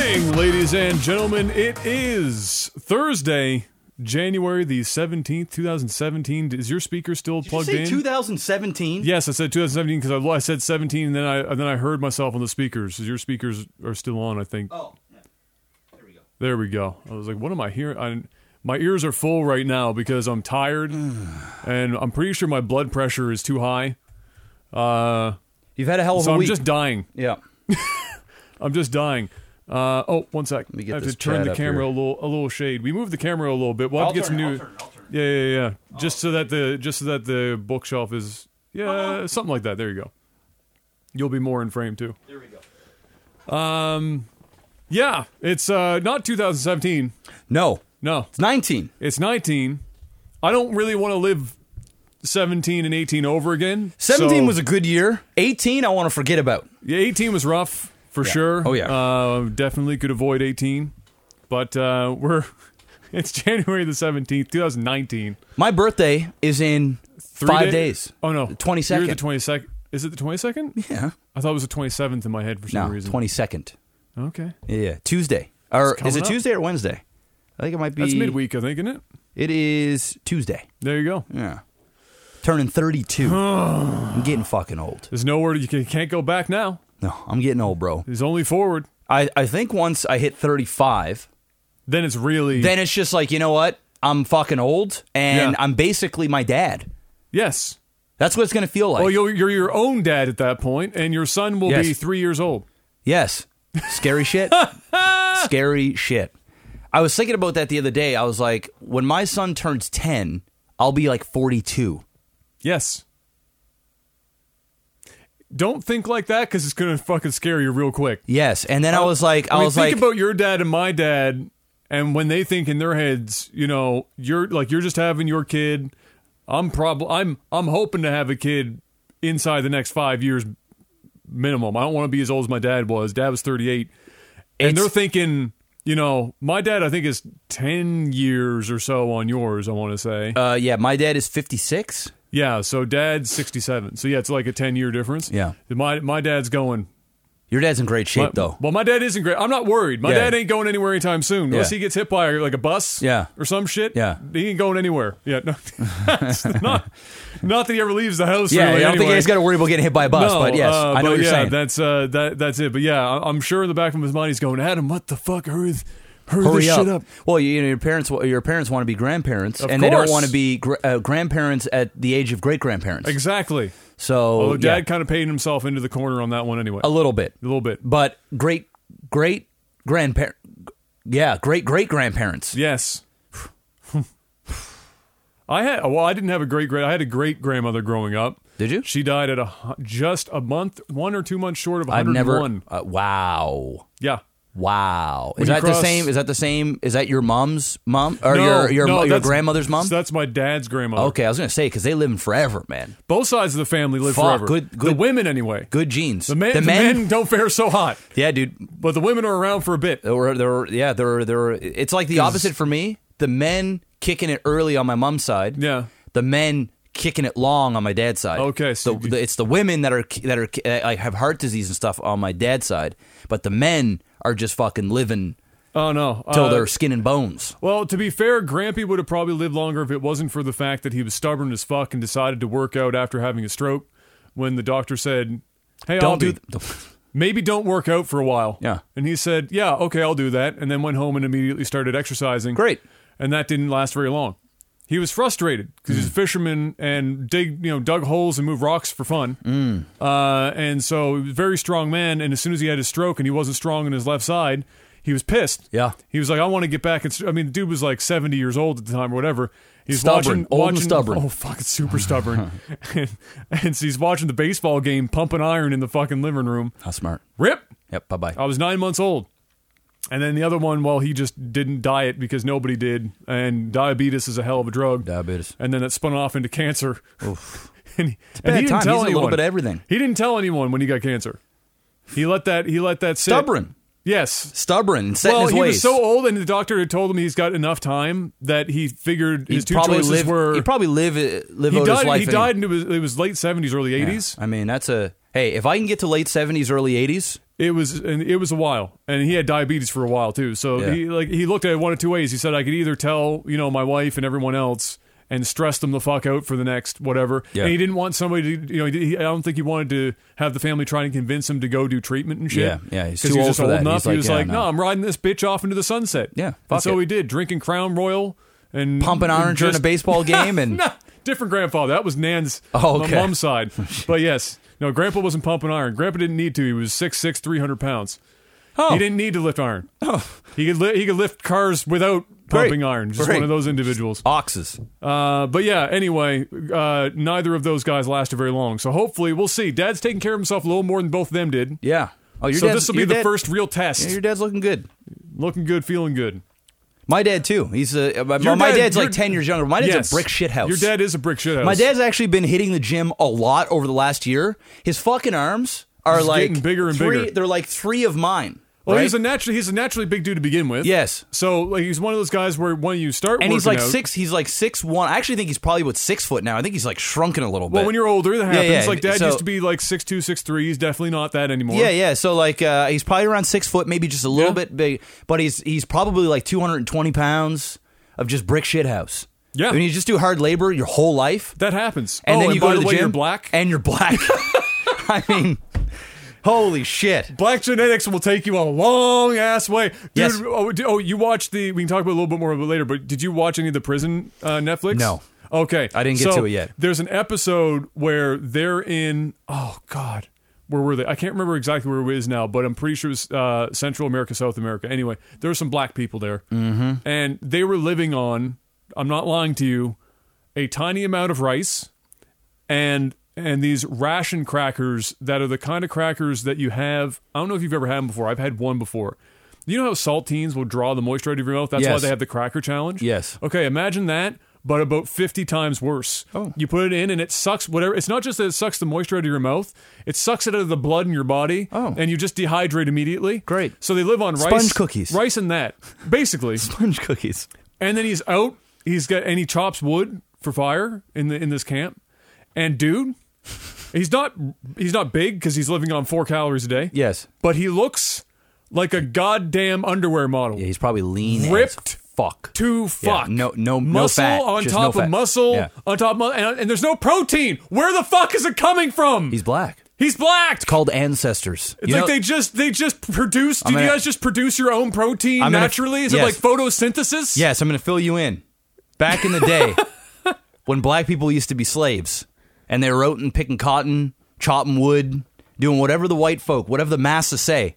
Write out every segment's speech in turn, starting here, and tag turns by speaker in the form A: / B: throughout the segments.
A: Ladies and gentlemen, it is Thursday, January the 17th, 2017. Is your speaker still
B: Did you
A: plugged
B: say
A: in?
B: 2017?
A: yes, I said 2017 because I, lo- I said 17 and then I and then I heard myself on the speakers. Your speakers are still on, I think.
B: Oh, yeah. there we go.
A: There we go. I was like, what am I hearing? I, my ears are full right now because I'm tired and I'm pretty sure my blood pressure is too high. Uh,
B: You've had a hell of
A: so
B: a
A: I'm
B: week.
A: just dying.
B: yeah.
A: I'm just dying. Uh, oh, one sec.
B: me get
A: I have
B: this
A: to turn
B: chat
A: the
B: up
A: camera
B: here.
A: a little, a little shade. We moved the camera a little bit. We'll have to get some new. Yeah, yeah, yeah. Just
B: Oh.
A: so that the just so that the bookshelf is yeah
B: Uh-huh.
A: something like that. There you go. You'll be more in frame too. Um,
B: There we go.
A: Yeah, it's uh, not 2017.
B: No,
A: No,
B: it's 19.
A: it's 19. I don't really want to live 17 and 18 over again.
B: 17
A: so-
B: was a good year. 18, I want to forget about.
A: Yeah, 18 was rough for sure.
B: Oh, yeah.
A: Uh, definitely could avoid 18. But uh, we're it's January the 17th, 2019.
B: My birthday is in
A: Three
B: five
A: day-
B: days.
A: Oh no.
B: The 22nd.
A: You're the 22nd. Is it the 22nd?
B: yeah.
A: I thought it was the 27th in my head for some
B: No,
A: reason.
B: 22nd.
A: Okay.
B: Yeah, Tuesday. Or
A: It's
B: is it
A: coming up.
B: Tuesday or Wednesday? I think it might be.
A: That's midweek, I think, isn't it?
B: It is Tuesday.
A: There you go.
B: Yeah. Turning 32. I'm getting fucking old.
A: There's nowhere you can, can't go back now.
B: No, I'm getting old, bro.
A: There's only forward.
B: I, I think once I hit 35,
A: Then it's really
B: then it's just like, you know what? I'm fucking old and
A: Yeah.
B: I'm basically my dad.
A: yes.
B: That's what it's going to feel like.
A: Well, you're, you're your own dad at that point, and your son will
B: Yes.
A: be three years old.
B: yes. Scary shit. Scary shit. I was thinking about that the other day. I was like, when my son turns 10, I'll be like 42.
A: Yes. Don't think like that because it's gonna fucking scare you real quick.
B: Yes. And then I was like, I,
A: Oh, mean,
B: was
A: think
B: like,
A: about your dad and my dad, and when they think in their heads, you know, you're like you're just having your kid. I'm probably I'm I'm hoping to have a kid inside the next five years minimum. I don't want to be as old as my dad was. Dad was 38, and
B: It's-
A: they're thinking, you know, my dad I think is 10 years or so on yours. I want to say,
B: uh, yeah, my dad is 56.
A: yeah. So dad's 67. So yeah, it's like a 10 year difference.
B: Yeah.
A: my my dad's going.
B: Your dad's in great shape,
A: My-
B: though.
A: Well, my dad isn't great. I'm not worried. My
B: Yeah.
A: dad ain't going anywhere anytime soon. Unless
B: Yeah.
A: he gets hit by like a bus
B: Yeah.
A: or some shit.
B: Yeah.
A: He ain't going anywhere. Yeah. No, It's not, not that he ever leaves the house.
B: Yeah,
A: really,
B: I don't think
A: anyway.
B: he's got to worry about getting hit by a bus,
A: No,
B: but yes,
A: uh,
B: I know
A: but
B: what you're
A: yeah,
B: saying.
A: That's uh, that. That's it. But yeah, I- I'm sure in the back of his mind he's going, Adam, what the fuck? Hurry, th- hurry,
B: Hurry
A: this
B: up.
A: shit up.
B: Well, you know, your parents your parents want to be grandparents, and they
A: course.
B: don't want to be gr- uh, grandparents at the age of great grandparents.
A: Exactly.
B: so,
A: Although
B: Oh, yeah,
A: Dad kind of painted himself into the corner on that one anyway.
B: a little bit,
A: a little bit.
B: but great great grandparent, yeah, great great grandparents.
A: Yes. I had well, I didn't have a great great. I had a great grandmother growing up.
B: Did you?
A: She died at a hu- just a month, one or two months short of
B: I've
A: 101.
B: never. Uh, wow,
A: yeah.
B: wow. Is
A: you
B: that
A: cross-
B: the same? Is that the same? Is that your mom's mom or your your,
A: no,
B: your
A: that's-
B: grandmother's mom?
A: So that's my dad's grandmother.
B: okay, I was gonna say because they live in forever, man.
A: Both sides of the family live
B: Fuck,
A: forever.
B: good-
A: The
B: good-
A: women anyway.
B: Good genes.
A: The men, the men don't fare so hot,
B: yeah, dude.
A: but the women are around for a bit.
B: There were, there were, yeah, there were, there were, it's like the opposite for me. The men kicking it early on my mom's side.
A: Yeah.
B: The men kicking it long on my dad's side.
A: Okay, so
B: So
A: you-
B: the, it's the women that are that are uh, like have heart disease and stuff on my dad's side, but the men are just fucking living
A: Oh no.
B: till
A: Uh,
B: they're skin and bones.
A: Well, to be fair, Grampy would have probably lived longer if it wasn't for the fact that he was stubborn as fuck and decided to work out after having a stroke. When the doctor said, "Hey, I'll
B: Don't
A: do."
B: do. th-
A: maybe don't work out for a while.
B: Yeah.
A: And he said, yeah, okay, I'll do that. And then went home and immediately started exercising.
B: Great.
A: And that didn't last very long. He was frustrated because
B: Mm.
A: he's a fisherman and dig, you know, dug holes and moved rocks for fun.
B: Mm.
A: Uh, and so he was a very strong man. And as soon as he had his stroke and he wasn't strong in his left side, he was pissed.
B: Yeah.
A: He was like, I want to get back. And, I mean, the dude was like 70 years old at the time or whatever. He's
B: Stubborn.
A: watching,
B: Old and
A: watching-
B: stubborn.
A: Oh, fucking super stubborn. and, and so he's watching the baseball game, pumping iron in the fucking living room.
B: How smart.
A: Rip.
B: Yep. Bye bye.
A: I was nine months old. And then the other one, well, he just didn't diet because nobody did. And diabetes is a hell of a drug.
B: Diabetes.
A: And then that spun off into cancer. and he, it's
B: bad
A: he didn't tell
B: time. He's a little
A: anyone.
B: bit of everything.
A: He didn't tell anyone when he got cancer. He let that. He let that sit.
B: Stubborn.
A: Yes.
B: Stubborn. and Set in
A: well,
B: his
A: he
B: ways.
A: was so old, and the doctor had told him he's got enough time that he figured
B: He'd
A: his two
B: probably
A: choices
B: live,
A: were.
B: He probably live uh, live
A: he
B: out his
A: died.
B: life.
A: he
B: in-
A: died, and it was it was late seventies, early eighties.
B: I mean, that's a hey. If I can get to late seventies, early eighties,
A: It was and it was a while, and he had diabetes for a while too. So
B: Yeah.
A: he like he looked at it one of two ways. He said I could either tell you know my wife and everyone else and stress them the fuck out for the next whatever.
B: Yeah.
A: And he didn't want somebody to you know he, I don't think he wanted to have the family trying to convince him to go do treatment and shit.
B: Yeah, yeah, he's
A: 'Cause
B: too
A: he was
B: old
A: just
B: for that.
A: enough.
B: He's
A: he
B: like,
A: was
B: "Yeah,
A: like,
B: no."
A: no. I'm riding this bitch off into the sunset.
B: Yeah, fuck
A: and so
B: it.
A: he did, drinking Crown Royal and
B: Pumping
A: and
B: orange during a
A: just-
B: baseball game and
A: no, different grandfather. That was Nan's
B: Oh,
A: my
B: okay.
A: mom's side. But yes, no, Grandpa wasn't pumping iron. Grandpa didn't need to. He was 6'6", 300 pounds.
B: Oh.
A: He didn't need to lift iron. He could li- he could lift cars without
B: Great.
A: pumping iron. Just
B: Great.
A: one of those individuals.
B: oxes.
A: Uh, but yeah, anyway, uh, neither of those guys lasted very long. So hopefully we'll see. Dad's taking care of himself a little more than both of them did.
B: Yeah. Oh, your
A: so
B: dad's-
A: this will be
B: your
A: the
B: dad-
A: first real test.
B: Yeah, your dad's looking good.
A: Looking good, feeling good.
B: My dad too. He's a my,
A: Your
B: my
A: dad-
B: dad's
A: your-
B: like ten years younger. My dad's
A: Yes.
B: a brick shit house.
A: Your dad is a brick shit house.
B: My dad's actually been hitting the gym a lot over the last year. His fucking arms are like
A: getting bigger and
B: three,
A: bigger.
B: They're like three of mine.
A: Well,
B: right?
A: he's a naturally he's a naturally big dude to begin with.
B: Yes.
A: So like he's one of those guys where when you start
B: and he's
A: working
B: like
A: out-
B: six. He's like six one. I actually think he's probably what six foot now. I think he's like shrunken a little bit.
A: Well, when you're older, that happens.
B: yeah,
A: Like dad
B: so-
A: used to be like six two, six three. He's definitely not that anymore.
B: yeah, yeah. So like uh, he's probably around six foot, maybe just a little
A: Yeah.
B: bit big, but he's he's probably like two hundred and twenty pounds of just brick shit house.
A: Yeah.
B: When you just do hard labor your whole life,
A: that happens.
B: and
A: oh,
B: then
A: and
B: you
A: by
B: go to
A: the,
B: the
A: way,
B: gym,
A: you're black.
B: and you're black. I mean, holy shit.
A: Black genetics will take you a long ass way, dude.
B: Yes.
A: Oh, d- oh, you watched the? We can talk about it a little bit more about it later. But did you watch any of the prison uh, Netflix?
B: No.
A: Okay,
B: I didn't get
A: So,
B: to it yet.
A: There's an episode where they're in. Oh God, where were they? I can't remember exactly where it is now, but I'm pretty sure it was uh, Central America, South America. Anyway, there were some black people there, mm-hmm. and they were living on. I'm not lying to you. A tiny amount of rice and and these ration crackers that are the kind of crackers that you have. I don't know if you've ever had them before. I've had one before. You know how saltines will draw the moisture out of your mouth? That's why
B: Yes.
A: they have the cracker challenge.
B: Yes.
A: Okay, imagine that, but about 50 times worse.
B: Oh.
A: You put it in and it sucks whatever. It's not just that it sucks the moisture out of your mouth, it sucks it out of the blood in your body.
B: Oh.
A: And you just dehydrate immediately.
B: Great.
A: So they live on rice.
B: Sponge cookies.
A: Rice and that, basically.
B: sponge cookies.
A: And then he's out. He's got and he chops wood for fire in the in this camp. And dude, he's not he's not big because he's living on four calories a day.
B: Yes.
A: but he looks like a goddamn underwear model.
B: Yeah, he's probably lean, as
A: Ripped.
B: fuck.
A: To fuck.
B: no- no- no
A: muscle
B: fat,
A: on
B: just
A: top
B: no
A: of
B: fat.
A: muscle
B: Yeah.
A: on top of mu- and, and there's no protein. Where the fuck is it coming from?
B: He's black.
A: he's blacked.
B: Called ancestors.
A: It's like they just they just produce. Did
B: I'm
A: you
B: gonna-
A: guys just produce your own protein
B: I'm gonna-
A: naturally? Is it
B: yes.
A: like photosynthesis?
B: Yes, I'm going to fill you in. Back in the day, when black people used to be slaves, and they were out and picking cotton, chopping wood, doing whatever the white folk, whatever the masses say,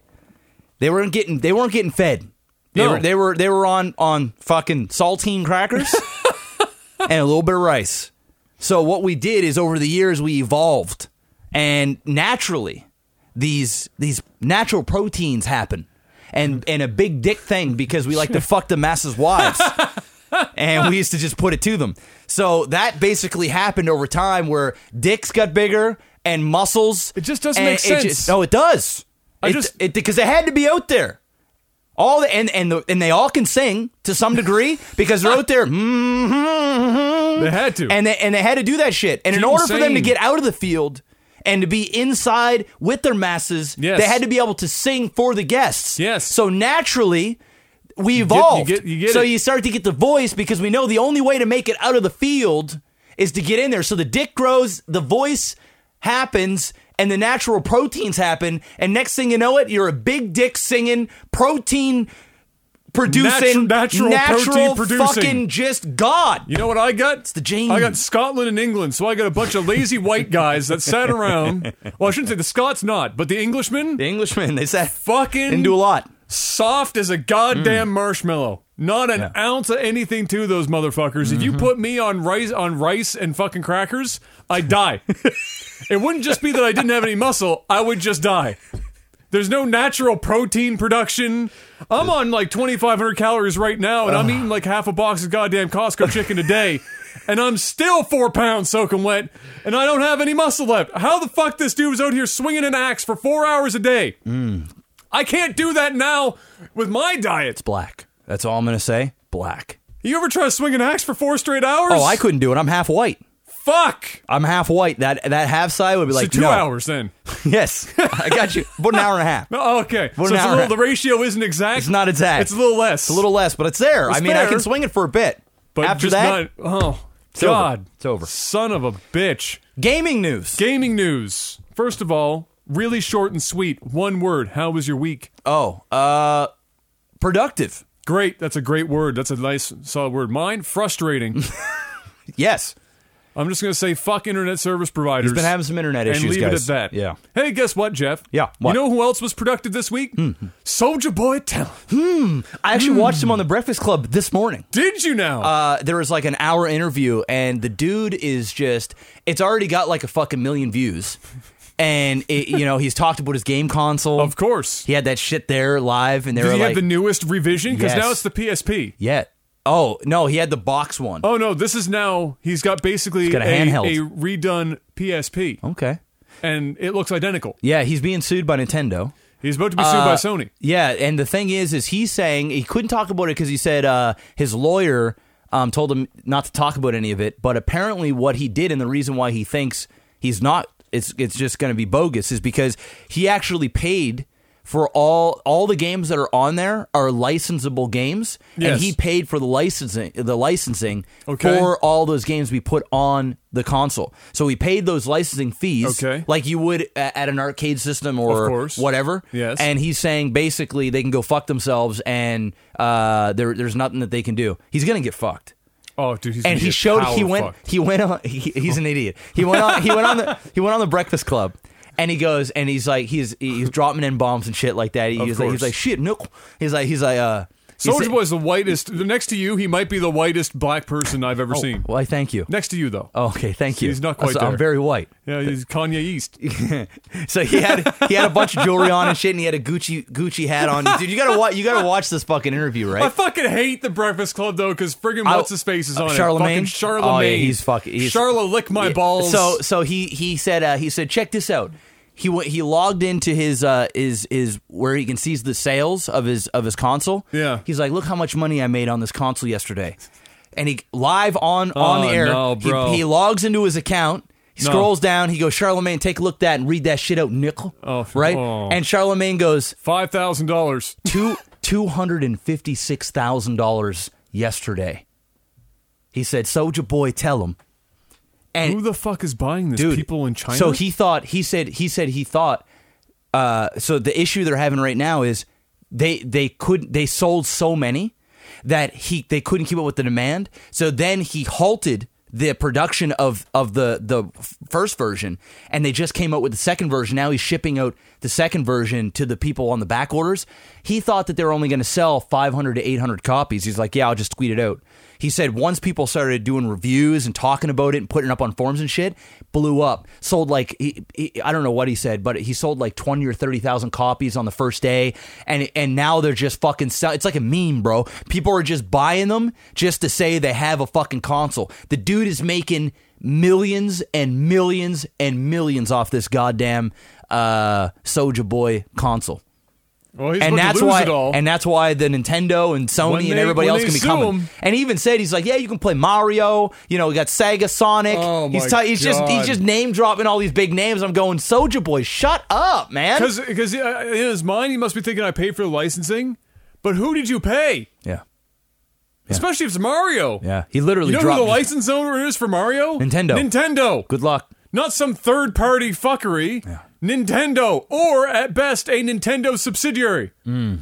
B: they weren't getting they weren't getting fed. They
A: No.
B: were they were they were on on fucking saltine crackers and a little bit of rice. So what we did is over the years we evolved, and naturally these these natural proteins happen, and and a big dick thing because we like to fuck the masses' wives. And we used to just put it to them. So that basically happened over time where dicks got bigger and muscles.
A: It just doesn't
B: and
A: make
B: it
A: sense.
B: just- no, it does.
A: I
B: it,
A: just-
B: it because they had to be out there. All the, and and the, and they all can sing to some degree because they're out there. Mm-hmm,
A: They had to.
B: and they and they had to do that shit. And in
A: Keep
B: order for them to
A: sane.
B: get out of the field and to be inside with their masses,
A: Yes.
B: they had to be able to sing for the guests.
A: Yes.
B: So naturally. We evolved.
A: get- you get
B: so
A: it.
B: you start to get the voice because we know the only way to make it out of the field is to get in there. So the dick grows, the voice happens, and the natural proteins happen. And next thing you know it, you're a big dick singing, protein producing,
A: Natu- natural protein producing.
B: fucking just God.
A: You know what I got? It's
B: the gene.
A: I got Scotland and England, so I got a bunch of lazy white guys that sat around. Well, I shouldn't say the Scots, not, but the Englishmen,
B: The Englishmen, they said,
A: fucking
B: didn't do a lot.
A: soft as a goddamn marshmallow. Not an ounce of anything to those motherfuckers. If you put me on rice on rice and fucking crackers, I die. it wouldn't just be that I didn't have any muscle; I would just die. There's no natural protein production. I'm on like 2,500 calories right now, and I'm eating like half a box of goddamn Costco chicken a day, and I'm still four pounds soaking wet, and I don't have any muscle left. How the fuck this dude was out here swinging an axe for four hours a day? I can't do that now with my diet.
B: Black. That's all I'm gonna say. Black.
A: You ever try to swing an axe for four straight hours?
B: Oh, I couldn't do it. I'm half white.
A: Fuck.
B: I'm half white. That that half side would be like
A: so two
B: no.
A: hours then.
B: Yes, I got you. About an hour and a half.
A: Oh, okay.
B: What
A: so it's
B: an
A: a
B: hour
A: little,
B: and a-
A: the ratio isn't exact.
B: It's not exact.
A: It's a little less.
B: It's a little less, but it's there. I mean, I
A: fair.
B: can swing it for a bit.
A: But
B: After
A: just
B: that,
A: not. Oh
B: over.
A: God.
B: It's over.
A: Son of a bitch.
B: gaming news.
A: Gaming news. First of all, really short and sweet. One word. How was your week?
B: oh, uh, productive.
A: Great. That's a great word. That's a nice, solid word. Mine, frustrating.
B: Yes,
A: I'm just going to say fuck internet service providers.
B: been having some internet
A: and
B: issues,
A: leave
B: guys.
A: it at that.
B: Yeah.
A: Hey, guess what, Jeff?
B: Yeah, what? Hmm.
A: You know who else was productive this week? Soldier Boy Talent.
B: I
A: Hmm.
B: actually watched him on the Breakfast Club this morning.
A: Did you now?
B: Uh, there was like an hour interview, and the dude is just—it's already got like a fucking million views, and it, you know he's talked about his game console.
A: of course.
B: he had that shit there live, and they
A: Did
B: were
A: he
B: like,
A: have the newest revision? Because
B: Yes.
A: now it's the PSP.
B: "Yeah, oh no, he had the box one."
A: Oh no, this is now he's got basically
B: got a handheld. Oh.
A: a redone PSP,
B: Okay,
A: and it looks identical.
B: yeah, he's being sued by Nintendo.
A: He's about to be sued by
B: Uh,
A: Sony.
B: Yeah, and the thing is, is he's saying he couldn't talk about it because he said uh, his lawyer um, told him not to talk about any of it. But apparently, what he did and the reason why he thinks he's not it's it's just going to be bogus is because he actually paid for all all the games that are on there are licensable games,
A: Yes.
B: and he paid for the licensing the licensing
A: Okay.
B: for all those games we put on the console. So he paid those licensing fees,
A: Okay.
B: like you would a- at an arcade system or
A: course.
B: whatever.
A: Yes.
B: And he's saying basically they can go fuck themselves and uh, there, there's nothing that they can do. He's gonna get fucked.
A: Oh, dude, he's
B: And
A: gonna
B: he
A: get
B: showed
A: power
B: he went
A: fucked.
B: he went on he, he's an idiot. He went on he went on the he went on the Breakfast Club. And he goes, and he's like, he's he's dropping in bombs and shit like that. He was like,
A: course.
B: he's like, shit, no. He's like, he's like, uh, he
A: Soldier
B: said-
A: Boy's the whitest. Next to you, he might be the whitest black person I've
B: Oh.
A: ever seen.
B: Why, thank you. Oh,
A: Next to you, though.
B: Okay, thank you.
A: He's not quite
B: So I'm
A: there.
B: very white.
A: Yeah, he's Kanye East.
B: So he had he had a bunch of jewelry on and shit, and he had a Gucci Gucci hat on. Dude, you gotta watch you gotta watch this fucking interview, right?
A: I fucking hate the Breakfast Club though, because friggin'
B: I-
A: what's his face is
B: uh,
A: on it.
B: Charlemagne?
A: Fucking Charlemagne.
B: Oh, yeah, he's fucking- he's-
A: Charla, lick my balls.
B: So so he he said uh, he said check this out. He went he logged into his uh his his where he can see the sales of his of his console.
A: Yeah.
B: He's like, look how much money I made on this console yesterday, and he live on on
A: Oh,
B: the air.
A: no,
B: he-
A: bro.
B: He, logs into his account. He
A: No.
B: scrolls down. He goes, Charlemagne, take a look at that and read that shit out, nickel.
A: Oh,
B: right.
A: oh.
B: And Charlemagne goes
A: five thousand dollars.
B: two two hundred and fifty six thousand dollars yesterday. He said, Soja boy, tell him. And
A: Who the fuck is buying this?
B: Dude,
A: People in China.
B: So he thought he said he said he thought. Uh, so the issue they're having right now is they they could they sold so many that he they couldn't keep up with the demand. So then he halted the production of of the the f- first version, and they just came out with the second version. Now he's shipping out the second version to the people on the back orders. He thought that they were only going to sell 500 to 800 copies. He's like, yeah, I'll just tweet it out. He said once people started doing reviews and talking about it and putting it up on forums and shit, blew up. Sold like he, he- I don't know what he said, but he sold like twenty or thirty thousand copies on the first day, and and now they're just fucking. Sell- it's like a meme, bro. People are just buying them just to say they have a fucking console. The dude is making millions and millions and millions off this goddamn uh, Soja Boy console.
A: well, he's
B: And
A: about
B: that's
A: to lose
B: why,
A: it all.
B: and that's why the Nintendo and Sony
A: When
B: and
A: they-
B: everybody
A: when
B: else
A: they
B: can be
A: sue
B: coming.
A: him.
B: And he even said he's like, yeah, you can play Mario. You know, we got Sega, Sonic.
A: Oh
B: he's
A: my
B: he's just he's
A: God.
B: just name dropping all these big names. I'm going, Soja Boy, shut up, man.
A: because because uh, in his mind he must be thinking I paid for the licensing, but who did you pay?
B: Yeah,
A: Especially if it's Mario.
B: yeah. He literally
A: You know who
B: dropped.
A: the license owner is for Mario?
B: Nintendo.
A: Nintendo.
B: Good luck.
A: Not some third party fuckery. Nintendo, or at best, a Nintendo subsidiary.
B: Hmm.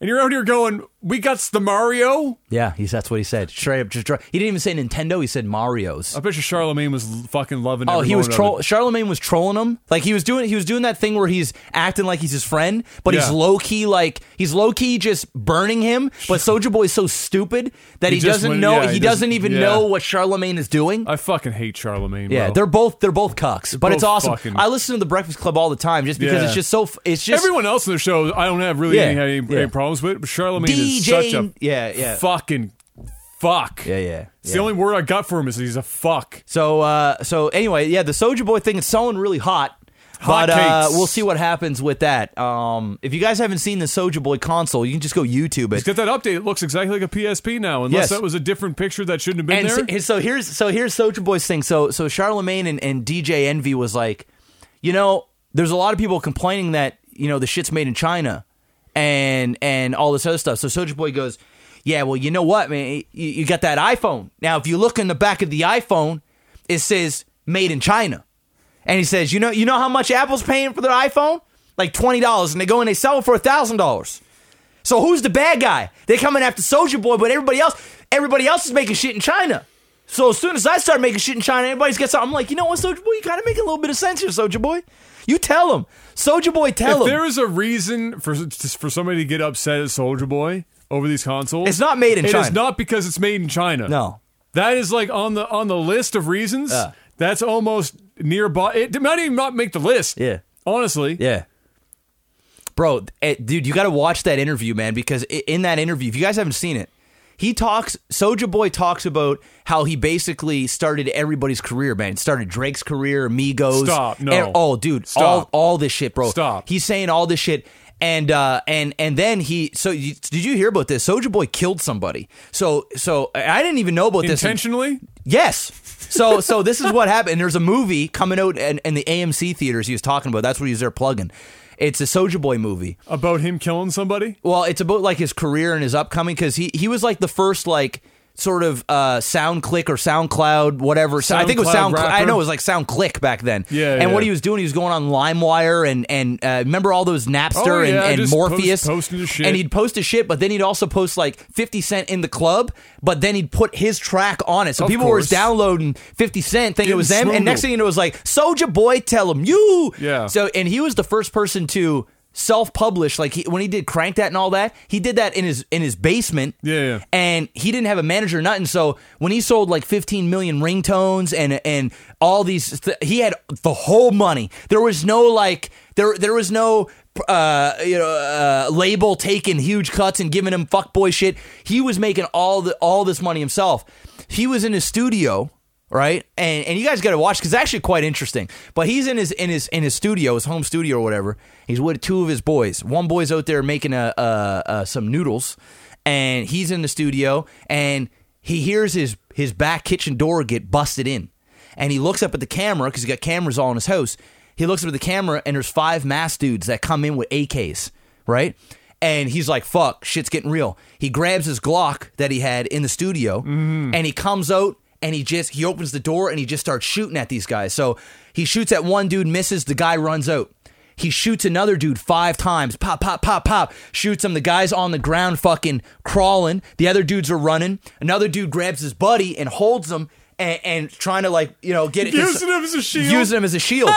A: And you're out here going, we got the Mario?
B: Yeah, he's that's what he said. Straight up, just dro- he didn't even say Nintendo. He said Mario's.
A: I bet you Charlemagne was l- fucking loving
B: Oh,
A: every
B: he was
A: moment of
B: troll.
A: it.
B: Charlemagne was trolling him. Like he was doing, he was doing that thing where he's acting like he's his friend, but he's
A: Yeah.
B: low key, like he's low key just burning him. But Soldier Boy is so stupid that he,
A: He just
B: doesn't
A: went-
B: know.
A: yeah,
B: he,
A: he
B: doesn't,
A: doesn't-
B: even
A: yeah.
B: know what Charlemagne is doing.
A: I fucking hate Charlemagne.
B: yeah,
A: bro.
B: they're both they're both cucks, but it's
A: both
B: awesome.
A: fucking-
B: I listen to the Breakfast Club all the time just because
A: Yeah.
B: it's just so. f- It's just
A: everyone else in the show. I don't have really
B: Yeah,
A: any, any,
B: yeah.
A: any problems with, but Charlemagne is
B: DJ.
A: such a
B: yeah, yeah,
A: fucking fuck.
B: yeah, yeah.
A: It's
B: yeah.
A: the only word I got for him is he's a fuck.
B: So uh, so anyway, yeah, the Soldier Boy thing is selling really hot. But uh,
A: Hotcakes.
B: we'll see what happens with that. Um, if you guys haven't seen the Soja Boy console, you can just go YouTube it.
A: Get that update. It looks exactly like a PSP now, unless
B: Yes.
A: that was a different picture that shouldn't have been
B: and
A: there.
B: so, and so here's so here's Soulja Boy's thing. So so Charlemagne and, and DJ Envy was like, you know, there's a lot of people complaining that you know the shit's made in China, and and all this other stuff. So Soulja Boy goes, yeah, well, you know what, man, you, you got that iPhone. Now, if you look in the back of the iPhone, it says made in China, and he says, you know, you know how much Apple's paying for their iPhone? Like twenty dollars, and they go and they sell it for thousand dollars. So who's the bad guy? They're coming after Soldier Boy, but everybody else, everybody else is making shit in China. So as soon as I start making shit in China, everybody's gets something. I'm like, you know what, Soldier Boy, you kind of make a little bit of sense here, Soldier Boy. You tell him, Soldier Boy,
A: if
B: tell him.
A: there is a reason for for somebody to get upset at Soldier Boy over these consoles,
B: It's not made in
A: It
B: China.
A: is not because it's made in China.
B: No.
A: that is like on the on the list of reasons.
B: Yeah.
A: That's almost nearby. It might even not make the list.
B: Yeah.
A: honestly.
B: Yeah. Bro, eh, dude, you got to watch that interview, man, because i- in that interview, if you guys haven't seen it, he talks, Soja Boy talks about how he basically started everybody's career, man. Started Drake's career, Migos.
A: Stop, no.
B: eh, oh, dude,
A: Stop.
B: all all this shit, bro.
A: Stop.
B: He's saying all this shit. And uh and and then he so you, did you hear about this? Soja Boy killed somebody. So so I didn't even know about this.
A: Intentionally,
B: Yes. So so this is what happened. There's a movie coming out in, in the AMC theaters he was talking about. That's what he was there plugging. It's a Soja Boy movie.
A: about him killing somebody.
B: Well, it's about like his career and his upcoming because he he was like the first like sort of uh sound click or SoundCloud whatever. So I think it was
A: SoundCloud
B: SoundCloud. I
A: rapper.
B: know it was like SoundClick back then.
A: Yeah,
B: And
A: yeah.
B: what he was doing, he was going on LimeWire and and uh, remember all those Napster
A: Oh, yeah,
B: and, and
A: just post-
B: Morpheus
A: posting his shit.
B: And he'd post his shit, but then he'd also post like Fifty Cent in the club, but then he'd put his track on it. So
A: Of
B: people
A: course.
B: were downloading Fifty Cent, thinking it
A: Getting
B: was them, and
A: swindled.
B: next thing you know, it was like Soja Boy, tell him you.
A: Yeah.
B: So so, and he was the first person to self-publish like he, when he did crank that and all that he did that in his in his basement
A: Yeah, yeah.
B: and he didn't have a manager or nothing so when he sold like 15 million ringtones and and all these th- he had the whole money there was no like there there was no uh you know uh, label taking huge cuts and giving him fuckboy shit he was making all the all this money himself he was in his studio right? And and you guys got to watch because it's actually quite interesting. But he's in his in his in his studio, his home studio or whatever. He's with two of his boys. One boy's out there making a, a, a some noodles, and he's in the studio, and he hears his his back kitchen door get busted in, and he looks up at the camera because he got cameras all in his house. He looks up at the camera, and there's five masked dudes that come in with AKs, right? And he's like, fuck, shit's getting real. He grabs his Glock that he had in the studio and he comes out and he just he opens the door and he just starts shooting at these guys. So he shoots at one dude, misses, the guy runs out. He shoots another dude five times. Pop, pop, pop, pop. Shoots him. The guy's on the ground fucking crawling. The other dudes are running. Another dude grabs his buddy and holds him and, and trying to like, you know, get it.
A: Using him as a shield.
B: Using him as a shield.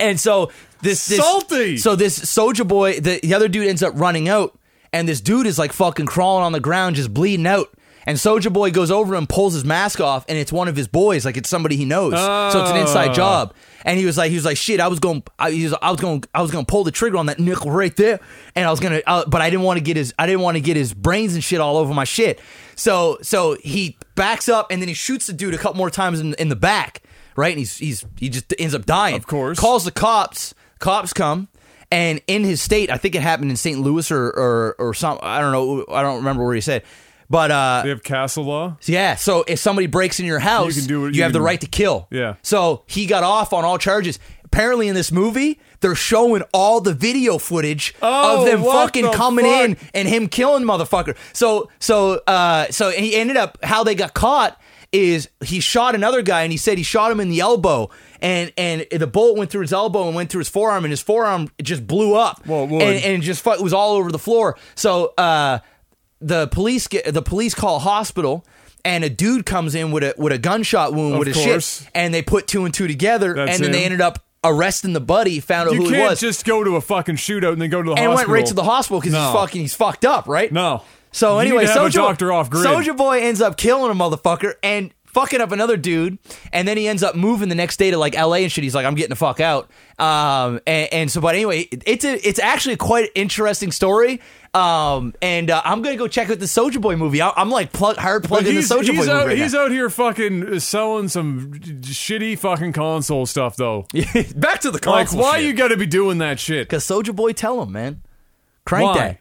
B: And so this, this
A: Salty.
B: So this Soja Boy, the, the other dude ends up running out, and this dude is like fucking crawling on the ground, just bleeding out. And Soja Boy goes over and pulls his mask off, and it's one of his boys, like it's somebody he knows. So it's an
A: Oh.
B: inside job. And he was like, he was like, shit, I was going, I he was, I was going, I was going to pull the trigger on that nickel right there, and I was gonna, uh, but I didn't want to get his, I didn't want to get his brains and shit all over my shit. So so he backs up, and then he shoots the dude a couple more times in, in the back, right? And he's he's he just ends up dying.
A: Of course.
B: Calls the cops. Cops come. And in his state, I think it happened in St. Louis or or, or some. I don't know. I don't remember where he said. But uh,
A: They have castle law.
B: yeah, so if somebody breaks in your house,
A: You can do what
B: you
A: you
B: have the
A: can-
B: right to kill.
A: Yeah.
B: So he got off on all charges. Apparently, in this movie, they're showing all the video footage
A: Oh,
B: of them
A: what
B: fucking
A: the
B: coming
A: fuck?
B: in and him killing motherfucker. So so uh so he ended up how they got caught is he shot another guy and he said he shot him in the elbow and and the bullet went through his elbow and went through his forearm and his forearm just blew up
A: Well, it would.
B: and, and just fu- it was all over the floor. So uh, the police get the police call hospital, and a dude comes in with a with a gunshot wound with his
A: course.
B: shit, and they put two and two together,
A: That's
B: and then they
A: him.
B: ended up arresting the buddy, found out
A: You
B: who he
A: can't
B: was,
A: just go to a fucking shootout and then go to the
B: and
A: hospital.
B: went right to the hospital because
A: No.
B: he's fucking he's fucked up, right?
A: No.
B: So
A: You need
B: anyway,
A: to have a
B: Soulja-
A: doctor off grid.
B: Soulja Boy ends up killing a motherfucker, and fucking up another dude, and then he ends up moving the next day to like LA and shit. He's like, I'm getting the fuck out. Um, and, and so, but anyway, it's a, it's actually quite an interesting story. Um, and uh, I'm gonna go check out the Soldier Boy movie. I, am like plug, hard plugging the
A: he's,
B: Soldier Boy
A: he's, out,
B: movie. Right
A: he's
B: now.
A: out here fucking selling some shitty fucking console stuff though.
B: Back to the
A: like,
B: console
A: why
B: shit.
A: you got to be doing that shit?
B: Cause Soldier Boy, tell him, man, crank
A: Why?
B: that.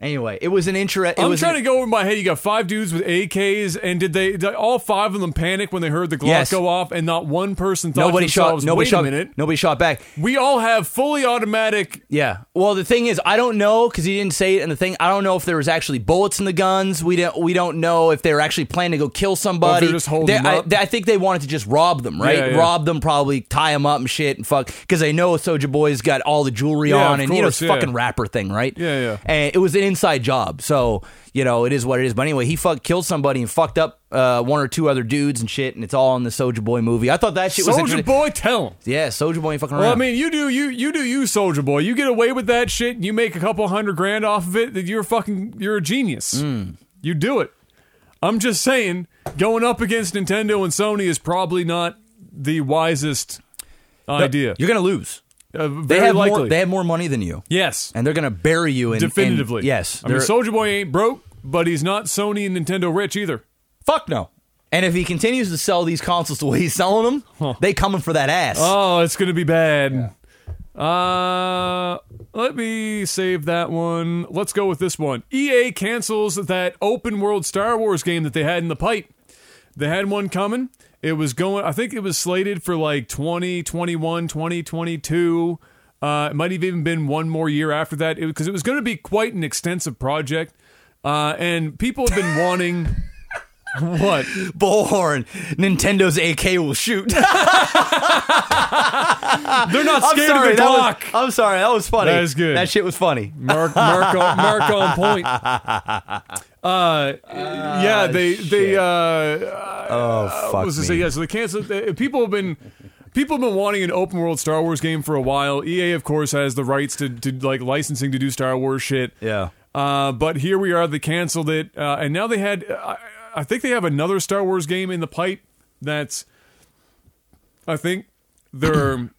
B: Anyway, it was an interest.
A: I'm trying to go over my head. You got five dudes with AKs, and did they did all five of them panic when they heard the Glock
B: Yes.
A: go off, and not one person thought
B: nobody
A: to themselves,
B: shot. Nobody
A: "Wait
B: shot.
A: a minute,
B: Nobody shot back.
A: we all have fully automatic."
B: Yeah. Well, the thing is, I don't know because he didn't say it. And the thing, I don't know if there was actually bullets in the guns. We don't. We don't know if they were actually planning to go kill somebody.
A: they're just holding
B: They-
A: them
B: I,
A: up.
B: they- I think they wanted to just rob them, right?
A: Yeah, yeah.
B: Rob them, probably tie them up and shit and fuck. Because they know Soja Boy's got all the jewelry
A: Yeah,
B: on
A: of
B: and you know
A: course,
B: it's
A: yeah.
B: fucking rapper thing, right?
A: Yeah, yeah.
B: And it was an inside job, so you know it is what it is. But anyway, he fuck killed somebody and fucked up uh, one or two other dudes and shit, and it's all in the Soja Boy movie. I thought that shit was
A: Soldier
B: interesting.
A: boy, tell him.
B: Yeah, Soja Boy ain't fucking around.
A: Well, I mean, you do you you do you, Soldier Boy. You get away with that shit, and you make a couple hundred grand off of it. That you're fucking you're a genius.
B: Hmm.
A: You do it. I'm just saying, going up against Nintendo and Sony is probably not the wisest idea.
B: You're gonna lose.
A: Uh, very
B: They have
A: likely.
B: more. They have more money than you.
A: yes,
B: and they're going to bury you in
A: definitively.
B: in- yes,
A: I mean,
B: they're-
A: Soldier Boy ain't broke, but he's not Sony and Nintendo rich either.
B: fuck no. And if he continues to sell these consoles the way he's selling them, they coming for that ass.
A: Oh, it's gonna be bad. Uh, let me save that one. Let's go with this one. EA cancels that open world Star Wars game that they had in the pipe. They had one coming. It was going. I think it was slated for like 20, 21, 2022. Uh, it might have even been one more year after that because it, was going to be quite an extensive project. Uh, and people have been wanting what?
B: Bullhorn, Nintendo's AK will shoot.
A: They're not
B: I'm
A: scared
B: sorry,
A: of the
B: that was,
A: Glock.
B: I'm sorry, that was funny.
A: That was good.
B: That shit was funny.
A: Mark, Mark, on, Mark on point. Uh, yeah, they they
B: Ah, shit.
A: uh, uh,
B: Oh fuck
A: what was to say yeah. So they canceled. They, people have been people have been wanting an open world Star Wars game for a while. EA, of course, has the rights to, to like licensing to do Star Wars shit.
B: Yeah.
A: Uh, but here we are. They canceled it, uh, and now they had. I, I think they have another Star Wars game in the pipe. That's, I think, they're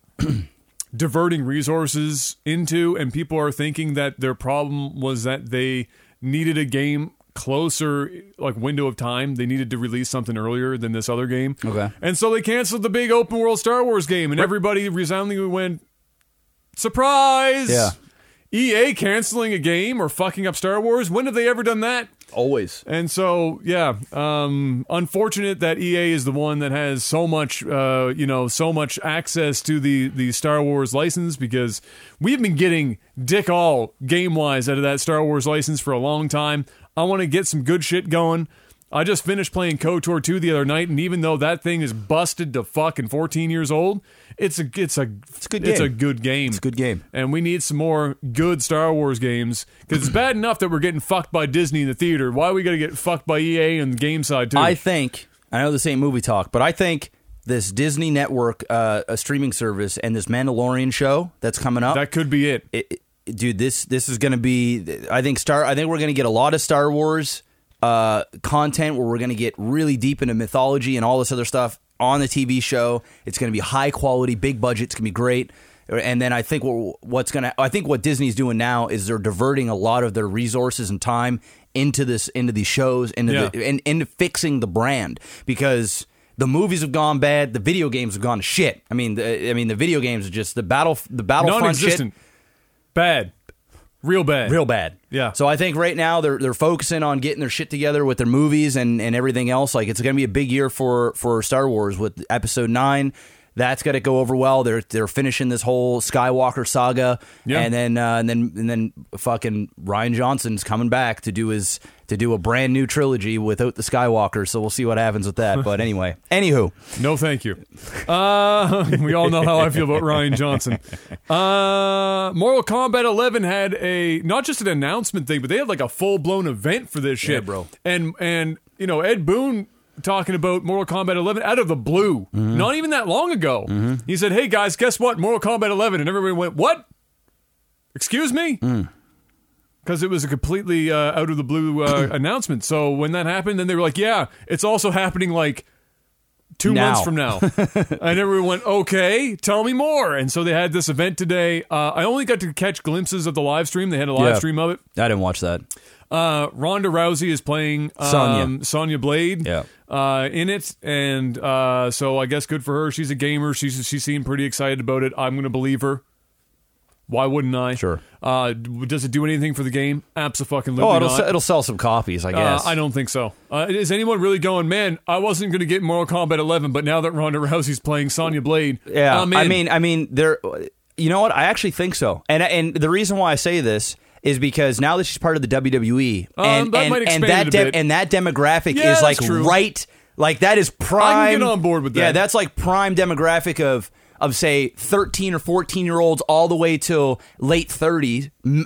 A: diverting resources into, and people are thinking that their problem was that they needed a game closer, like window of time. They needed to release something earlier than this other game.
B: Okay.
A: and so they canceled the big open world Star Wars game, and everybody resoundingly went, "Surprise!"
B: Yeah.
A: EA canceling a game or fucking up Star Wars. When have they ever done that?
B: Always.
A: And so, yeah, um, unfortunate that EA is the one that has so much, uh, you know, so much access to the the Star Wars license because we've been getting dick all game wise out of that Star Wars license for a long time. I want to get some good shit going. I just finished playing KOTOR 2 the other night, and even though that thing is busted to fucking 14 years old, it's a it's a it's a
B: good
A: it's
B: game.
A: a good game. It's
B: a good game.
A: and we need some more good Star Wars games because it's bad enough that we're getting fucked by Disney in the theater. Why are we gonna get fucked by EA and the game side too?
B: I think I know this ain't movie talk, but I think this Disney Network, uh, a streaming service, and this Mandalorian show that's coming up.
A: that could be it.
B: it, it- dude this this is going to be i think star i think we're going to get a lot of star wars uh content where we're going to get really deep into mythology and all this other stuff on the tv show it's going to be high quality big budget it's going to be great and then I think what, what's going to I think what Disney's doing now is they're diverting a lot of their resources and time into this into these shows into
A: Yeah.
B: the, and into fixing the brand because the movies have gone bad, the video games have gone to shit. I mean, the, I mean the video games are just the battle the battlefront shit
A: Non-existent, bad, real bad.
B: real bad.
A: Yeah.
B: So I think right now they're they're focusing on getting their shit together with their movies and and everything else. Like it's going to be a big year for for Star Wars with Episode Nine. That's got to go over well. They're they're finishing this whole Skywalker saga,
A: Yeah.
B: and then uh, and then and then fucking Ryan Johnson's coming back to do his to do a brand new trilogy without the Skywalker. So we'll see what happens with that. But anyway, anywho,
A: No, thank you. Uh, we all know how I feel about Ryan Johnson. Uh, Mortal Kombat 11 had a not just an announcement thing, but they had like a full blown event for this shit,
B: bro.
A: And and you know Ed Boon talking about Mortal Kombat 11 out of the blue, not even that long ago. He said, "Hey guys, guess what? Mortal Kombat 11," and everybody went, "What? Excuse me." Because it was a completely uh, out of the blue uh, announcement. So when that happened, then they were like, "Yeah, it's also happening like two
B: Now.
A: months from now. and everyone went, okay, tell me more. And so they had this event today. Uh, I only got to catch glimpses of the live stream. They had a live
B: Yeah.
A: stream of it.
B: I didn't watch that.
A: Uh, Ronda Rousey is playing um,
B: Sonya.
A: Sonya Blade
B: Yeah.
A: uh, in it, and uh, so I guess good for her. She's a gamer. She's she seemed pretty excited about it. I'm going to believe her. Why wouldn't I?
B: Sure.
A: Uh, d- does it do anything for the game? Absolutely.
B: Oh, it'll
A: not.
B: se- it'll sell some copies, I
A: Uh,
B: guess.
A: I don't think so. Uh, is anyone really going, man? I wasn't going to get Mortal Kombat 11, but now that Ronda Rousey's playing Sonya Blade, Uh,
B: Yeah,
A: I'm
B: I
A: in.
B: mean, I mean, there. You know what? I actually think so, and and the reason why I say this is because now that she's part of the WWE,
A: Um,
B: and
A: that
B: and,
A: might
B: and
A: expand
B: that
A: it a
B: dem-
A: bit.
B: and that demographic
A: Yeah,
B: is like
A: that's true.
B: right, like that is prime.
A: get on board with
B: Yeah,
A: that.
B: that's like prime demographic of of say thirteen or fourteen year olds all the way till late thirties, m-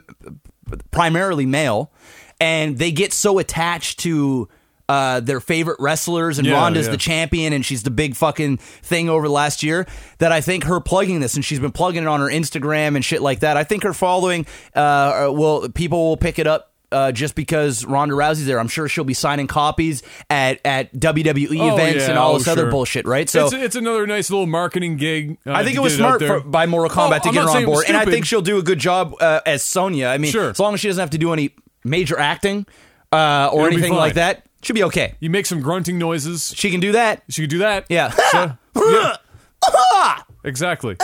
B: primarily male, and they get so attached to. Uh, their favorite wrestlers and
A: Yeah,
B: Ronda's
A: yeah.
B: the champion and she's the big fucking thing over the last year that I think her plugging this and she's been plugging it on her Instagram and shit like that. I think her following uh, will people will pick it up. Uh, just because Ronda Rousey's there, I'm sure she'll be signing copies at, at WWE
A: Oh,
B: events
A: yeah,
B: and all
A: oh,
B: this other
A: sure.
B: bullshit, right? So
A: it's, it's another nice little marketing gig. uh,
B: I think
A: to
B: it was
A: get out
B: smart
A: there.
B: for, by Mortal
A: Oh,
B: Kombat to
A: I'm not
B: get her on
A: saying it was
B: board, and I
A: stupid.
B: think she'll do a good job uh, as Sonya. I mean,
A: Sure.
B: as long as she doesn't have to do any major acting uh, or
A: It'll be
B: anything like
A: fine.
B: that, she'll be okay.
A: you make some grunting noises.
B: She can do that.
A: She could do that.
B: Yeah.
A: So- yeah.
B: Uh-huh.
A: Exactly.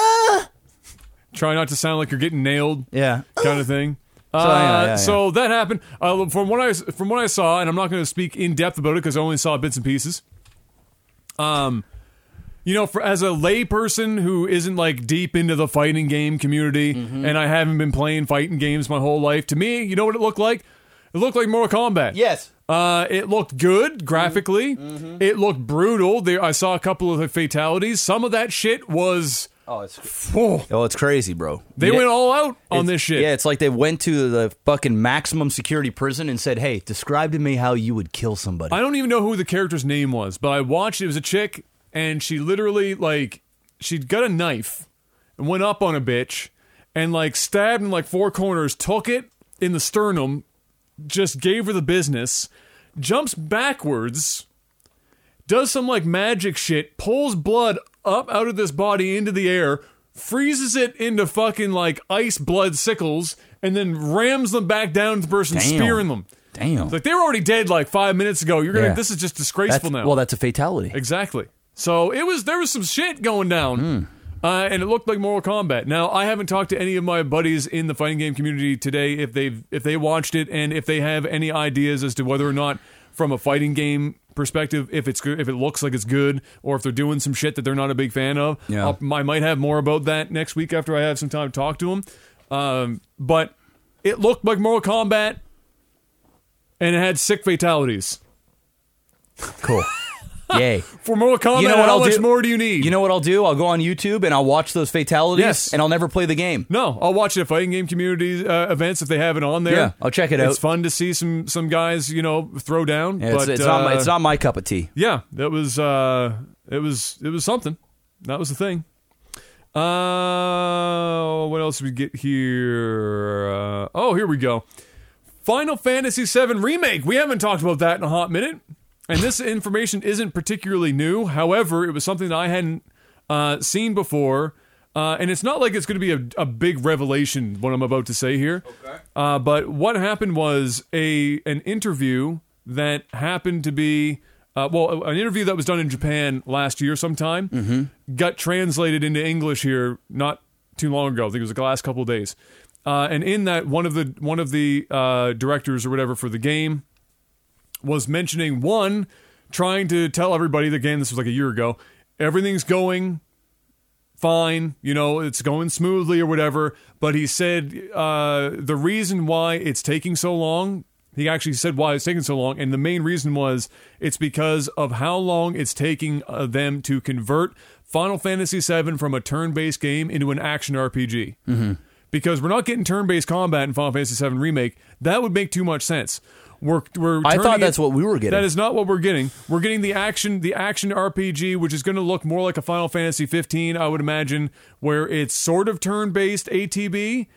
A: Try not to sound like you're getting nailed.
B: Uh. Yeah.
A: Kind of thing. Uh, so,
B: yeah, yeah, yeah.
A: that happened. Uh, from what I from what I saw, and I'm not going to speak in depth about it because I only saw bits and pieces. um, you know, for, as a layperson who isn't like deep into the fighting game community,
B: Mm-hmm.
A: and I haven't been playing fighting games my whole life, to me, you know what it looked like? It looked like Mortal Kombat.
B: Yes.
A: Uh, it looked good graphically.
B: Mm, mm-hmm.
A: It looked brutal. There, I saw a couple of the fatalities. Some of that shit was.
B: Oh, it's
A: Whew,
B: oh, it's crazy, bro.
A: they
B: Yeah.
A: went all out on this shit.
B: Yeah, it's like they went to the fucking maximum security prison and said, "Hey, describe to me how you would kill somebody."
A: I don't even know who the character's name was, but I watched it was a chick and she literally like she got a knife and went up on a bitch and like stabbed in like four corners, took it in the sternum, just gave her the business, jumps backwards, does some like magic shit, pulls blood up out of this body into the air, freezes it into fucking like ice blood sickles, and then rams them back down to the person
B: Damn.
A: spearing them.
B: Damn,
A: It's like they were already dead like five minutes ago. You're gonna.
B: Yeah.
A: This is just
B: that's,
A: disgraceful now.
B: well, that's a fatality.
A: exactly. So it was. There was some shit going down,
B: Hmm.
A: uh, and it looked like Mortal Kombat. Now I haven't talked to any of my buddies in the fighting game community today. If they've if they watched it and if they have any ideas as to whether or not, from a fighting game perspective, if it's good, if it looks like it's good, or if they're doing some shit that they're not a big fan of,
B: Yeah.
A: I'll- I might have more about that next week after I have some time to talk to them. Um, but it looked like Mortal Kombat and it had sick fatalities.
B: Cool. Yay.
A: For Mortal Kombat,
B: You know what
A: how
B: I'll
A: much
B: do?
A: more do you need?
B: You know what I'll do? I'll go on YouTube and I'll watch those fatalities,
A: Yes.
B: and I'll never play the game.
A: no, I'll watch it at fighting game community uh, events if they have it on there.
B: Yeah, I'll check it
A: it's
B: out.
A: It's fun to see some some guys, you know, throw down.
B: Yeah, it's,
A: but,
B: it's not my,
A: uh,
B: it's not my cup of tea.
A: Yeah, that was uh, it was it was something. That was the thing. Uh, what else did we get here? Uh, oh, here we go. Final Fantasy VII remake. We haven't talked about that in a hot minute, and this information isn't particularly new. However, it was something that I hadn't uh, seen before, uh, and it's not like it's going to be a, a big revelation what I'm about to say here. Okay. Uh, but what happened was a an interview that happened to be. Uh, well, an interview that was done in Japan last year, sometime, got translated into English here not too long ago. I think it was the last couple of days. Uh, and in that, one of the one of the uh, directors or whatever for the game was mentioning one trying to tell everybody that game this was like a year ago everything's going fine you know it's going smoothly or whatever but he said uh, the reason why it's taking so long he actually said why it's taking so long and the main reason was it's because of how long it's taking uh, them to convert final fantasy VII from a turn-based game into an action rpg
B: Mm-hmm.
A: because we're not getting turn-based combat in final fantasy VII remake that would make too much sense we're, we're
B: I thought
A: turning it-
B: that's what we were getting.
A: that is not what we're getting. We're getting the action, the action RPG, which is going to look more like a Final Fantasy 15, I would imagine, where it's sort of turn-based ATB,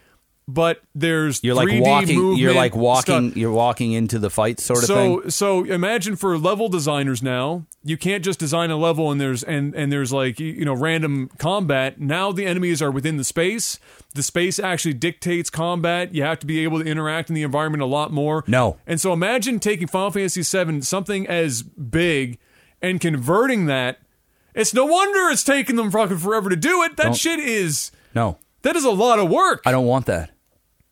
A: but there's
B: You're like
A: 3D
B: walking. You're
A: movement
B: like walking.
A: stuff.
B: You're walking into the fight, sort of
A: So
B: thing.
A: so imagine for level designers now, you can't just design a level and there's and and there's like you know random combat. Now the enemies are within the space. The space actually dictates combat. You have to be able to interact in the environment a lot more.
B: No.
A: And so imagine taking Final Fantasy VII, something as big, and converting that. It's no wonder it's taking them fucking forever to do it. That shit is
B: No,
A: that is a lot of work.
B: I don't want that.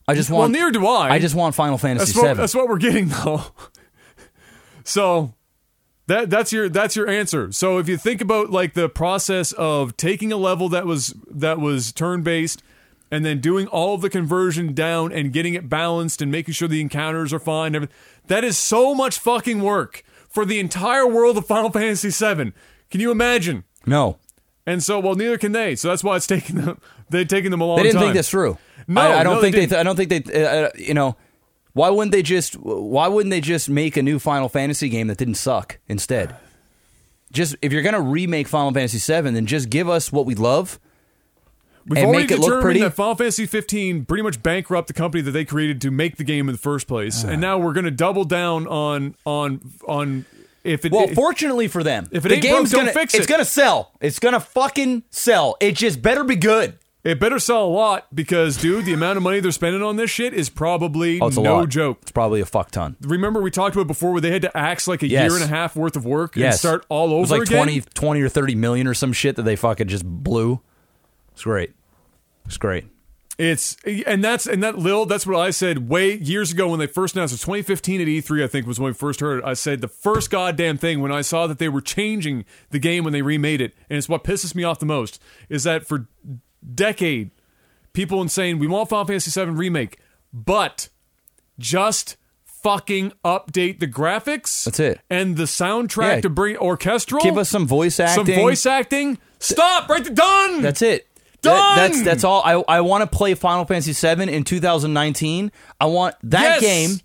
B: I just
A: well,
B: want.
A: near do I.
B: I just want Final Fantasy
A: That's what,
B: VII.
A: that's what we're getting though. So that that's your that's your answer. So if you think about like the process of taking a level that was that was turn based and then doing all of the conversion down and getting it balanced and making sure the encounters are fine everyth- that is so much fucking work for the entire world of Final Fantasy 7. Can you imagine?
B: No,
A: And so well neither can they. So that's why it's taking them they've taken them a long
B: they didn't
A: time.
B: think this through.
A: No,
B: I, I don't
A: no, they
B: think they.
A: didn't.
B: I don't think they. Uh, uh, you know, why wouldn't they just? Why wouldn't they just make a new Final Fantasy game that didn't suck instead? Just if you're gonna remake Final Fantasy VII, then just give us what we love.
A: We've
B: and
A: already
B: make it look
A: determined
B: pretty?
A: that Final Fantasy 15 pretty much bankrupt the company that they created to make the game in the first place, and now we're going to double down on on on if it.
B: Well,
A: it-
B: fortunately for them,
A: If it
B: the
A: ain't broke,
B: game's
A: don't
B: gonna
A: fix
B: it's
A: it.
B: gonna sell. It's gonna fucking sell. It just better be good.
A: it better sell a lot because, dude, the amount of money they're spending on this shit is probably
B: Oh, it's a
A: no
B: lot.
A: joke.
B: It's probably a fuck ton.
A: Remember we talked about it before where they had to axe like a
B: Yes.
A: year and a half worth of work
B: Yes.
A: and start all over
B: It was like
A: again.
B: 20, 20 or 30 million or some shit that they fucking just blew. It's great. It's great.
A: It's and that's and that Lil, that's what I said way years ago when they first announced it. 2015 at E3, I think was when we first heard it. I said the first goddamn thing when I saw that they were changing the game when they remade it, and it's what pisses me off the most is that for decade people in saying we want Final Fantasy VII remake, but just fucking update the graphics.
B: That's it.
A: and the soundtrack
B: Yeah.
A: to bring orchestral.
B: Give us some voice
A: Oh, some
B: acting.
A: voice acting. Stop right there. Done.
B: That's it.
A: Done!
B: That- that's that's all. I I want to play Final Fantasy VII in 2019. I want
A: Yes!
B: that game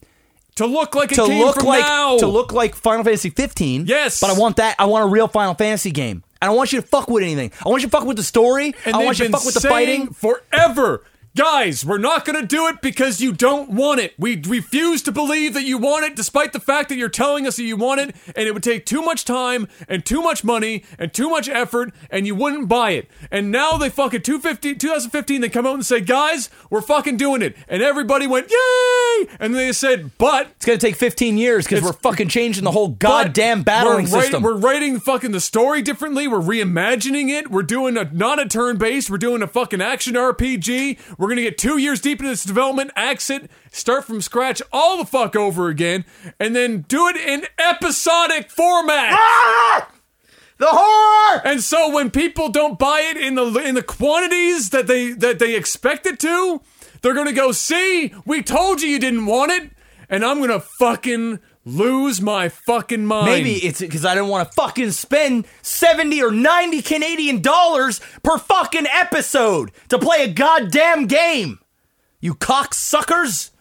A: to look like it
B: to
A: came
B: look
A: from
B: like
A: now.
B: to look like Final Fantasy 15.
A: Yes.
B: but I want that. I want a real Final Fantasy game. I don't want you to fuck with anything. I want you to fuck with the story.
A: And
B: I
A: they've
B: want you to
A: been
B: fuck with the
A: saying
B: fighting.
A: forever. Guys, we're not going to do it because you don't want it. We refuse to believe that you want it, despite the fact that you're telling us that you want it, and it would take too much time and too much money and too much effort, and you wouldn't buy it. And now they fucking 250 2015, they come out and say, guys, we're fucking doing it. And everybody went, yay! And they said, but
B: It's gonna take 15 years because we're fucking changing the whole goddamn
A: but
B: battling
A: we're writ-
B: system.
A: We're writing fucking the story differently. We're reimagining it. We're doing a not a turn based. We're doing a fucking action RPG. We're gonna get two years deep into this development, axe it, start from scratch all the fuck over again, and then do it in episodic format.
B: the horror.
A: And so when people don't buy it in the in the quantities that they that they expect it to, they're gonna go, see, we told you you didn't want it, and I'm gonna fucking lose my fucking mind.
B: Maybe it's because I didn't want to fucking spend 70 or 90 Canadian dollars per fucking episode to play a goddamn game. You cocksuckers!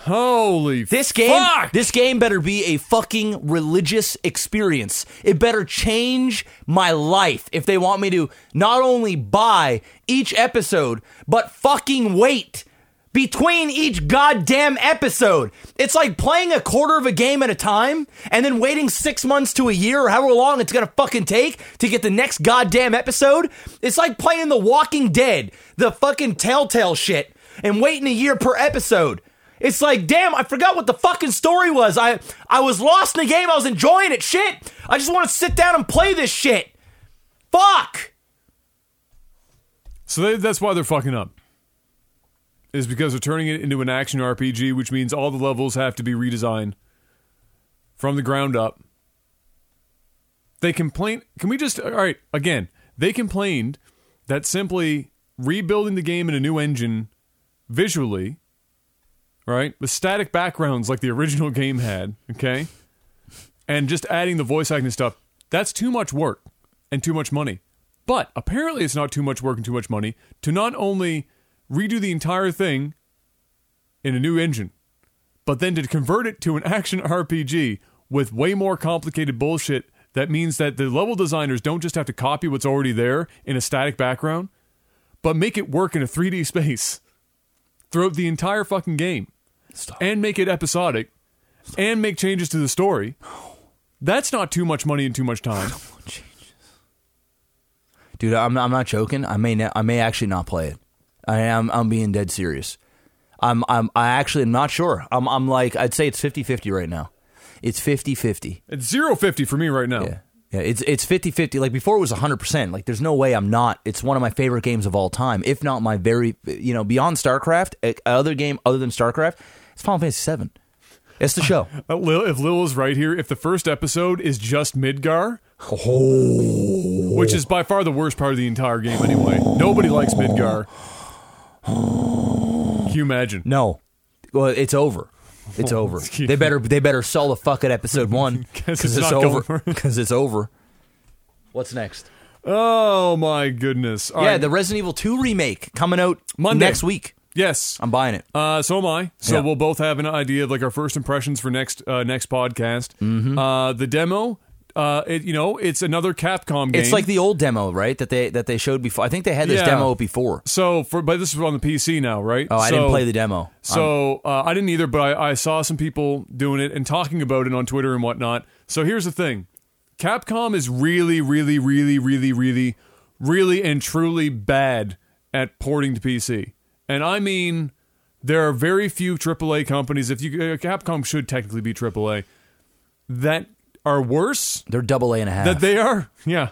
A: Holy
B: This game,
A: fuck!
B: this game better be a fucking religious experience. It better change my life if they want me to not only buy each episode, but fucking wait between each goddamn episode. It's like playing a quarter of a game at a time and then waiting six months to a year or however long it's gonna fucking take to get the next goddamn episode. It's like playing The Walking Dead, the fucking Telltale shit, and waiting a year per episode. It's like, damn, I forgot what the fucking story was. I I was lost in the game. I was enjoying it. Shit. I just want to sit down and play this shit. Fuck.
A: so they, that's why they're fucking up. Is because they're turning it into an action RPG, which means all the levels have to be redesigned from the ground up. They complain. Can we just all right again? They complained that simply rebuilding the game in a new engine visually, right, with static backgrounds like the original game had, okay, and just adding the voice acting stuff, that's too much work and too much money. But apparently, it's not too much work and too much money to not only redo the entire thing in a new engine, but then to convert it to an action RPG with way more complicated bullshit that means that the level designers don't just have to copy what's already there in a static background, but make it work in a 3D space. throughout the entire fucking game and make it episodic and make changes to the story. That's not too much money and too much time.
B: dude. I'm I'm not joking. I may not, I may actually not play it. I am I'm being dead serious. I'm I'm I actually am not sure. I'm I'm like I'd say it's 50-50 right now. It's 50-50.
A: It's zero fifty for me right now.
B: Yeah. Yeah, it's it's 50-50. Like before it was 100%. Like there's no way I'm not. It's one of my favorite games of all time, if not my very you know, beyond StarCraft, a- other game other than StarCraft, it's Final Fantasy 7. It's the show.
A: Uh, Lil, if Lil is right here, if the first episode is just Midgar,
B: Oh.
A: which is by far the worst part of the entire game anyway, nobody likes Midgar. Can you imagine?
B: No. Well, it's over. It's over.
A: Oh, Excuse
B: They better they better sell the fuck at episode one
A: 'Cause it's
B: because it's,
A: not going
B: over.
A: for
B: Because it's over. What's next?
A: Oh my goodness! All
B: yeah,
A: right.
B: the Resident Evil Two remake coming out
A: Monday.
B: next week.
A: yes.
B: I'm buying it.
A: Uh, so am I. So
B: Yeah.
A: we'll both have an idea of like our first impressions for next uh, next podcast.
B: Mm-hmm.
A: Uh, the demo, uh, it, you know, it's another Capcom game.
B: It's like the old demo, right? That they that they showed before. I think they had this
A: Yeah.
B: demo before.
A: so for but this is on the PC now, right?
B: Oh, I didn't
A: So-
B: play the demo.
A: So uh, I didn't either, but I, I saw some people doing it and talking about it on Twitter and whatnot. So here's the thing Capcom is really, really, really, really, really, really and truly bad at porting to PC. And I mean, there are very few AAA companies, if you, uh, Capcom should technically be AAA, that are worse
B: They're double A and a half.
A: that they are. Yeah,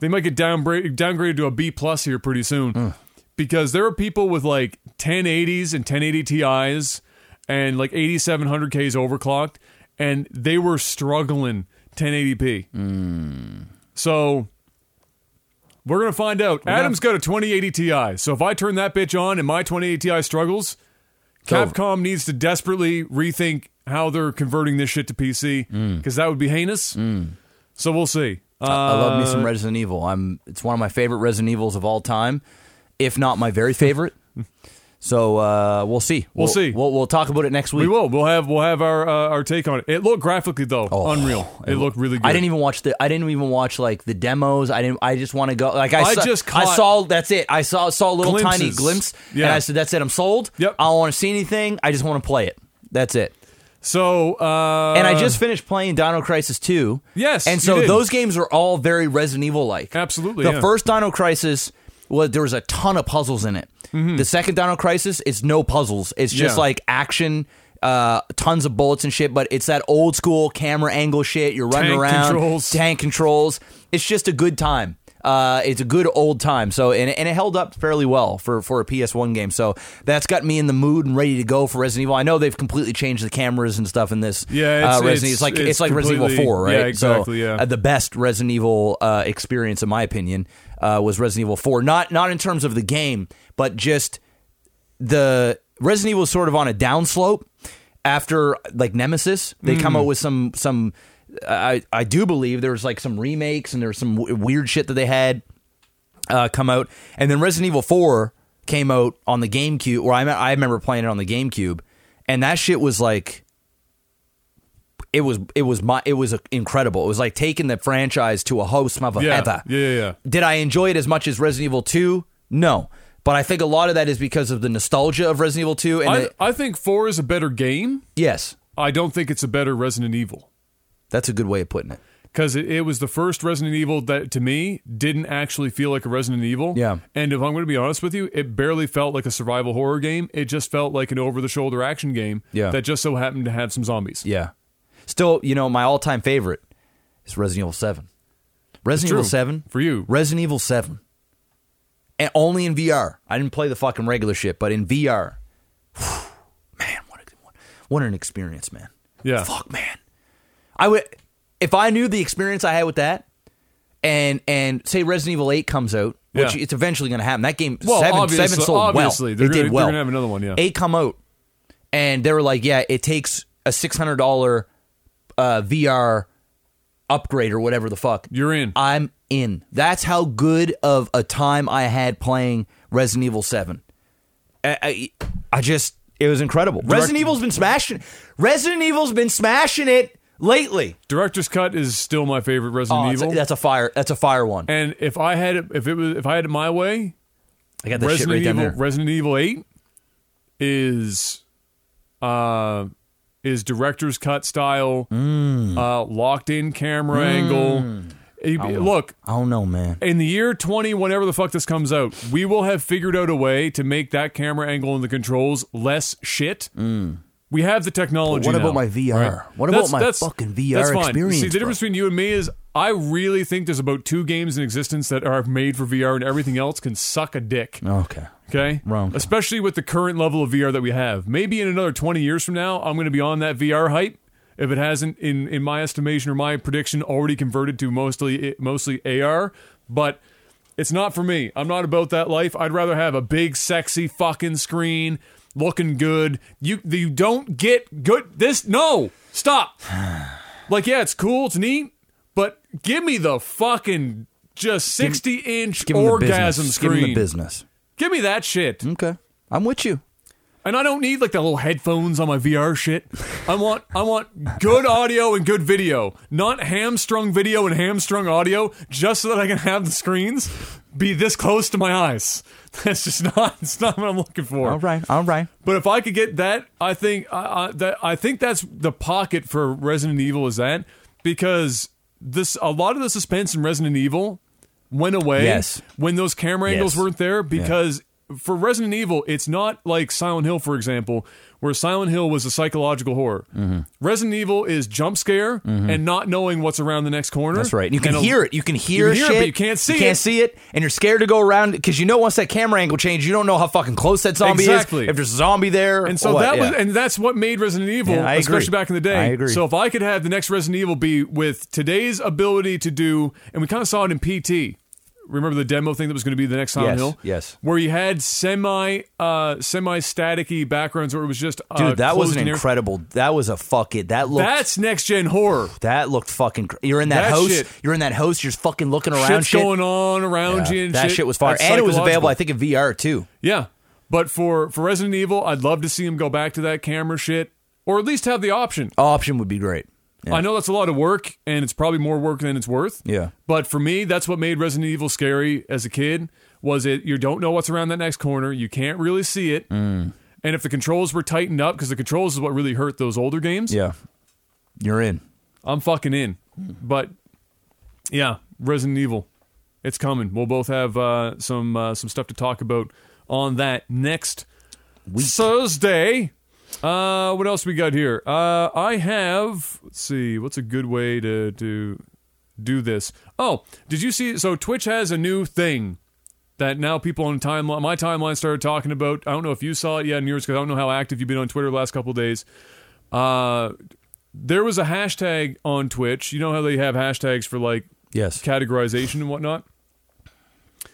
A: they might get downgrade, downgraded to a B plus here pretty soon because there are people with like 1080s and 1080 Ti's and like 8700Ks overclocked, and they were struggling 1080p. Hmm. So. We're gonna find out. Adam's got a 2080 Ti, so if I turn that bitch on and my 2080 Ti struggles,
B: over.
A: Capcom needs to desperately rethink how they're converting this shit to PC because that would be heinous. So we'll see. Uh,
B: I love me some Resident Evil. I'm. It's one of my favorite Resident Evils of all time, if not my very favorite. so uh, we'll see. We'll,
A: see.
B: We'll, we'll talk about it next week.
A: we will. We'll have we'll have our uh, our take on it. It looked graphically though unreal. It looked really good.
B: Oh. I didn't even watch the. I didn't even watch like the demos. I didn't. I just want to go. Like I,
A: I
B: saw,
A: just
B: I
A: caught
B: saw. That's it. I saw saw a little tiny
A: glimpses.
B: glimpse. And
A: Yeah.
B: I said, that's it. I'm sold.
A: Yep.
B: I don't want to see anything. I just want to play it. That's it.
A: so uh,
B: And I just finished playing Dino Crisis 2.
A: Yes, you
B: And so
A: did.
B: those games are all very Resident Evil like.
A: Absolutely,
B: The
A: yeah.
B: first Dino Crisis was there was a ton of puzzles in it. The second Dino Crisis is no puzzles. It's just
A: Mm-hmm. Yeah.
B: like action uh, tons of bullets and shit, but it's that old school camera angle shit. You're running
A: Tank
B: around,
A: controls.
B: tank controls. It's just a good time. Uh, it's a good old time. So and, and it held up fairly well for for a PS1 game. So that's got me in the mood and ready to go for Resident Evil. I know they've completely changed the cameras and stuff in this.
A: Yeah, it's-
B: uh, Resident
A: it's-
B: Evil. It's like it's,
A: it's
B: like Resident Evil
A: completely-
B: Four, right?
A: yeah, exactly,
B: So,
A: yeah.
B: uh, the best Resident Evil uh, experience, in my opinion, uh, was Resident Evil Four. Not not in terms of the game, but just the Resident Evil is sort of on a downslope after like Nemesis. They come
A: Hmm.
B: out with some some. I I do believe there was like some remakes and there was some w- weird shit that they had uh, come out, and then Resident Evil Four came out on the GameCube. Or I me- I remember playing it on the GameCube, and that shit was like it was it was my it was uh, incredible. It was like taking the franchise to a host mother
A: Yeah.
B: ever.
A: Yeah, yeah, yeah.
B: Did I enjoy it as much as Resident Evil Two? No, but I think a lot of that is because of the nostalgia of Resident Evil Two. And
A: I,
B: the-
A: I think four is a better game.
B: yes,
A: I don't think it's a better Resident Evil
B: that's a good way of putting it.
A: because it, it was the first Resident Evil that to me didn't actually feel like a Resident Evil.
B: Yeah.
A: And if I'm going to be honest with you, it barely felt like a survival horror game. It just felt like an over the shoulder action game.
B: Yeah.
A: That just so happened to have some zombies.
B: Yeah. Still, you know, my all time favorite is Resident Evil 7. Resident Evil
A: true.
B: 7?
A: For you.
B: Resident Evil 7. And only in VR. I didn't play the fucking regular shit, but in VR. man, what, a, what an experience, man.
A: Yeah.
B: Fuck, man. I would if I knew the experience I had with that and and say Resident Evil 8 comes out, which
A: Yeah.
B: it's eventually going to happen. That game
A: Well,
B: 7
A: obviously-
B: 7 sold
A: obviously,
B: well.
A: they're
B: it
A: gonna-
B: did
A: they're
B: well.
A: gonna have another one, yeah.
B: 8 come out and they were like, "Yeah, it takes a six hundred dollar uh, VR upgrade or whatever the fuck."
A: You're in.
B: I'm in. That's how good of a time I had playing Resident Evil Seven. I, I, I just it was incredible. Resident Evil's been smashing. Resident Evil's been smashing it lately.
A: Director's cut is still my favorite Resident
B: Oh, it's-
A: Evil.
B: that's a fire. That's a fire one.
A: and if I had it, if it was, if I had it my way,
B: I got that shit
A: Resident
B: right down
A: Evil,
B: there.
A: Resident Evil Eight is uh is director's cut style, uh, locked in camera angle. It- look,
B: Mm. I don't know, man.
A: in the year 20, whenever the fuck this comes out, we will have figured out a way to make that camera angle and the controls less shit. We have the technology.
C: What
A: now,
C: about my VR? What about my fucking VR
A: that's fine.
C: experience,
A: See, the
C: bro?
A: difference between you and me is I really think there's about two games in existence that are made for VR and everything else can suck a dick.
B: Okay.
A: Okay?
B: Wrong.
A: Especially with the current level of VR that we have. Maybe in another 20 years from now, I'm going to be on that VR hype. If it hasn't, in, in my estimation or my prediction, already converted to mostly mostly AR, but it's not for me. I'm not about that life. I'd rather have a big, sexy fucking screen, looking good. You you don't get good. This no stop. Like yeah, it's cool, it's neat, but give me the fucking just 60 inch
B: Give him the
A: orgasm
B: business.
A: screen.
B: Give him the business.
A: Give me that shit.
B: Okay. I'm with you.
A: And I don't need like the little headphones on my VR shit. I want I want good audio and good video, not hamstrung video and hamstrung audio, just so that I can have the screens be this close to my eyes. That's just not it's not what I'm looking for.
B: All right. All right.
A: But if I could get that, I think I, I, that I think that's the pocket for Resident Evil is that because this a lot of the suspense in Resident Evil went away
B: Yes.
A: when those camera angles
B: Yes.
A: weren't there because for Resident Evil it's not like Silent Hill for example where Silent Hill was a psychological horror.
B: Mm-hmm.
A: Resident Evil is jump scare and not knowing what's around the next corner.
B: That's right. You
A: And
B: can
A: a-
B: hear it. You can hear,
A: hear it,
B: shit.
A: but you can't see
B: You can't
A: it.
B: see it, and you're scared to go around because you know once that camera angle changes, you don't know how fucking close that zombie
A: Exactly.
B: is. If there's a zombie there,
A: And so
B: or what,
A: that
B: yeah.
A: was, and that's what made Resident Evil,
B: Yeah, I agree.
A: especially back in the day.
B: I agree.
A: So if I could have the next Resident Evil be with today's ability to do, and we kind of saw it in PT. Remember the demo thing that was going to be the next Silent
B: Yes,
A: Hill?
B: yes.
A: Where you had semi, uh, semi staticky backgrounds, where it was just uh,
B: dude, that was
A: closed
B: an
A: in air.
B: incredible. That was a fuck it. That looked.
A: That's next gen horror.
B: that looked fucking. Cr- you're in that,
A: That
B: house.
A: shit-
B: You're in that house. You're just fucking looking around.
A: Shit's
B: shit.
A: going on around you.
B: Yeah.
A: And
B: That shit was fire,
A: That's
B: and it was available.
A: psychological.
B: I think in VR too.
A: Yeah. But for for Resident Evil, I'd love to see him go back to that camera shit, or at least have the option.
B: Option would be great. Yeah.
A: I know that's a lot of work, and it's probably more work than it's worth.
B: Yeah.
A: But for me, that's what made Resident Evil scary as a kid. Was it you don't know what's around that next corner? You can't really see it.
B: Mm.
A: And if the controls were tightened up, because the controls is what really hurt those older games.
B: Yeah, you're in.
A: I'm fucking in. But yeah, Resident Evil, it's coming. We'll both have uh, some uh, some stuff to talk about on that next Thursday. Uh, what else we got here? Uh, I have. Let's see. What's a good way to to do this? Oh, did you see? So Twitch has a new thing that now people on timeline, my timeline, started talking about. I don't know if you saw it yet in yours because I don't know how active you've been on Twitter the last couple of days. Uh, there was a hashtag on Twitch. You know how they have hashtags for like
B: Yes.
A: categorization and whatnot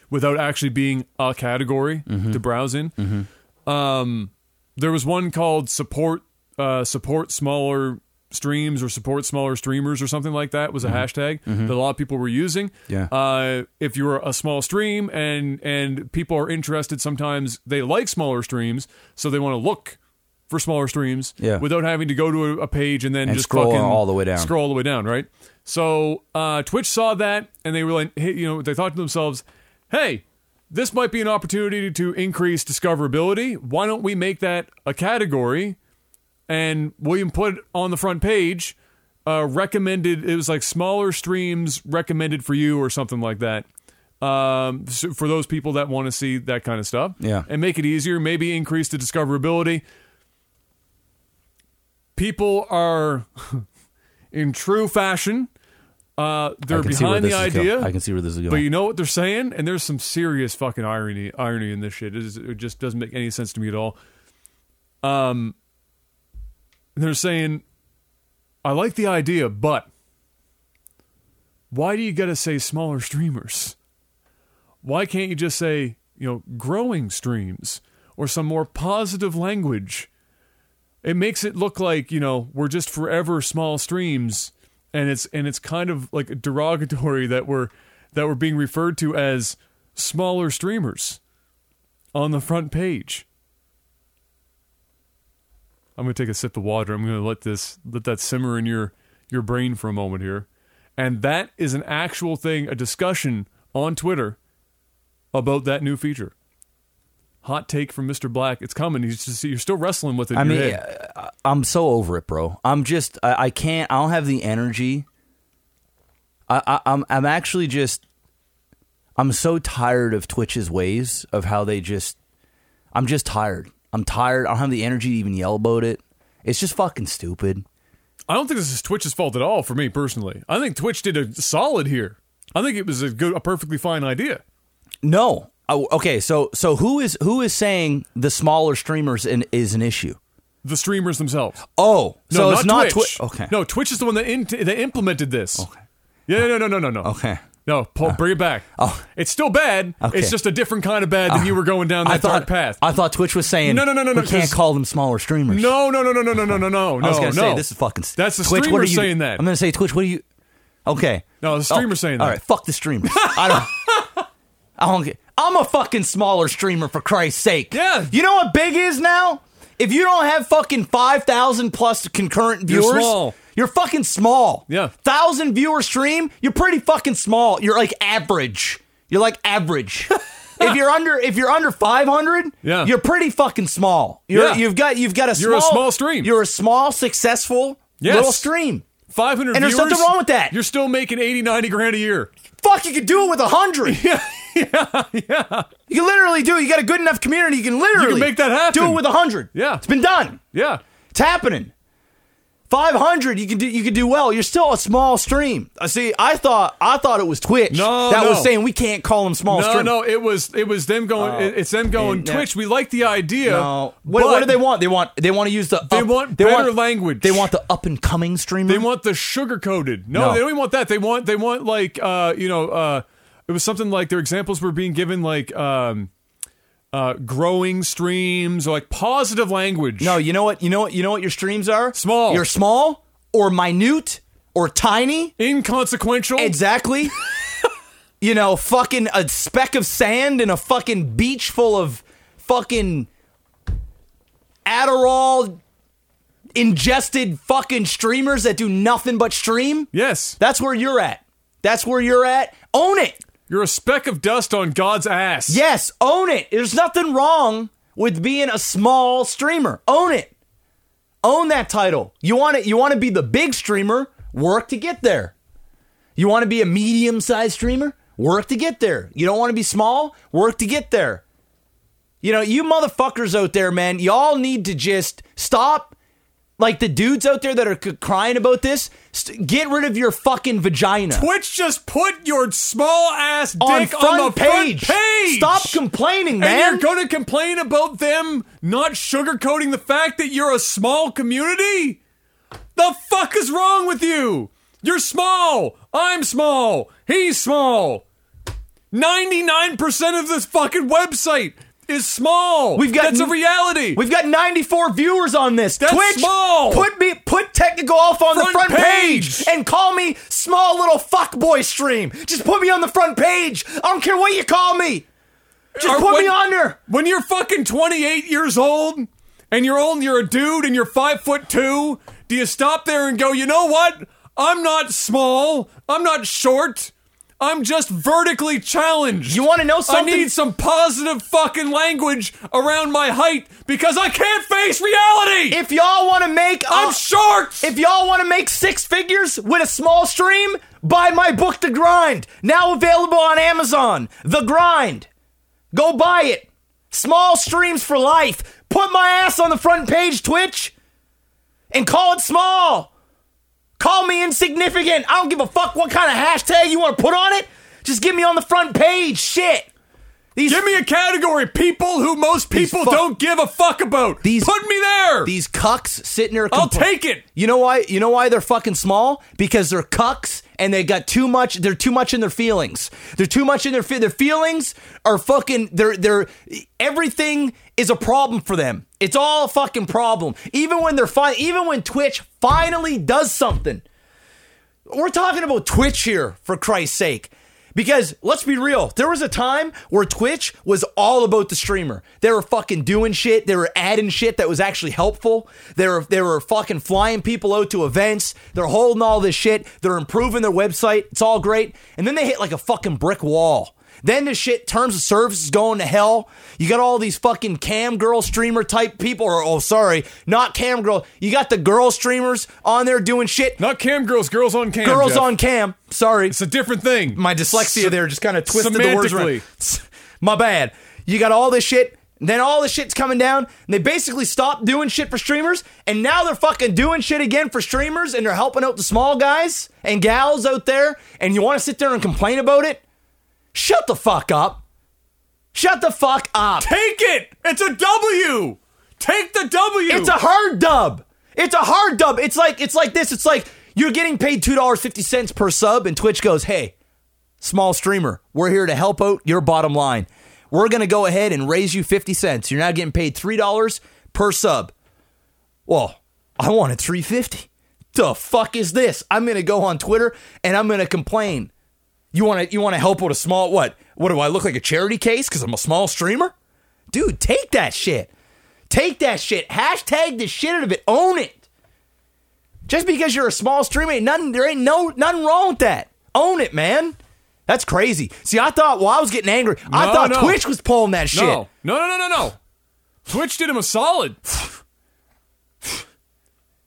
A: without actually being a category
B: Mm-hmm.
A: to browse in. Um, there was one called support uh, support smaller streams or support smaller streamers or something like that was a hashtag that a lot of people were using.
B: Mm-hmm. Yeah.
A: Uh, if you're a small stream and and people are interested, sometimes they like smaller streams, so they want to look for smaller streams
B: Yeah.
A: without having to go to a, a page and then
B: And
A: just
B: scroll
A: fucking
B: all the way down.
A: Scroll all the way down, right? So uh, Twitch saw that, and they were like, hey, you know, they thought to themselves, "Hey, this might be an opportunity to increase discoverability. Why don't we make that a category?" And William put on the front page, uh, recommended. It was like smaller streams recommended for you, or something like that. Um, so for those people that want to see that kind of stuff,
B: Yeah.
A: and make it easier, maybe increase the discoverability people are in true fashion uh, they're behind the idea
B: I can see where this is going.
A: but you know what they're saying and there's some serious fucking irony irony in this shit it, is, it just doesn't make any sense to me at all um they're saying i like the idea but why do you gotta say smaller streamers why can't you just say you know growing streams or some more positive language it makes it look like you know we're just forever small streams and it's and it's kind of like derogatory that we're that we're being referred to as smaller streamers on the front page i'm going to take a sip of water i'm going to let this let that simmer in your your brain for a moment here and that is an actual thing a discussion on twitter about that new feature hot take from Mr. Black. It's coming. He's just, you're still wrestling with it.
B: I
A: in your
B: mean,
A: head.
B: I- I'm so over it, bro. I'm just, I, I can't. I don't have the energy. I, I, I'm, I'm actually just, I'm so tired of Twitch's ways of how they just, I'm just tired. I'm tired. I don't have the energy to even yell about it. It's just fucking stupid.
A: I don't think this is Twitch's fault at all. For me personally, I think Twitch did a solid here. I think it was a good, a perfectly fine idea.
B: No. Oh, okay. So, so who is who is saying the smaller streamers in, is an issue?
A: The streamers themselves.
B: Oh,
A: no,
B: so it's
A: not
B: not
A: Twitch.
B: Twi- Okay.
A: No, Twitch is the one that in, that implemented this. Okay. Yeah, no, no, no, no, no.
B: Okay.
A: No, Paul, bring it back.
B: Oh.
A: It's still bad.
B: Okay. Uh,
A: It's just a different kind of bad than you were going down that
B: I thought
A: dark path.
B: I thought Twitch was saying
A: No, no, no, no, no,
B: We can't
A: 'cause-
B: call them smaller streamers.
A: no, no, no, no, no, no, no, no, no.
B: I was gonna
A: no.
B: say this is fucking. st-
A: That's the
B: Twitch, what are
A: streamers
B: you-
A: saying that.
B: I'm gonna say Twitch. What do you? Okay.
A: No, the streamer's
B: Oh,
A: saying
B: All
A: that.
B: right, fuck the streamers. I don't. I don't get. I'm a fucking smaller streamer for Christ's sake.
A: Yeah.
B: You know what big is now? If you don't have fucking five thousand plus concurrent
A: You're
B: viewers,
A: small.
B: you're fucking small.
A: Yeah.
B: Thousand viewer stream, you're pretty fucking small. You're like average. You're like average. if you're under if you're under five hundred,
A: Yeah.
B: you're pretty fucking small. You're,
A: Yeah.
B: You've got you've got a
A: You're a small stream.
B: You're a small, successful
A: Yes.
B: little stream.
A: 500
B: And there's
A: viewers.
B: nothing wrong with that.
A: You're still making 80, 90 grand a year.
B: Fuck, you could do it with a hundred. yeah, yeah, You can literally do it. You got a good enough community. You can literally
A: make that happen.
B: Do it with a hundred.
A: Yeah.
B: it's been done.
A: Yeah.
B: It's happening. Five hundred, you can do. You can do well. You're still a small stream. I see. I thought. I thought it was Twitch
A: No,
B: that
A: no.
B: was saying we can't call them small
A: No,
B: stream.
A: no, it was it was them going. it- it's them going.
B: Oh. and that-
A: Twitch, we like the idea.
B: No. What, what
A: but
B: do they want? They want. They want to use the.
A: They
B: up-
A: want
B: they
A: better
B: want,
A: language.
B: They want the up and coming streamer.
A: They want the sugar coated. No,
B: No.
A: they don't even want that. They want they want like uh you know uh it was something like their examples were being given like um uh growing streams or like positive language.
B: No, you know what? You know what? You know what your streams are?
A: Small.
B: You're small or minute or tiny.
A: inconsequential.
B: Exactly. you know, fucking a speck of sand and a fucking beach full of fucking Adderall ingested fucking streamers that do nothing but stream.
A: yes,
B: That's where you're at. That's where you're at. Own it.
A: you're a speck of dust on God's ass.
B: Yes, own it. There's nothing wrong with being a small streamer. Own it. Own that title. You want it. You want to be the big streamer. Work to get there. You want to be a medium-sized streamer. Work to get there. You don't want to be small. Work to get there. You know, you motherfuckers out there, man, y'all need to just stop. Like the dudes out there that are c- crying about this, st- get rid of your fucking vagina
A: Twitch just put your small ass dick
B: on
A: on,
B: front
A: the
B: page.
A: front page.
B: Stop complaining, man.
A: And you're going to complain about them not sugarcoating the fact that you're a small community? The fuck is wrong with you? You're small. I'm small. He's small. 99% of this fucking website is small.
B: We've got
A: That's a reality.
B: We've got 94 viewers on this.
A: That's
B: Twitch,
A: small.
B: put me put technical off on the
A: Front
B: front page.
A: page.
B: and call me small little fuckboy stream. Just put me on the front page. I don't care what you call me. Just
A: Or
B: put
A: when-
B: me on there.
A: when you're fucking 28 years old and you're old and you're a dude and you're five foot two, do you stop there and go, you know what? I'm not small. I'm not short. I'm just vertically challenged.
B: You want to know something?
A: I need some positive fucking language around my height because I can't face reality.
B: if y'all want to make a-
A: I'm short.
B: If y'all want to make six figures with a small stream, buy my book The Grind, now available on Amazon. The Grind. Go buy it. Small streams for life. Put my ass on the front page, Twitch, and call it small. Call me insignificant. I don't give a fuck what kind of hashtag you want to put on it. Just get me on the front page. Shit. These
A: Give me a category, people who most
B: These
A: people
B: fuck-
A: don't give a fuck about.
B: These-
A: Put me there.
B: These cucks sitting there.
A: I'll take it.
B: You know why? You know why they're fucking small? Because they're cucks and they got too much. They're too much in their feelings. They're too much in their fe- their feelings are fucking. They're they're everything is a problem for them. It's all a fucking problem. Even when they're fine. Even when Twitch finally does something, we're talking about Twitch here for Christ's sake. Because let's be real, there was a time where Twitch was all about the streamer. They were fucking doing shit. They were adding shit that was actually helpful. They were they were fucking flying people out to events. They're holding all this shit. They're improving their website. It's all great. And then they hit like a fucking brick wall. Then the shit terms of service is going to hell. You got all these fucking cam girl streamer type people, or oh sorry, not cam girl. You got the girl streamers on there doing shit.
A: Not cam girls, girls on cam.
B: Girls
A: Jeff.
B: on cam. Sorry,
A: It's a different thing.
B: my dyslexia there just kind of twisted the words around.
A: semantically.
B: My bad. You got all this shit. and Then all this shit's coming down, and they basically stopped doing shit for streamers, and now they're fucking doing shit again for streamers, and they're helping out the small guys and gals out there, and you want to sit there and complain about it? Shut the fuck up. Shut the fuck up.
A: Take it. It's a W. Take the W.
B: It's a hard dub. It's a hard dub. It's like it's like this. It's like you're getting paid two dollars fifty cents per sub, and Twitch goes, "Hey, small streamer, we're here to help out your bottom line. We're gonna go ahead and raise you fifty cents. You're now getting paid three dollars per sub." Well, I wanted three fifty. The fuck is this? I'm gonna go on Twitter and I'm gonna complain. You want to you want to help with a small what? What do I look like a charity case because I'm a small streamer? Dude, take that shit. Take that shit. Hashtag the shit out of it. Own it. Just because you're a small streamer, ain't nothing there ain't no nothing wrong with that. Own it, man. That's crazy. See, I thought well, I was getting angry. I
A: No,
B: thought
A: no.
B: Twitch was pulling that shit.
A: No, no, no, no, no, no. Twitch did him a solid.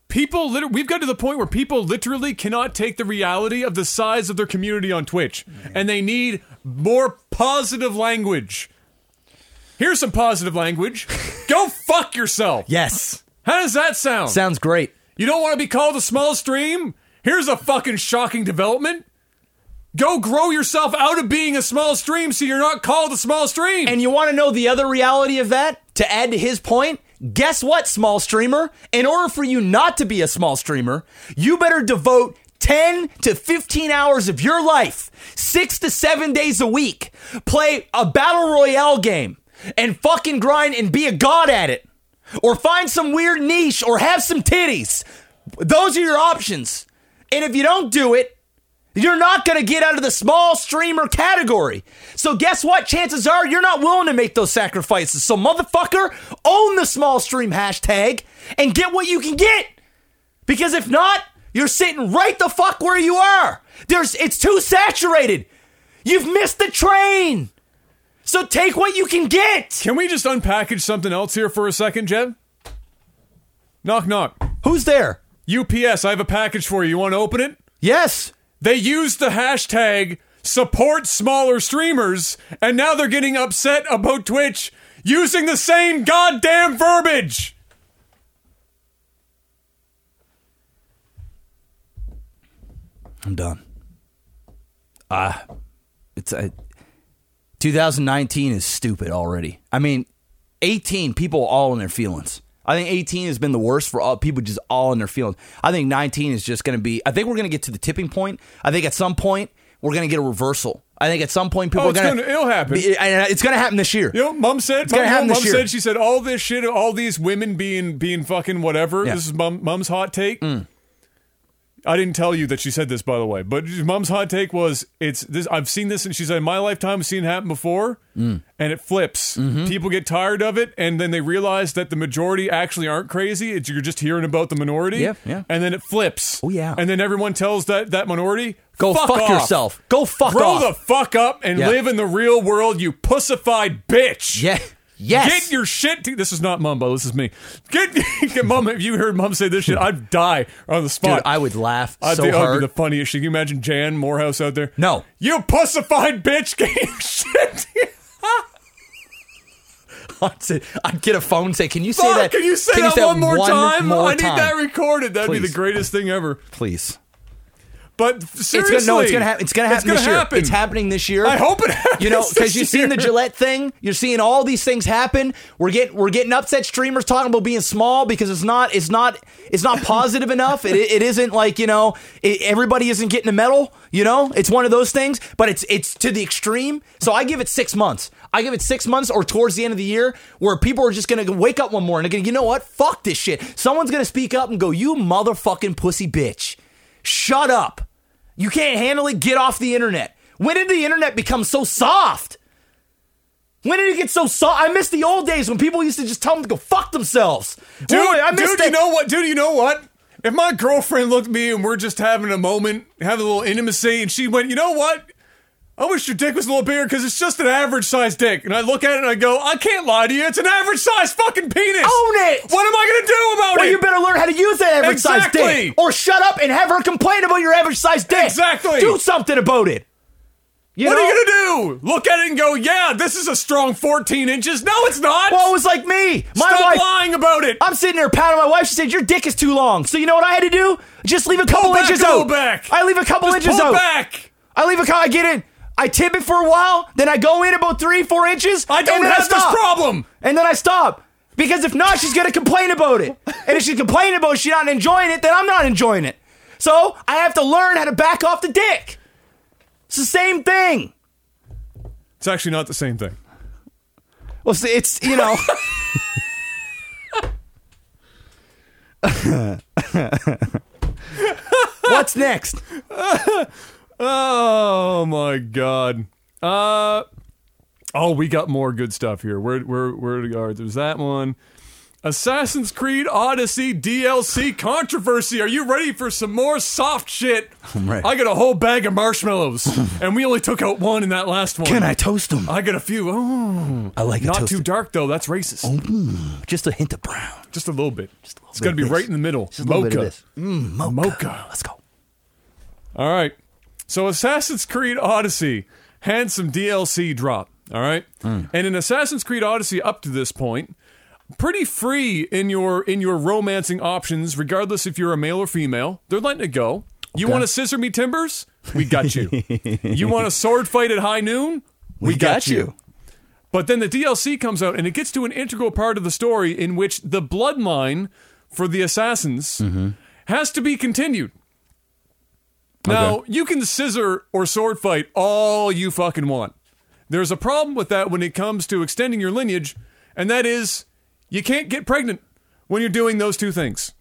A: People, liter- we've got to the point where people literally cannot take the reality of the size of their community on Twitch, and they need more positive language. Here's some positive language. Go fuck yourself.
B: Yes.
A: How does that sound?
B: Sounds great.
A: you don't want to be called a small stream? Here's a fucking shocking development. Go grow yourself out of being a small stream so you're not called a small stream.
B: And you want to know the other reality of that? To add to his point, guess what, small streamer? In order for you not to be a small streamer, you better devote 10 to 15 hours of your life, six to seven days a week, play a battle royale game, and fucking grind and be a god at it. Or find some weird niche or have some titties. Those are your options. And if you don't do it, you're not going to get out of the small streamer category. So, guess what? Chances are you're not willing to make those sacrifices. So, motherfucker, own the small stream hashtag and get what you can get. Because if not, you're sitting right the fuck where you are. There's, it's too saturated. You've missed the train. So, take what you can get.
A: Can we just unpackage something else here for a second, Jeb? Knock, knock.
B: Who's there?
A: UPS, I have a package for you. You want to open it?
B: Yes.
A: They used the hashtag support smaller streamers, and now they're getting upset about Twitch using the same goddamn verbiage.
B: I'm done. Ah, it's uh, 2019 is stupid already. I mean, 18 people all in their feelings. I think 18 has been the worst for all people just all in their feelings. I think 19 is just going to be. I think we're going to get to the tipping point. I think at some point we're going to get a reversal. I think at some point people
A: Oh,
B: are
A: it's
B: going
A: gonna, it'll happen.
B: Be, and it's going to happen this year.
A: You know, mom said,
B: gonna
A: mom,
B: happen
A: mom
B: this year.
A: said, she said, all this shit, all these women being being fucking whatever.
B: Yeah. Mm.
A: This is mom, mom's hot take. I didn't tell you that she said this, by the way, but mom's hot take was, it's this. I've seen this, and she said, in my lifetime, I've seen it happen before,
B: Mm.
A: and it flips.
B: Mm-hmm.
A: People get tired of it, and then they realize that the majority actually aren't crazy. It's, you're just hearing about the minority,
B: Yeah, yeah.
A: and then it flips.
B: Oh, yeah.
A: and then everyone tells that that minority,
B: Go fuck,
A: off.
B: yourself. Go fuck
A: Grow
B: off.
A: the fuck up and
B: Yeah.
A: live in the real world, you pussified bitch.
B: yeah. Yes.
A: Get your shit. To- this is not Mumbo. This is me. Get, get Mum. If you heard Mum say this shit, I'd die on the
B: Dude,
A: spot.
B: I would laugh
A: I'd
B: so
A: think that would
B: hard.
A: be the funniest. shit. Can you imagine Jan Morehouse out there?
B: No.
A: You pussified bitch. Get your shit.
B: I'd get a phone and say, "Can you say
A: Fuck,
B: that?
A: Can you say
B: can
A: that, one more time?
B: more
A: I need
B: time?
A: that recorded. That'd be
B: Please.
A: the greatest thing ever.
B: please."
A: But seriously,
B: It's gonna, no, it's gonna happen. It's gonna happen
A: It's gonna
B: this year.
A: happen.
B: It's happening this year.
A: I hope it happens.
B: You know, because
A: this
B: you've seen the
A: year.
B: Gillette thing. You're seeing all these things happen. We're getting we're getting upset streamers talking about being small because it's not it's not it's not positive enough. It, it isn't like you know it, everybody isn't getting a medal. You know, it's one of those things. But it's it's to the extreme. So I give it six months. I give it six months or towards the end of the year where people are just gonna wake up one morning and they're gonna you know what fuck this shit. Someone's gonna speak up and go you motherfucking pussy bitch, shut up. You can't handle it. Get off the internet. When did the internet become so soft? When did it get so soft? I miss the old days when people used to just tell them to go fuck themselves.
A: Dude,
B: Ooh, I miss
A: dude,
B: that.
A: you know what? Dude, you know what? If my girlfriend looked at me and we're just having a moment, having a little intimacy, and she went, you know what? I wish your dick was a little bigger because it's just an average sized dick. And I look at it and I go, I can't lie to you. It's an average sized fucking penis.
C: Own it!
A: What am I going to do about
C: Well,
A: it?
C: you better learn how to use that average size
A: Exactly.
C: dick. Or shut up and have her complain about your average size dick.
A: Exactly.
C: Do something about it. You
A: what
C: know?
A: are you going to do? Look at it and go, yeah, this is a strong 14 inches. No, it's not.
C: Well, it was like me. My
A: Stop
C: wife.
A: lying about it.
C: I'm sitting there pounding my wife. She said, "Your dick is too long." So you know what I had to do? Just leave a couple
A: back
C: inches
A: a little
C: out.
A: back.
C: I leave a couple
A: Just
C: inches
A: pull
C: out.
A: back.
C: I leave a couple. I get it. I tip it for a while. Then I go in about three, four inches.
A: I
C: and
A: don't
C: then
A: have
C: stop.
A: this problem.
C: And then I stop because if not, she's gonna complain about it. And if she's complaining about it, she's not enjoying it. Then I'm not enjoying it. So I have to learn how to back off the dick. It's the same thing.
A: It's actually not the same thing.
C: Well, see, it's you know. What's next?
A: Oh my god. Uh oh, we got more good stuff here. Where where where to go? There's that one. Assassin's Creed Odyssey DLC controversy. Are you ready for some more soft shit?
B: ready.
A: I got a whole bag of marshmallows, and we only took out one in that last one.
B: Can I toast them?
A: I got a few. Oh,
B: I like it
A: not
B: toasted.
A: too dark though. That's racist.
B: Just a hint of brown.
A: Just a little bit.
B: a little
A: it's got to
B: bit
A: be
B: of this.
A: right in the middle.
B: Just a little bit of
A: Mocha.
B: this. Mm, mocha.
A: Mocha.
B: Let's go.
A: All right. So Assassin's Creed Odyssey had some DLC drop. All right. And in Assassin's Creed Odyssey up to this point, pretty free in your in your romancing options, regardless if you're a male or female. They're letting it go. You want to scissor me timbers? We got you. you want a sword fight at high noon? We, but then the DLC comes out and it gets to an integral part of the story in which the bloodline for the assassins has to be continued. Now, you can scissor or sword fight all you fucking want. There's a problem with that when it comes to extending your lineage, and that is you can't get pregnant when you're doing those two things.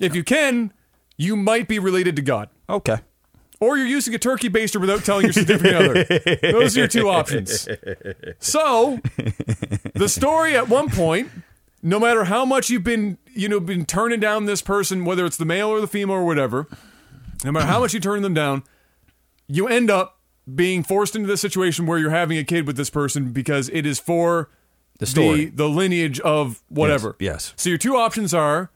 A: If you can, you might be related to God
B: Okay.
A: or you're using a turkey baster without telling your significant other. Those are your two options. So, the story at one point, no matter how much you've been, you know, been turning down this person, whether it's the male or the female or whatever, no matter how much you turn them down, you end up being forced into this situation where you're having a kid with this person because it is for the
B: story.
A: the, lineage of whatever.
B: yes.
A: So your two options are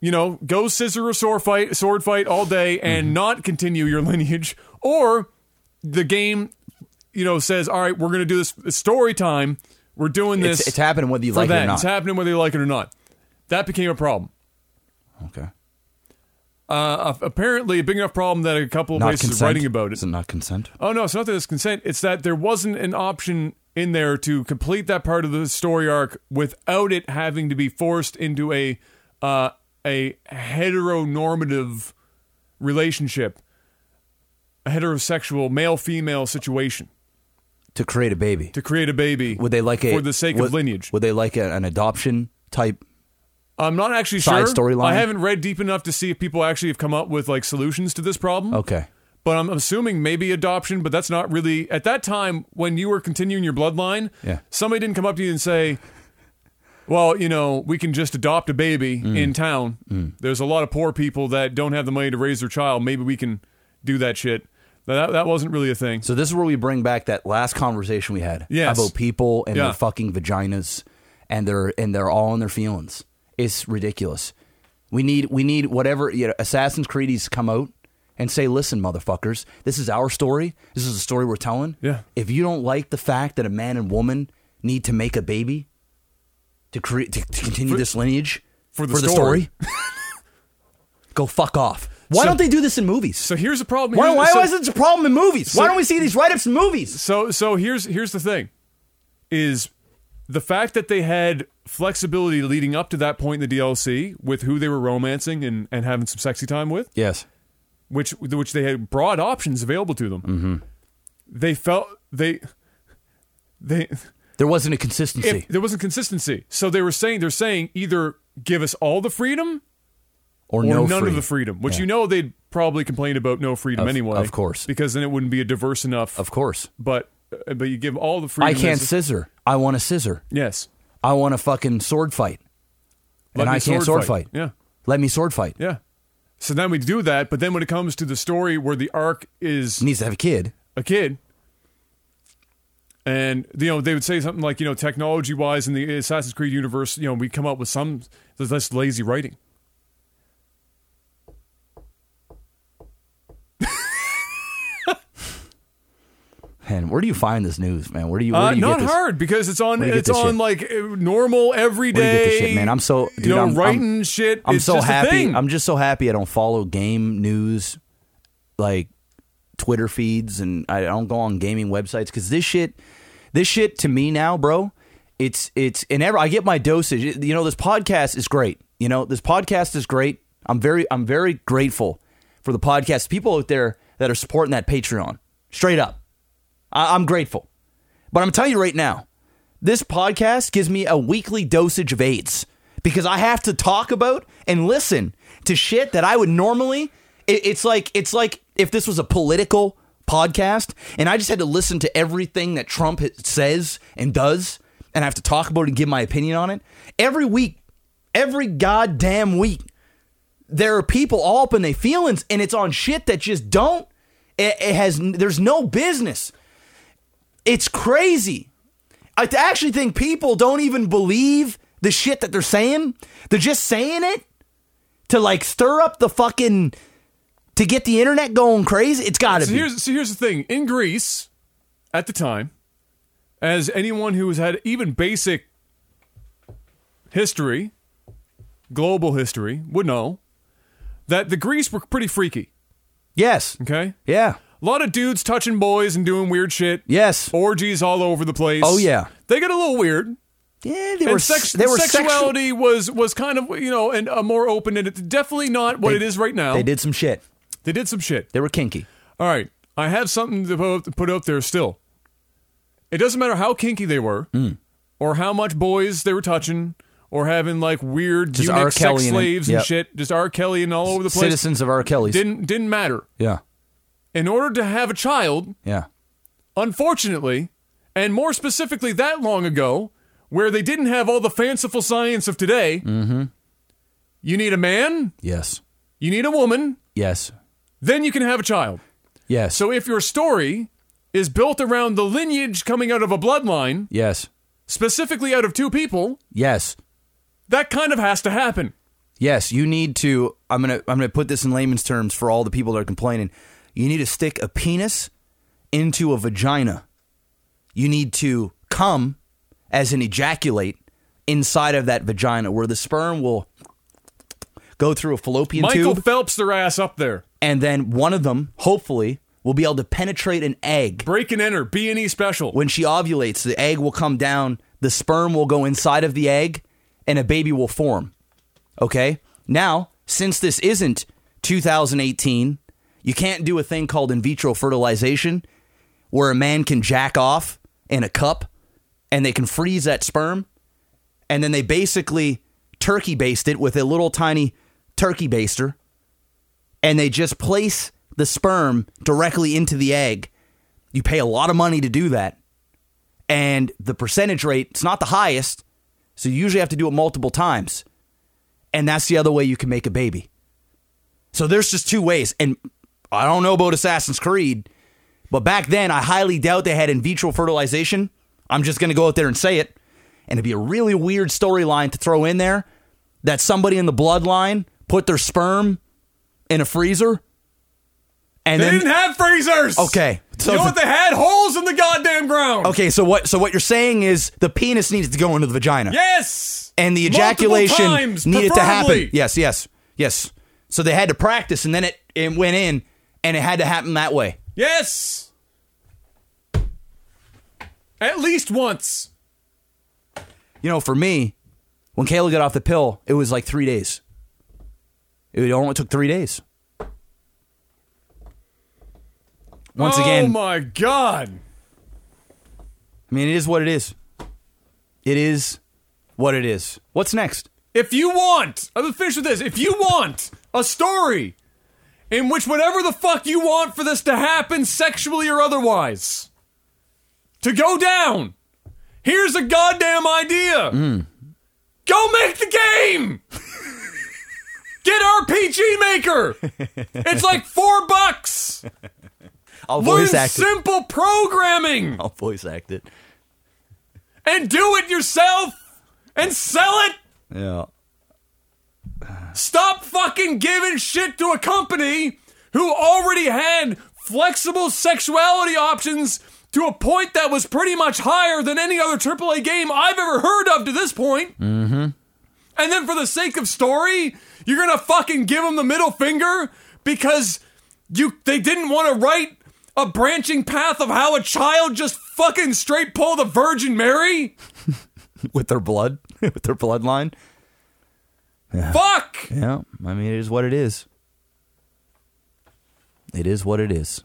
A: you know, go scissor or sword fight, sword fight all day and
B: Mm-hmm.
A: not continue your lineage, or the game, you know, says, all right, we're going to do this it's story time. We're doing this
B: It's, it's happening whether you
A: for
B: like
A: that.
B: it or not.
A: It's happening whether you like it or not. That became a problem.
B: okay.
A: Uh, a- apparently, a big enough problem that a couple of
B: Not
A: places
B: consent.
A: are writing about it.
B: Is it not consent?
A: Oh no, it's not that it's consent. It's that there wasn't an option in there to complete that part of the story arc without it having to be forced into a uh, a heteronormative relationship, a heterosexual male female situation
B: To create a baby.
A: to create a baby.
B: would they like a
A: for the sake
B: would,
A: of lineage?
B: Would they like a, an adoption type?
A: I'm not actually
B: Side
A: sure.
B: storyline?
A: I haven't read deep enough to see if people actually have come up with like solutions to this problem.
B: Okay.
A: but I'm assuming maybe adoption, but that's not really at that time when you were continuing your bloodline.
B: Yeah.
A: Somebody didn't come up to you and say, "Well, you know, we can just adopt a baby
B: Mm.
A: in town. There's a lot of poor people that don't have the money to raise their child. Maybe we can do that shit." That that wasn't really a thing.
B: So this is where we bring back that last conversation we had
A: Yes.
B: about people and
A: Yeah.
B: their fucking vaginas and their and they're all in their feelings. It's ridiculous. We need we need whatever you know, Assassin's Creedies come out and say, listen, motherfuckers, this is our story. This is the story we're telling.
A: Yeah.
B: If you don't like the fact that a man and woman need to make a baby to create to, to continue this lineage
A: for the
B: go fuck off. Why
A: So-
B: don't they do this in movies?
A: So here's the problem.
B: why
A: Here's-
B: why
A: so-
B: is it a problem in movies?
A: so-
B: why don't we see these write ups in movies?
A: So so here's here's the thing is the fact that they had flexibility leading up to that point in the DLC with who they were romancing and, and having some sexy time with,
B: Yes.
A: which which they had broad options available to them.
B: Mm-hmm.
A: They felt they they
B: There wasn't a consistency.
A: if, there wasn't consistency. So they were saying they're saying either give us all the freedom
B: or,
A: or
B: no
A: none
B: free.
A: of the freedom, which
B: Yeah.
A: you know they'd probably complain about no freedom
B: Of-
A: anyway.
B: of course.
A: because then it wouldn't be a diverse enough.
B: Of course.
A: but uh, but you give all the freedom.
B: I can't
A: as-
B: scissor. I want a scissor.
A: Yes.
B: I want a fucking sword fight.
A: Let
B: and
A: me
B: I can't sword fight.
A: Yeah,
B: Let me sword fight.
A: yeah. So then we do that, but then when it comes to the story where the arc is
B: Needs to have a kid.
A: a kid, And you know they would say something like, you know, technology wise in the Assassin's Creed universe, you know, we come up with some that's lazy writing.
B: Man, where do you find this news, man? Where do you? Where
A: Uh,
B: do you
A: not
B: get this?
A: hard because it's on
B: do you get
A: it's
B: this
A: on
B: shit?
A: like uh, normal
B: Where do you
A: everyday
B: get this shit, man? I'm so dude.
A: you know,
B: I'm, I'm-
A: writing shit.
B: I'm
A: it's
B: so
A: just a
B: happy.
A: thing.
B: I'm just so happy I don't follow game news, like Twitter feeds, and I don't go on gaming websites because this shit, this shit to me now, bro. It's it's and ever I get my dosage. It- You know, this podcast is great. You know, this podcast is great. I'm very I'm very grateful for the podcast people out there that are supporting that Patreon. Straight up, I, I'm grateful. But I'm telling you right now, this podcast gives me a weekly dosage of AIDS because I have to talk about and listen to shit that I would normally. It, it's like it's like if this was a political podcast and I just had to listen to everything that Trump ha- says and does, and I have to talk about it and give my opinion on it every week, every goddamn week there are people all up in their feelings and it's on shit that just don't it, it has there's no business it's crazy i th- actually think people don't even believe the shit that they're saying they're just saying it to like stir up the fucking to get the internet going crazy it's gotta
A: so
B: be
A: here's so here's the thing. In Greece, at the time, as anyone who has had even basic history, global history, would know, that the Greeks were pretty freaky.
B: yes
A: Okay?
B: yeah
A: A lot of dudes touching boys and doing weird shit.
B: yes
A: Orgies all over the place.
B: Oh, yeah.
A: They got a little weird.
B: yeah they
A: And
B: were
A: sex-
B: sex, they were sexual-
A: sexuality was was kind of you know and uh, more open and it's definitely not what
B: They-
A: it is right now.
B: they did some shit
A: They did some shit.
B: they were kinky
A: All right, I have something to po- to put out there still. It doesn't matter how kinky they were,
B: Hmm.
A: or how much boys they were touching, or having like weird
B: Just
A: eunuch
B: R. Kelly
A: sex
B: and-
A: slaves
B: yep.
A: and shit. Just R. Kelly and all over the place.
B: citizens of r kelly's
A: Didn't didn't matter.
B: yeah
A: In order to have a child,
B: yeah
A: unfortunately, and more specifically that long ago, where they didn't have all the fanciful science of today,
B: Mm-hmm.
A: you need a man,
B: yes
A: you need a woman,
B: yes
A: then you can have a child.
B: yes
A: So if your story is built around the lineage coming out of a bloodline,
B: yes
A: specifically out of two people,
B: yes
A: that kind of has to happen.
B: Yes, you need to. I'm gonna I'm gonna put this in layman's terms for all the people that are complaining. You need to stick a penis into a vagina. You need to come as an ejaculate inside of that vagina, where the sperm will go through a fallopian
A: Michael
B: tube,
A: Phelps their ass up there.
B: and then one of them, hopefully, will be able to penetrate an egg.
A: Break and enter, B and E special.
B: When she ovulates, the egg will come down, the sperm will go inside of the egg, and a baby will form. Okay? Now, since this isn't 2018, you can't do a thing called in vitro fertilization where a man can jack off in a cup and they can freeze that sperm and then they basically turkey baste it with a little tiny turkey baster and they just place the sperm directly into the egg. You pay a lot of money to do that. And the percentage rate, it's not the highest. So you usually have to do it multiple times. And that's the other way you can make a baby. So there's just two ways. And I don't know about Assassin's Creed, but back then I highly doubt they had in vitro fertilization. I'm just going to go out there and say it. And it'd be a really weird storyline to throw in there that somebody in the bloodline put their sperm in a freezer. And
A: they
B: then
A: didn't have freezers.
B: Okay, so
A: you know
B: the-
A: what? They had holes in the goddamn ground.
B: Okay, so what so what you're saying is the penis needs to go into the vagina.
A: Yes.
B: And the
A: Multiple
B: ejaculation
A: times,
B: needed to happen.
A: preferably.
B: Yes, yes. Yes. So they had to practice and then it, it went in and it had to happen that way.
A: Yes. At least once.
B: You know, for me, when Kayla got off the pill, it was like three days. It only took three days. Once
A: oh
B: again,
A: my god.
B: I mean it is what it is. It is what it is. What's next?
A: If you want, I'm gonna finish with this. If you want a story in which whatever the fuck you want for this to happen, sexually or otherwise, to go down, here's a goddamn idea. Go make the game. Get RPG Maker. It's like four bucks.
B: I'll
A: Learn
B: voice Oh. act it.
A: simple programming
B: I'll voice act it.
A: and do it yourself and sell it.
B: Yeah.
A: Stop fucking giving shit to a company who already had flexible sexuality options to a point that was pretty much higher than any other AAA game I've ever heard of to this point. Mm-hmm. And then for the sake of story, you're gonna fucking give them the middle finger because you they didn't want to write a branching path of how a child just fucking straight pull the Virgin Mary.
B: With their blood, with their bloodline.
A: Fuck.
B: Yeah. I mean, it is what it is. It is what it is.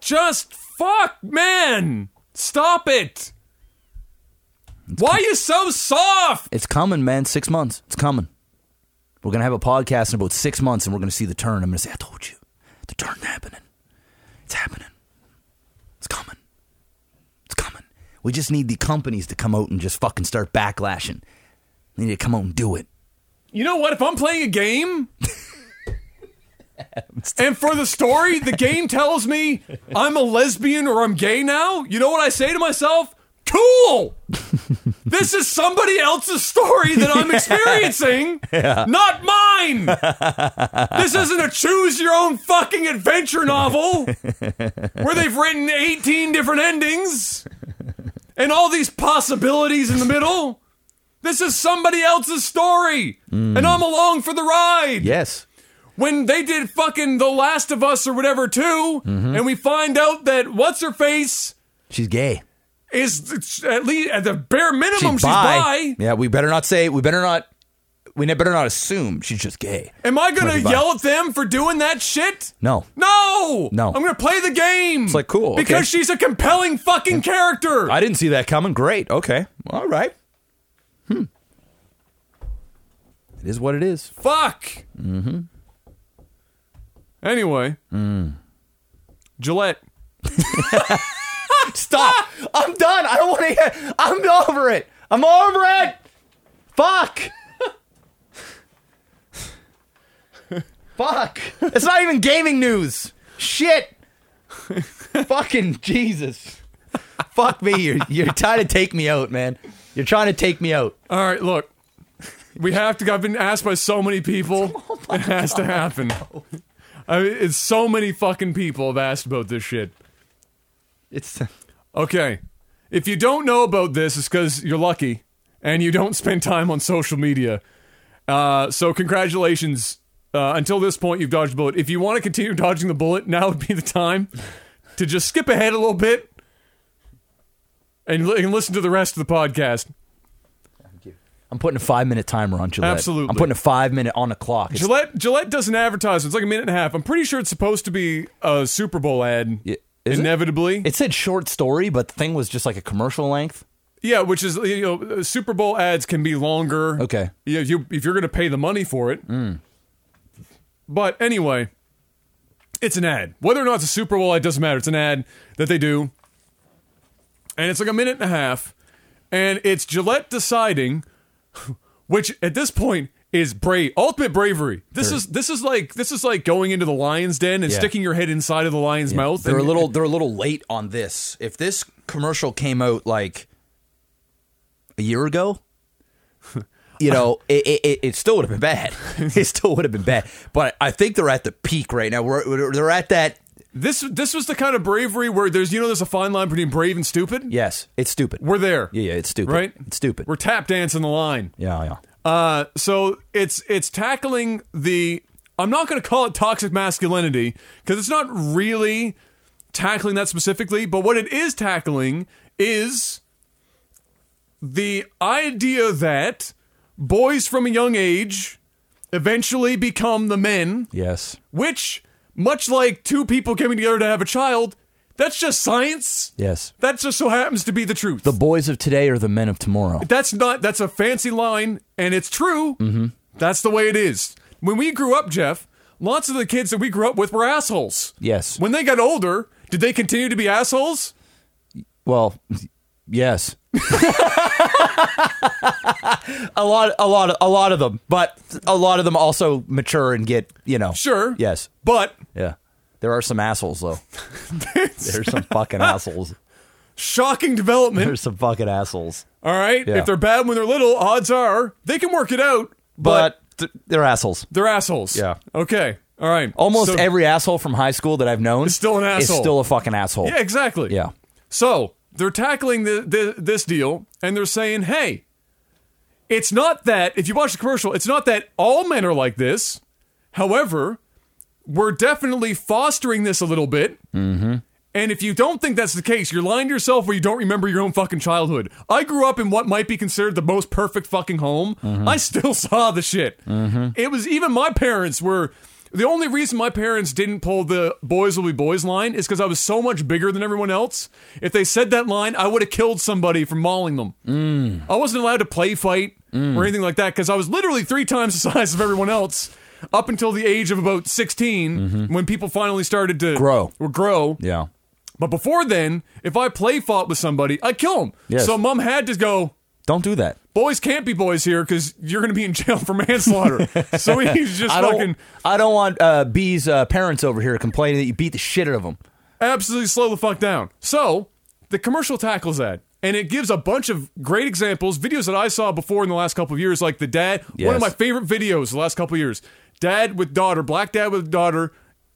A: Just fuck, man. Stop it. Why you so soft?
B: It's coming, man. Six months. It's coming. We're gonna have a podcast in about six months, and we're gonna see the turn. I'm gonna say, I told you, the turn happening. It's happening. It's coming. It's coming. We just need the companies to come out and just fucking start backlashing. They need to come out and do it.
A: You know what? If I'm playing a game and for the story, the game tells me I'm a lesbian or I'm gay now, you know what I say to myself? Cool! this is somebody else's story that I'm experiencing, not mine! this isn't a choose your own fucking adventure novel where they've written 18 different endings and all these possibilities in the middle. This is somebody else's story, and I'm along for the ride.
B: Yes.
A: When they did fucking The Last of Us or whatever, too,
B: Mm-hmm.
A: and we find out that what's her face
B: She's gay.
A: is at least at the bare minimum she's, bi.
B: Yeah, we better not say. We better not. We ne- better not assume she's just gay.
A: Am I gonna
B: Might be bi.
A: yell at them for doing that shit?
B: No.
A: No,
B: No.
A: I'm gonna play the game. It's
B: like, cool, okay.
A: because she's a compelling fucking character.
B: I didn't see that coming. Great. Okay. All right. Hmm. It is what it is.
A: Fuck. Mm-hmm. Anyway,
B: Mm.
A: Gillette.
C: Stop! I'm done. I don't want to hear. I'm over it. I'm over it. Fuck. Fuck. It's not even gaming news. Shit.
B: Fucking Jesus. Fuck me. You're, you're trying to take me out, man. You're trying to take me out.
A: All right, look. We have to. I've been asked by so many people. it has to happen. I mean, it's so many fucking people have asked about this shit.
B: It's
A: Okay. If you don't know about this, it's because you're lucky and you don't spend time on social media. Uh, so, congratulations. Uh, until this point, you've dodged a bullet. If you want to continue dodging the bullet, now would be the time to just skip ahead a little bit and, li- and listen to the rest of the podcast.
B: I'm putting a five minute timer on Gillette.
A: Absolutely.
B: I'm putting a five minute on the clock. It's-
A: Gillette Gillette doesn't advertise. It's like a minute and a half. I'm pretty sure it's supposed to be a Super Bowl ad.
B: Yeah, is it?
A: inevitably,
B: It said short story, but the thing was just like a commercial length.
A: yeah. Which is you know, Super Bowl ads can be longer.
B: Okay. Hmm.
A: Yeah, you if you're going to pay the money for it. But anyway, it's an ad. Whether or not it's a Super Bowl ad doesn't matter. It's an ad that they do, and it's like a minute and a half, and it's Gillette deciding, which at this point is brave, ultimate bravery. This is this is like this is like going into the lion's den and
B: Yeah.
A: sticking your head inside of the lion's mouth.
B: They're a
A: and-
B: little they're a little late on this. If this commercial came out like a year ago, you know, it, it, it, it still would have been bad. It still would have been bad. But I think they're at the peak right now. We're, we're- they're at that.
A: This this was the kind of bravery where there's you know there's a fine line between brave and stupid.
B: Yes, it's stupid.
A: We're there.
B: yeah, yeah, it's stupid.
A: Right?
B: It's stupid.
A: We're tap dancing the line.
B: yeah, yeah.
A: Uh, so it's it's tackling the. I'm not going to call it toxic masculinity because it's not really tackling that specifically. But what it is tackling is the idea that boys from a young age eventually become the men,
B: Yes.
A: which, much like two people coming together to have a child, that's just science.
B: Yes.
A: That just so happens to be the truth.
B: The boys of today are the men of tomorrow.
A: That's not that's a fancy line, and it's true. Mm-hmm. That's the way it is. When we grew up, Jeff, lots of the kids that we grew up with were assholes.
B: Yes.
A: When they got older, did they continue to be assholes?
B: Well, yes. a lot a lot a lot of them, but a lot of them also mature and get, you know.
A: Sure.
B: Yes.
A: But
B: Yeah. There are some assholes though. There's some fucking assholes.
A: Shocking development.
B: There's some fucking assholes.
A: All right.
B: Yeah.
A: If they're bad when they're little, odds are they can work it out, but,
B: But th- they're assholes.
A: they're assholes.
B: Yeah.
A: Okay. All right.
B: Almost
A: So-
B: every asshole from high school that I've known
A: Is still an
B: Is
A: asshole.
B: still a fucking asshole.
A: Yeah, exactly.
B: Yeah.
A: So they're tackling the, the, this deal and they're saying, hey, it's not that, if you watch the commercial, it's not that all men are like this. However, we're definitely fostering this a little bit. Mm-hmm. And if you don't think that's the case, you're lying to yourself or you don't remember your own fucking childhood. I grew up in what might be considered the most perfect fucking home. I still saw the shit. It was even my parents were. The only reason my parents didn't pull the boys will be boys line is because I was so much bigger than everyone else. If they said that line, I would have killed somebody for mauling them. I wasn't allowed to play fight or anything like that because I was literally three times the size of everyone else up until the age of about 16 when people finally started to
B: Grow.
A: Or grow.
B: Yeah.
A: But before then, if I play fought with somebody, I kill them.
B: Yes.
A: So mom had to go,
B: Don't do that.
A: boys can't be boys here because you're going to be in jail for manslaughter. so he's just
B: I
A: fucking
B: don't, I don't want uh, B's uh, parents over here complaining that you beat the shit out of them.
A: absolutely slow the fuck down. So the commercial tackles that. And it gives a bunch of great examples, videos that I saw before in the last couple of years, like the dad, one of
B: Yes.
A: my favorite videos the last couple of years. Dad with daughter, black dad with daughter,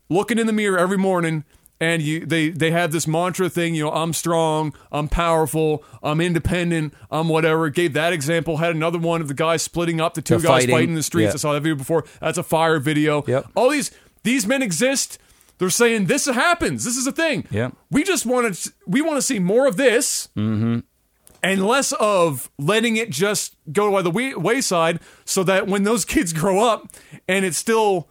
A: looking in the mirror every morning, and you they they have this mantra thing, you know, I'm strong, I'm powerful, I'm independent, I'm whatever. Gave that example, had another one of the guys splitting up the two
B: The
A: guys
B: fighting.
A: fighting in the streets.
B: Yeah.
A: I saw that video before. That's a fire video.
B: Yep.
A: All these these men exist. They're saying this happens. This is a thing.
B: Yep.
A: We just want to we want to see more of this
B: Mm-hmm.
A: and less of letting it just go by the way- wayside so that when those kids grow up and it's still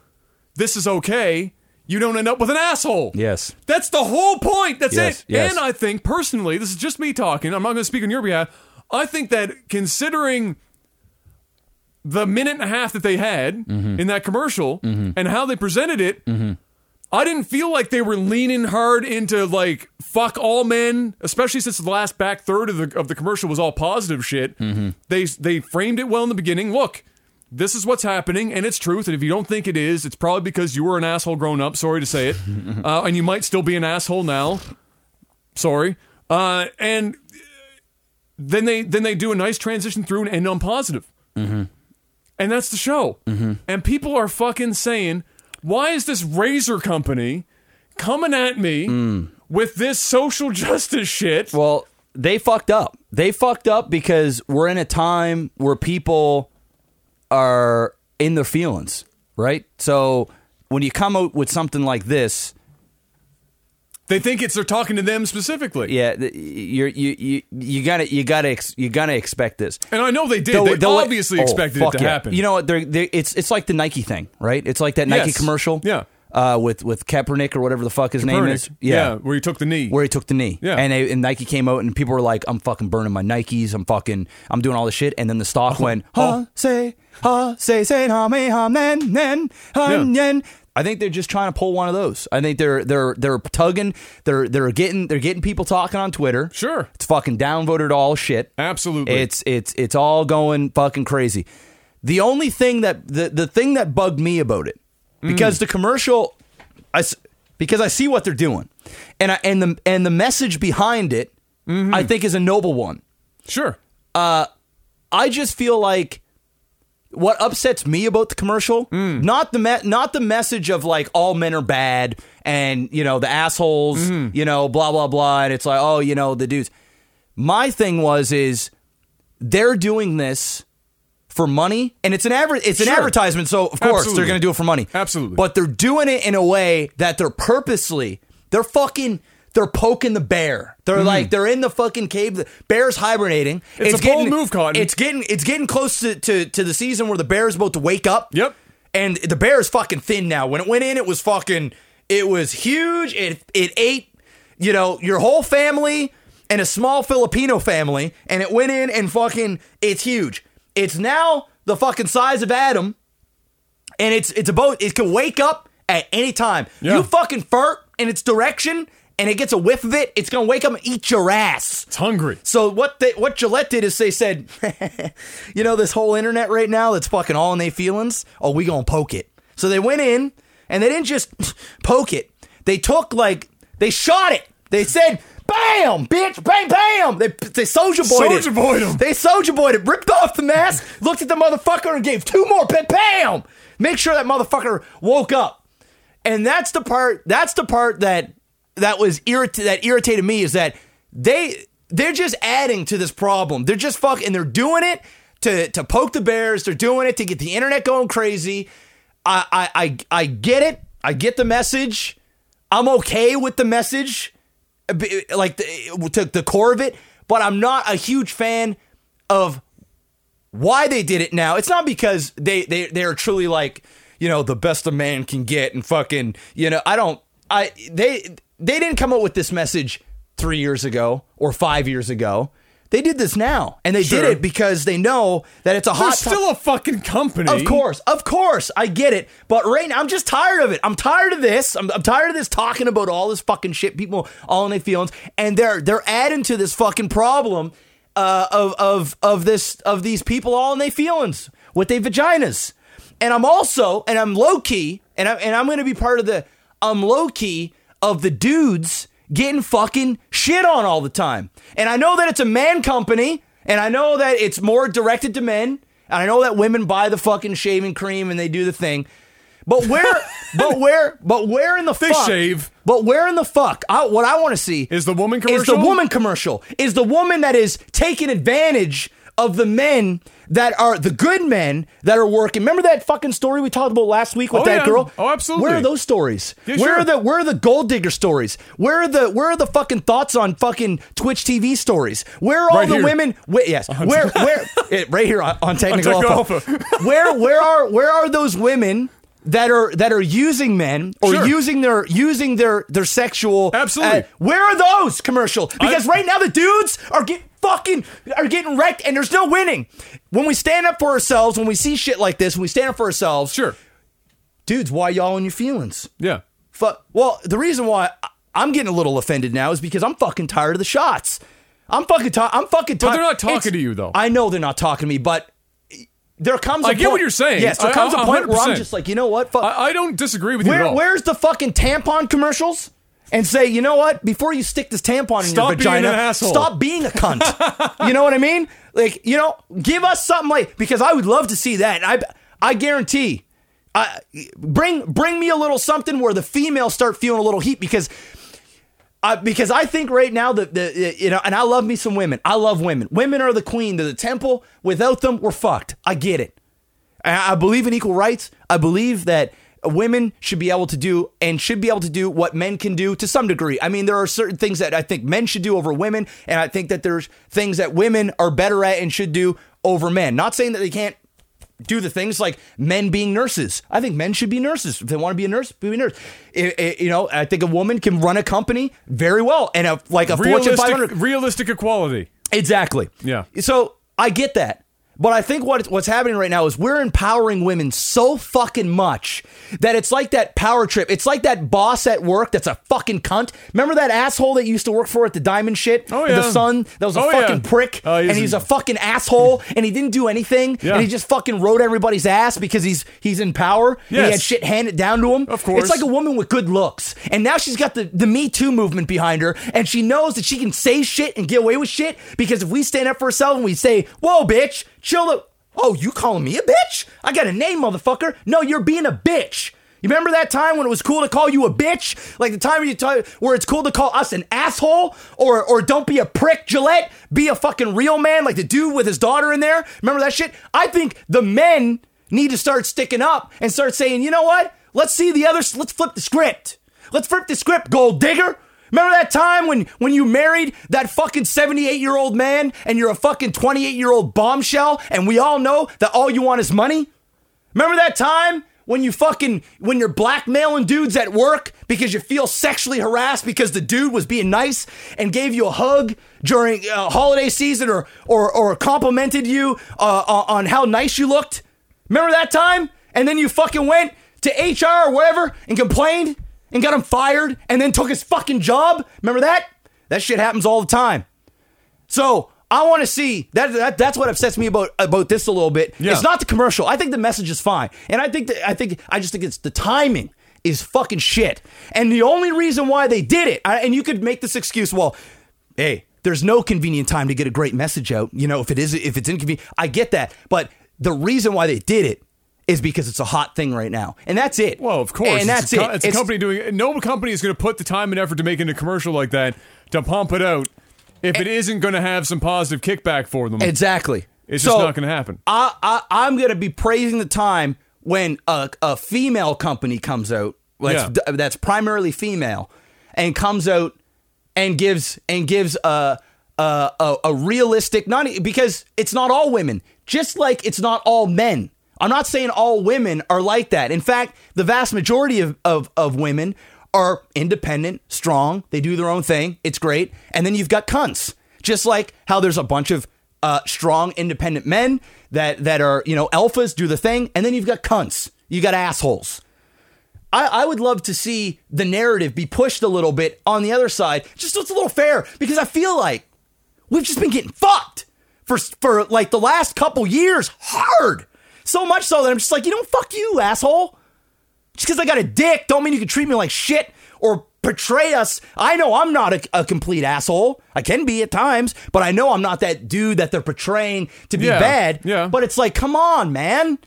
A: this is okay you don't end up with an asshole
B: Yes.
A: that's the whole point that's
B: Yes,
A: it
B: yes.
A: and i think personally this is just me talking i'm not going to speak on your behalf i think that considering the minute and a half that they had
B: Mm-hmm.
A: in that commercial and how they presented it I didn't feel like they were leaning hard into like fuck all men, especially since the last back third of the of the commercial was all positive shit.
B: Mm-hmm.
A: They they framed it well in the beginning. Look, this is what's happening, and it's truth. And if you don't think it is, it's probably because you were an asshole grown up. Sorry to say it, uh, and you might still be an asshole now. Sorry. Uh, and then they then they do a nice transition through and end on positive
B: Mm-hmm.
A: and that's the show. And people are fucking saying, why is this razor company coming at me with this social justice shit?
B: Mm. Well, they fucked up. They fucked up because we're in a time where people are in their feelings, right? So when you come out with something like this,
A: they think it's they're talking to them specifically.
B: yeah, th- you're, you you you gotta you gotta ex- you gotta expect this.
A: And I know they did.
B: The-
A: they
B: the way-
A: obviously
B: oh,
A: expected it
B: fuck
A: to
B: yeah.
A: happen.
B: You know what? They're, they it's it's like the Nike thing, right? It's like that Nike
A: Yes.
B: commercial,
A: Yeah.
B: uh, with with Kaepernick or whatever the fuck his name
A: Bernie.
B: is,
A: where he took the knee.
B: where he took the knee.
A: Yeah.
B: And, they, and Nike came out and people were like, I'm fucking burning my Nikes. I'm fucking, I'm doing all this shit. And then the stock
A: Uh-huh.
B: went, ha, say, ha, say, say, ha, me, ha, nen, nen, ha,
A: Yeah.
B: nen. I think they're just trying to pull one of those. I think they're they're they're tugging, they're they're getting they're getting people talking on Twitter.
A: Sure.
B: It's fucking downvoted all shit.
A: Absolutely.
B: It's it's it's all going fucking crazy. The only thing that the the thing that bugged me about it because the commercial, I s- because I see what they're doing, and I and the and the message behind it, I think is a noble one.
A: sure.
B: I just feel like what upsets me about the commercial,
A: Mm.
B: not the me- not the message of like all men are bad and you know the assholes,
A: Mm-hmm.
B: you know blah blah blah, and it's like oh you know the dudes. My thing was is they're doing this for money, and it's an adver- it's an
A: Sure.
B: advertisement, so of course
A: Absolutely.
B: they're going to do it for money,
A: Absolutely.
B: But they're doing it in a way that they're purposely they're fucking. They're poking the bear. They're like they're in the fucking cave. The bear's hibernating.
A: Mm. It's a bold move, Cotton.
B: It's getting it's getting close to, to, to the season where the bear is about to wake up.
A: Yep.
B: And the bear is fucking thin now. When it went in, it was fucking it was huge. It it ate, you know, your whole family and a small Filipino family, and it went in and fucking it's huge. It's now the fucking size of Adam, and it's it's about it can wake up at any time.
A: Yeah.
B: You fucking fart in its direction and it gets a whiff of it, it's gonna wake up and eat your ass.
A: It's hungry.
B: So what they what Gillette did is they said, you know, this whole internet right now that's fucking all in their feelings. Oh, we gonna poke it. So they went in and they didn't just poke it. They took like they shot it. They said, "Bam, bitch, bam, bam." They they soldier boyed it.
A: Soulja Boy'd 'em.
B: They soldier boyed it. Ripped off the mask, looked at the motherfucker, and gave two more. Bam, bam. Make sure that motherfucker woke up. And that's the part. That's the part that that was irrit- that irritated me is that they they're just adding to this problem. They're just fucking. They're doing it to to poke the bears. They're doing it to get the internet going crazy. I I I, I get it. I get the message. I'm okay with the message, uh, b- like the, to the core of it. But I'm not a huge fan of why they did it now. It's not because they they they are truly like you know the best a man can get and fucking you know I don't I they they didn't come up with this message three years ago or five years ago. They did this now, and they
A: Sure.
B: did it because they know that it's a
A: They're
B: hot. to-
A: still a fucking company.
B: of course, of course, I get it. But right now, I'm just tired of it. I'm tired of this. I'm, I'm tired of this talking about all this fucking shit. People all in their feelings, and they're they're adding to this fucking problem uh, of of of this of these people all in their feelings with their vaginas. And I'm also and I'm low key and I'm and I'm gonna be part of the I'm low key of the dudes getting fucking shit on all the time. And I know that it's a man company, and I know that it's more directed to men, and I know that women buy the fucking shaving cream and they do the thing. But where, but where, but where in the
A: They
B: fuck?
A: shave.
B: But where in the fuck? I, what I want to see
A: Is the woman
B: Is the
A: commercial?
B: woman commercial? Is the woman that is taking advantage of the men that are the good men that are working? Remember that fucking story we talked about last week with
A: Oh,
B: that
A: yeah.
B: girl?
A: Oh, absolutely.
B: Where are those stories?
A: Yeah,
B: where
A: sure.
B: are the where are the gold digger stories? Where are the where are the fucking thoughts on fucking Twitch TV stories? Where are all
A: Right
B: the
A: here.
B: women? Wait, yes, where where it, right here on, on technical,
A: Technical
B: Alpha.
A: Alpha.
B: where where are where are those women? That are that are using men or
A: Sure.
B: using their using their their sexual uh,
A: Absolutely.
B: where are those commercial? Because right now the dudes are getting fucking are getting wrecked and there's no winning. When we stand up for ourselves, when we see shit like this, when we stand up for ourselves,
A: Sure.
B: dudes, why y'all in your feelings?
A: Yeah.
B: Fuck. Well, the reason why I- I'm getting a little offended now is because I'm fucking tired of the shots. I'm fucking tired. I'm fucking tired.
A: they're not talking to you, though.
B: I know they're not talking to me, but there comes. a
A: I get what
B: point-
A: you're saying.
B: Yes, there
A: I-
B: comes a
A: I-
B: point where I'm
A: 100%.
B: just like, you know what? Fuck.
A: I, I don't disagree with you at
B: Where,
A: all.
B: where's the fucking tampon commercials? And say, you know what? Before you stick this tampon in
A: Stop being
B: your vagina,
A: an asshole."
B: stop being a cunt. you know what I mean? Like, you know, give us something like because I would love to see that. I I guarantee. I bring bring me a little something where the females start feeling a little heat because I, because I think right now that the you know, and I love me some women. I love women. Women are the queen. They're the temple. Without them, we're fucked. I get it. I I believe in equal rights. I believe that women should be able to do and should be able to do what men can do to some degree. I mean, there are certain things that I think men should do over women, and I think that there's things that women are better at and should do over men. Not saying that they can't do the things like men being nurses. I think men should be nurses. If they want to be a nurse, be a nurse. I- I- you know, I think a woman can run a company very well and a, like a Fortune 500.
A: realistic, realistic equality.
B: Exactly.
A: Yeah.
B: So I get that. But I think what what's happening right now is we're empowering women so fucking much that it's like that power trip. It's like that boss at work that's a fucking cunt. Remember that asshole that used to work for at the diamond shit?
A: Oh,
B: The
A: yeah.
B: son that was a
A: Oh, yeah.
B: fucking prick
A: Oh, he's
B: and
A: a-
B: he's a fucking asshole and he didn't do anything
A: Yeah.
B: and he just fucking rode everybody's ass because he's he's in power and he
A: Yes.
B: had shit handed down to him.
A: Of course.
B: It's like a woman with good looks. And now she's got the, the Me Too movement behind her, and she knows that she can say shit and get away with shit because if we stand up for ourselves and we say, Whoa, bitch, chill the Oh, you calling me a bitch? I got a name, motherfucker. No, you're being a bitch. You remember that time when it was cool to call you a bitch? Like the time where you t- where it's cool to call us an asshole or or don't be a prick, Gillette. Be a fucking real man, like the dude with his daughter in there. Remember that shit? I think the men need to start sticking up and start saying, you know what? Let's see the other. Let's flip the script. Let's flip the script, gold digger. Remember that time when when you married that fucking 78 year old man and you're a fucking 28 year old bombshell and we all know that all you want is money? Remember that time when you fucking when you're blackmailing dudes at work because you feel sexually harassed because the dude was being nice and gave you a hug during uh, holiday season or or or complimented you uh, on on how nice you looked? Remember that time? And then you fucking went to HR or whatever and complained and got him fired and then took his fucking job? Remember that? That shit happens all the time. So I want to see that, that. That's what upsets me about about this a little bit.
A: Yeah.
B: It's not the commercial. I think the message is fine, and I think that, I think I just think it's the timing. is fucking shit. And the only reason why they did it, I- and you could make this excuse, well, hey, there's no convenient time to get a great message out. You know, if it is, if it's inconvenient, I get that. But the reason why they did it is because it's a hot thing right now, and that's it.
A: Well, of course.
B: and that's
A: it's a, co-
B: it.
A: It's, a company doing no company is going to put the time and effort to making a commercial like that to pump it out if it isn't going to have some positive kickback for them.
B: Exactly.
A: It's just not gonna happen.
B: I, I I'm gonna be praising the time when a, a female company comes out that's,
A: Yeah.
B: that's primarily female and comes out and gives and gives a a, a, a realistic not e- because it's not all women just like it's not all men. I'm not saying all women are like that. In fact, the vast majority of, of, of women are independent, strong, they do their own thing, it's great. And then you've got cunts. Just like how there's a bunch of uh, strong, independent men that that are you know alphas do the thing, and then you've got cunts, you got assholes. I, I would love to see the narrative be pushed a little bit on the other side, just so it's a little fair, because I feel like we've just been getting fucked for for like the last couple years hard, so much so that I'm just like, you know, fuck you, asshole. Just because I got a dick, don't mean you can treat me like shit or portray us. I know I'm not a, a complete asshole. I can be at times, but I know I'm not that dude that they're portraying to be
A: Yeah,
B: bad.
A: yeah.
B: But it's like, come on, man.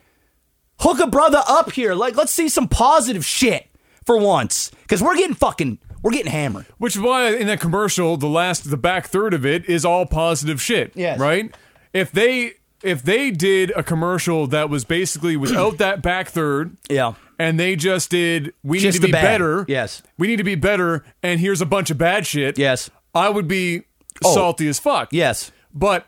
B: Hook a brother up here. Like, let's see some positive shit for once. Because we're getting fucking, we're getting hammered.
A: Which is why in that commercial, the last the back third of it is all positive shit.
B: Yes.
A: Right? If they if they did a commercial that was basically without that back third
B: Yeah.
A: and they just did we
B: Just
A: need to
B: the
A: be
B: bad.
A: better.
B: Yes.
A: We need to be better and here's a bunch of bad shit.
B: Yes.
A: I would be
B: Oh.
A: salty as fuck.
B: Yes.
A: But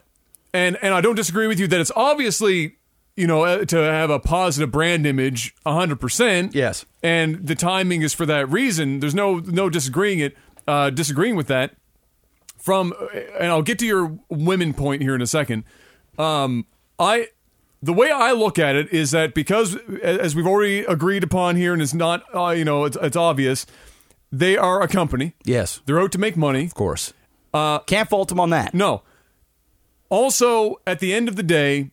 A: and and I don't disagree with you that it's obviously you know uh, to have a positive brand image 100%.
B: Yes.
A: And the timing is for that reason. There's no no disagreeing it uh disagreeing with that from uh, and I'll get to your women point here in a second. Um I the way I look at it is that because as we've already agreed upon here and it's not uh, you know it's it's obvious they are a company.
B: Yes.
A: They're out to make money.
B: Of course. Uh, Can't fault him on that.
A: No. Also, at the end of the day,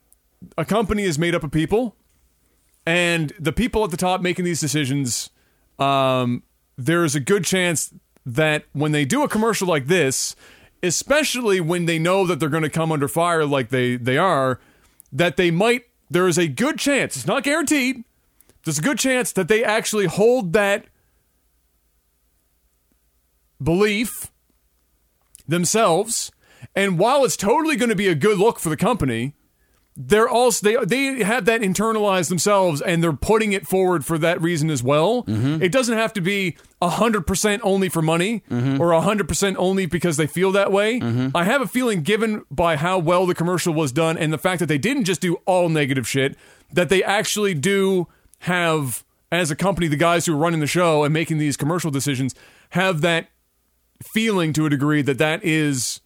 A: a company is made up of people, and the people at the top making these decisions, um, there is a good chance that when they do a commercial like this, especially when they know that they're going to come under fire like they, they are, that they might, there is a good chance, it's not guaranteed, there's a good chance that they actually hold that belief themselves. And while it's totally going to be a good look for the company, they're also they they have that internalized themselves and they're putting it forward for that reason as well. It doesn't have to be 100% only for money or 100% only because they feel that way. I have a feeling given by how well the commercial was done and the fact that they didn't just do all negative shit that they actually do have as a company the guys who are running the show and making these commercial decisions have that feeling to a degree that that is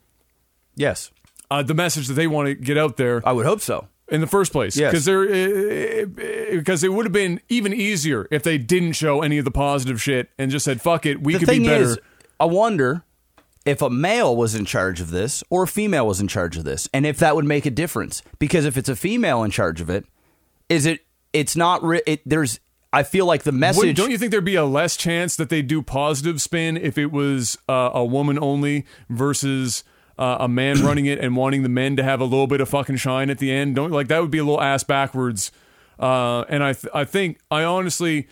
D: Yes.
A: uh, the message that they want to get out there
D: I would hope so.
A: in the first place.
D: Yes.
A: Because they're because it would have been even easier if they didn't show any of the positive shit and just said fuck it, we
D: The
A: could
D: thing
A: be better.
D: is, I wonder if a male was in charge of this or a female was in charge of this, and if that would make a difference. Because if it's a female in charge of it, is it? It's not. Re- it, there's. I feel like the
A: Wouldn't-
D: message.
A: don't you think there'd be a less chance that they do positive spin if it was uh, a woman only versus uh, a man running it and wanting the men to have a little bit of fucking shine at the end? Don't like that would be a little ass backwards. Uh, and I th- I think I honestly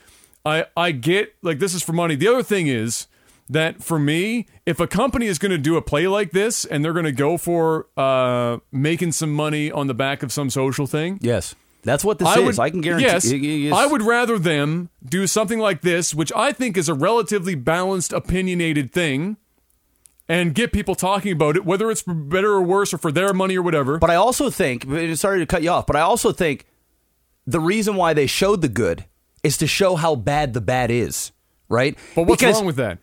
A: I I get like this is for money. The other thing is that for me, if a company is going to do a play like this and they're going to go for uh, making some money on the back of some social thing,
D: yes. That's what this
A: I
D: is.
A: would,
D: I can guarantee.
A: Yes,
D: y- y- yes.
A: I would rather them do something like this, which I think is a relatively balanced, opinionated thing, and get people talking about it, whether it's for better or worse, or for their money or whatever.
D: But I also think, sorry to cut you off, but I also think the reason why they showed the good is to show how bad the bad is, right?
A: But what's
D: Because
A: wrong with that?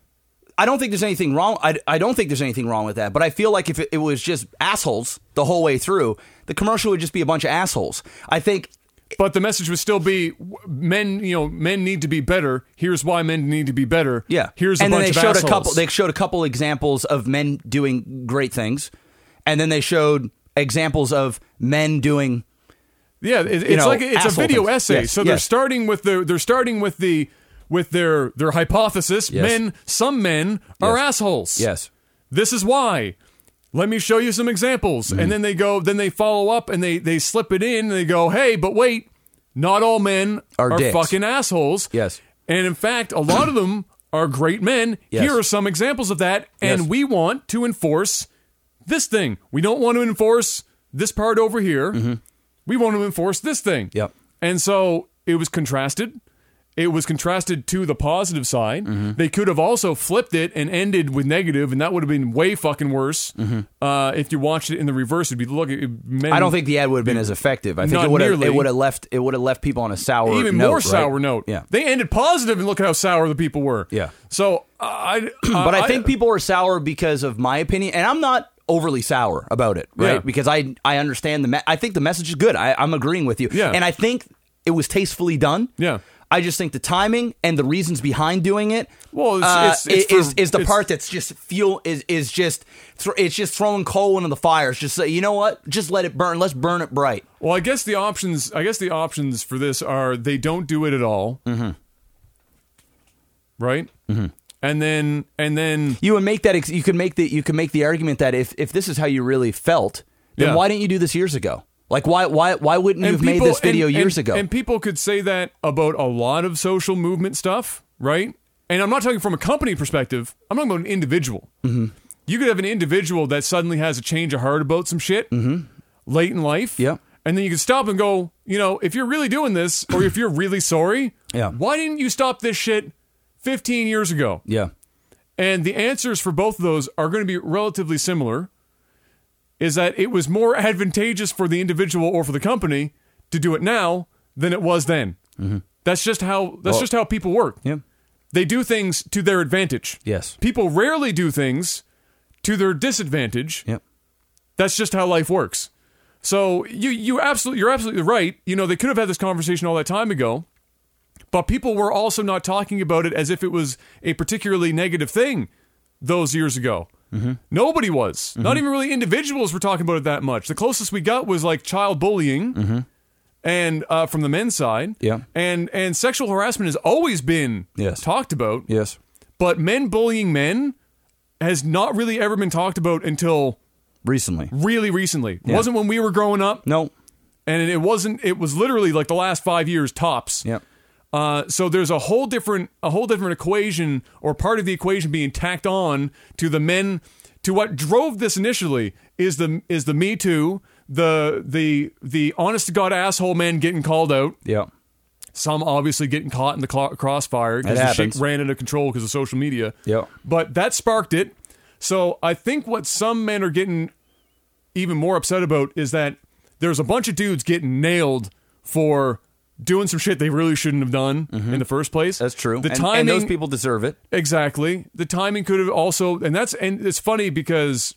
D: I don't think there's anything wrong. I, I don't think there's anything wrong with that. But I feel like if it, it was just assholes the whole way through, the commercial would just be a bunch of assholes. I think
A: But the message would still be w- men. You know, men need to be better. Here's why men need to be better.
D: Yeah.
A: Here's
D: and
A: a
D: then
A: bunch
D: they
A: of
D: showed
A: assholes.
D: a couple. They showed a couple examples of men doing great things, and then they showed examples of men doing.
A: Yeah, it, it's
D: know,
A: like a- it's a
D: asshole
A: video
D: things.
A: essay.
D: Yes,
A: so they're
D: yes.
A: starting with the they're starting with the with their their hypothesis.
B: Yes.
A: Men, some men are assholes.
B: Yes.
A: This is why. Let me show you some examples.
B: Hmm.
A: And then they go, then they follow up and they they slip it in and they go, "Hey, but wait, not all men
B: Are dicks.
A: fucking assholes."
B: Yes.
A: And in fact, a lot of them are great men.
B: Yes.
A: Here are some examples of that. And
B: Yes.
A: we want to enforce this thing. We don't want to enforce this part over here. We want to enforce this thing.
B: Mm-hmm. Yep.
A: And so it was contrasted. It was contrasted to the positive side.
B: Mm-hmm.
A: They could have also flipped it and ended with negative, and that would have been way fucking worse. Uh, if you watched it in the reverse, it'd be look. It, men,
B: Mm-hmm. I don't think the ad would have been as effective. I think
A: Not
B: it would have
A: nearly.
B: it would have left it would have left people on a sour
A: even
B: note,
A: more
B: right?
A: sour note.
B: Yeah.
A: They ended positive, and look at how sour the people were.
B: Yeah.
A: So I,
B: but I, think people are sour because of my opinion, and I'm not overly sour about it, right?
A: Yeah.
B: Because I I understand the me- I think the message is good. I, I'm agreeing with you,
A: Yeah.
B: And I think it was tastefully done.
A: Yeah.
B: I just think the timing and the reasons behind doing it,
A: Well, it's-
B: uh,
A: it's- it's
B: i- is,
A: for-
B: is the
A: it's-
B: part that's just fuel is is just thr- it's just throwing coal into the fire. It's just say, you know what, just let it burn. Let's burn it bright.
A: Well, I guess the options. I guess the options for this are they don't do it at all, mm-hmm. right? Mm-hmm. And then and then
B: you would make that ex- you could make the you could make the argument that if if this is how you really felt then
A: Yeah.
B: why didn't you do this years ago like why why why wouldn't you have
A: and
B: made this video
A: and-
B: years
A: and-
B: ago
A: And people could say that about a lot of social movement stuff, right? And I'm not talking from a company perspective. I'm talking about an individual.
B: Mm-hmm.
A: You could have an individual that suddenly has a change of heart about some shit
B: Mm-hmm.
A: late in life.
B: Yeah.
A: And then you can stop and go, you know, if you're really doing this or if you're really sorry,
B: Yeah.
A: why didn't you stop this shit 15 years ago?
B: yeah
A: And the answers for both of those are going to be relatively similar. Is that it was more advantageous for the individual or for the company to do it now than it was then. That's just how that's just how people work.
B: Mm-hmm. yeah
A: They do things to their advantage.
B: Yes.
A: People rarely do things to their disadvantage.
B: yeah
A: That's just how life works. So you you absolutely you're absolutely right. You know, they could have had this conversation all that time ago, but people were also not talking about it as if it was a particularly negative thing those years ago.
B: Mm-hmm.
A: Nobody was. Not even really individuals were talking about it that much. The closest we got was like child bullying. And uh, from the men's side,
B: Mm-hmm. Yeah.
A: and and sexual harassment has always been
B: Yes.
A: talked about,
B: yes
A: but men bullying men has not really ever been talked about until
B: recently
A: really recently. It wasn't when we were growing up,
B: no
A: and it wasn't. It was literally like the last five years tops.
B: Yep.
A: Uh, so there's a whole different a whole different equation or part of the equation being tacked on to the men to what drove this initially is the is the Me Too the the the honest to god asshole men getting called out
B: yeah
A: some obviously getting caught in the cl- crossfire
B: It
A: because the shit
B: happens.
A: ran out of control because of social media.
B: Yep.
A: But that sparked it. So I think what some men are getting even more upset about is that there's a bunch of dudes getting nailed for doing some shit they really shouldn't have done in the first place.
B: Mm-hmm. that's true
A: The
B: and,
A: timing
B: and those people deserve it
A: Exactly. The timing could have also, and that's and it's funny because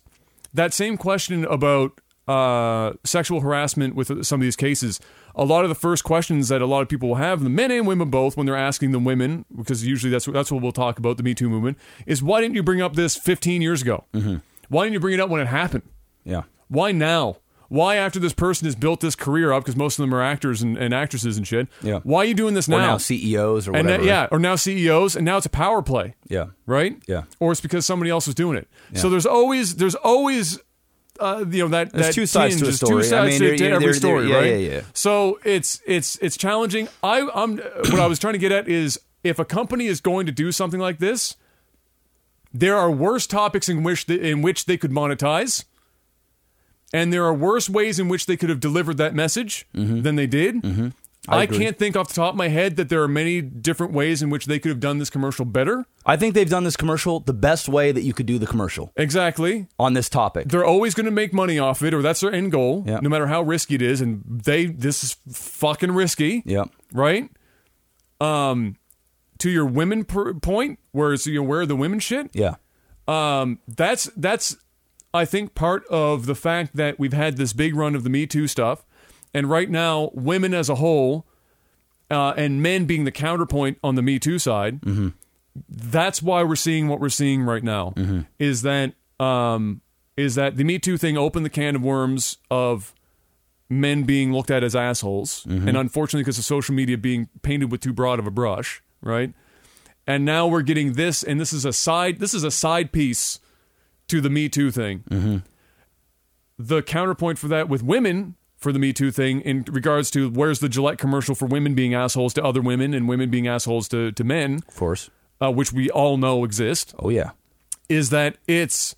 A: that same question about uh, sexual harassment with some of these cases, a lot of the first questions that a lot of people will have, the men and women both, when they're asking the women, because usually that's that's what we'll talk about the Me Too movement, is why didn't you bring up this 15 years ago?
B: Mm-hmm.
A: Why didn't you bring it up when it happened?
B: yeah
A: Why now? Why after this person has built this career up? Because most of them are actors and, and actresses and shit.
B: Yeah.
A: Why are you doing this
B: or now CEOs or
A: and
B: whatever
A: that, yeah, or now CEOs, and now it's a power play
B: yeah
A: right?
B: Yeah.
A: Or it's because somebody else was doing it. So there's always there's always uh, you know that
B: There's
A: that
B: two sides to
A: tinge,
B: a
A: there's
B: story. I
A: Two sides
B: mean,
A: to,
B: they're-
A: to
B: yeah,
A: every
B: they're- they're-
A: story,
B: yeah,
A: right?
B: yeah, yeah.
A: So it's it's it's challenging. I I'm what I was trying to get at is if a company is going to do something like this, there are worse topics in which the, in which they could monetize. And there are worse ways in which they could have delivered that message
B: Mm-hmm.
A: than they did. I, can't think off the top of my head that there are many different ways in which they could have done this commercial better.
B: I think they've done this commercial the best way that you could do the commercial
A: Exactly.
B: on this topic
A: they're always going to make money off it, or that's their end goal,
B: Yeah.
A: no matter how risky it is. And they, this is fucking risky,
B: yeah
A: right? Um, to your women per- point, where it's, you know, where are the women shit?
B: yeah
A: Um, that's that's I think part of the fact that we've had this big run of the Me Too stuff, and right now women as a whole, uh, and men being the counterpoint on the Me Too side. That's why we're seeing what we're seeing right now. Is that um, is that the Me Too thing opened the can of worms of men being looked at as assholes, and unfortunately, because of social media being painted with too broad of a brush, right? and now we're getting this, and this is a side. This is a side piece to the Me Too thing. The counterpoint for that with women for the Me Too thing in regards to where's the Gillette commercial for women being assholes to other women and women being assholes to to men,
B: Of course.
A: uh, which we all know exist,
B: Oh yeah.
A: is that it's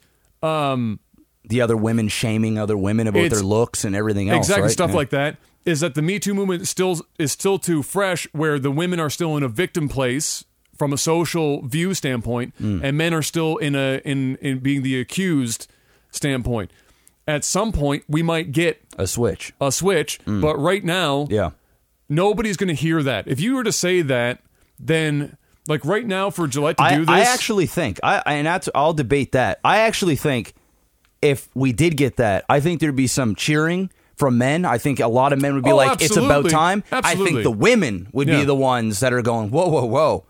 B: The other women shaming other women about
A: It's-
B: their looks and everything else.
A: exactly
B: right?
A: stuff
B: Yeah.
A: like that is that the me too movement still is still too fresh where the women are still in a victim place from a social view standpoint
B: Hmm.
A: and men are still in a in in being the accused standpoint at some point we might get
B: a switch.
A: a switch but right now
B: Hmm. Yeah.
A: nobody's going to hear that if you were to say that then like right now for Gillette to
B: I,
A: do this
B: I actually think I I- and that's, I'll debate that. I actually think if we did get that, I think there'd be some cheering from men. I think a lot of men would be
A: Oh,
B: like, "It's about
A: absolutely.
B: time." I
A: Absolutely.
B: think the women would be
A: Yeah.
B: the ones that are going, "Whoa, whoa, whoa!"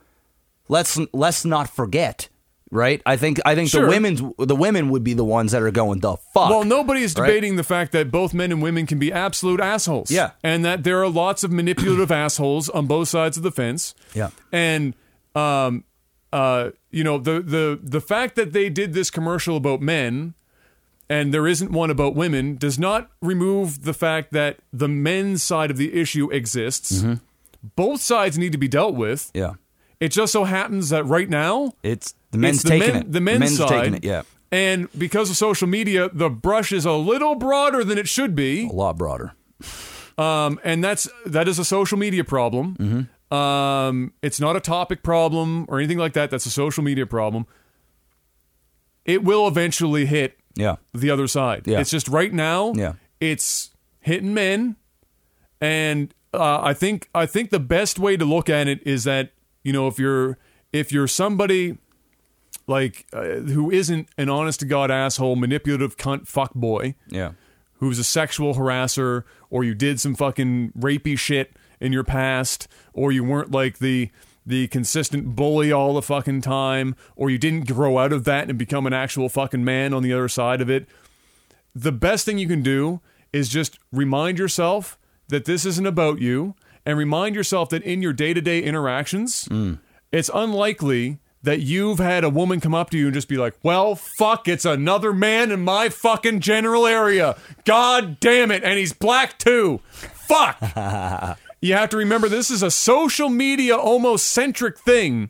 B: Let's let's not forget, right? I think I think the
A: Sure.
B: women's the women would be the ones that are going, "The fuck."
A: Well, nobody is
B: right?
A: debating the fact that both men and women can be absolute assholes.
B: Yeah.
A: And that there are lots of manipulative assholes on both sides of the fence.
B: Yeah.
A: And um uh you know the the the fact that they did this commercial about men and there isn't one about women does not remove the fact that the men's side of the issue exists. Both sides need to be dealt with.
B: Mm-hmm. Yeah,
A: It just so happens that right now
B: it's the men's
A: it's the
B: taking
A: men-
B: it.
A: The men's, side,
B: taking it. Yeah,
A: And because of social media, the brush is a little broader than it should be,
B: a lot broader.
A: um, and that's that is a social media problem.
B: Mm-hmm.
A: Um, it's not a topic problem or anything like that. That's a social media problem. It will eventually hit
B: Yeah,
A: the other side.
B: Yeah.
A: It's just right now.
B: Yeah.
A: It's hitting men, and uh, I think I think the best way to look at it is that you know if you're if you're somebody like uh, who isn't an honest to god asshole, manipulative cunt fuck boy,
B: yeah,
A: who's a sexual harasser, or you did some fucking rapey shit in your past, or you weren't like the the consistent bully all the fucking time, or you didn't grow out of that and become an actual fucking man on the other side of it. The best thing you can do is just remind yourself that this isn't about you and remind yourself that in your day-to-day interactions, it's unlikely that you've had a woman come up to you and just be like, "Well, fuck, it's another man in my fucking general area. God damn it, and he's black too. Fuck." you have to remember this is a social media almost centric thing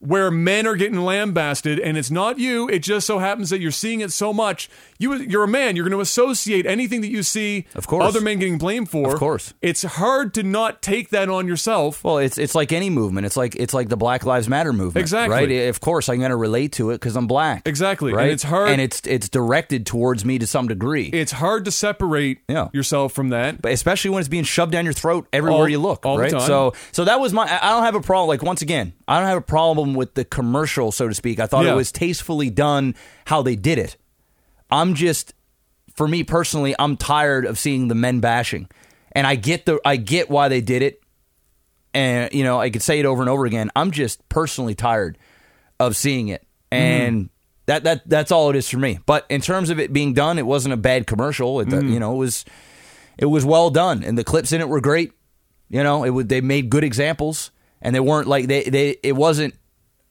A: where men are getting lambasted and it's not you it just so happens that you're seeing it so much you you're a man you're going to associate anything that you see
B: Of course.
A: other men getting blamed for
B: Of course.
A: it's hard to not take that on yourself
B: Well, it's it's like any movement. It's like it's like the Black Lives Matter movement,
A: Exactly.
B: Right? I- Of course, I'm going to relate to it because I'm black,
A: Exactly. And
B: Right?
A: it's hard-
B: and it's it's directed towards me to some degree,
A: it's hard to separate
B: Yeah.
A: yourself from that
B: but especially when it's being shoved down your throat everywhere
A: All-
B: you look,
A: all the
B: right?
A: time.
B: So so that was my. I I don't have a problem. Like once again, I don't have a problem with the commercial, so to speak. I thought
A: Yeah.
B: it was tastefully done how they did it. I'm just, for me personally, I'm tired of seeing the men bashing, and I get the I get why they did it. and you know I could say it over and over again. I'm just personally tired of seeing it,
A: Mm-hmm.
B: and that that that's all it is for me. But in terms of it being done, it wasn't a bad commercial. It,
A: Mm-hmm.
B: You know, it was it was well done, and the clips in it were great. You know, it would they made good examples, and they weren't like they they it wasn't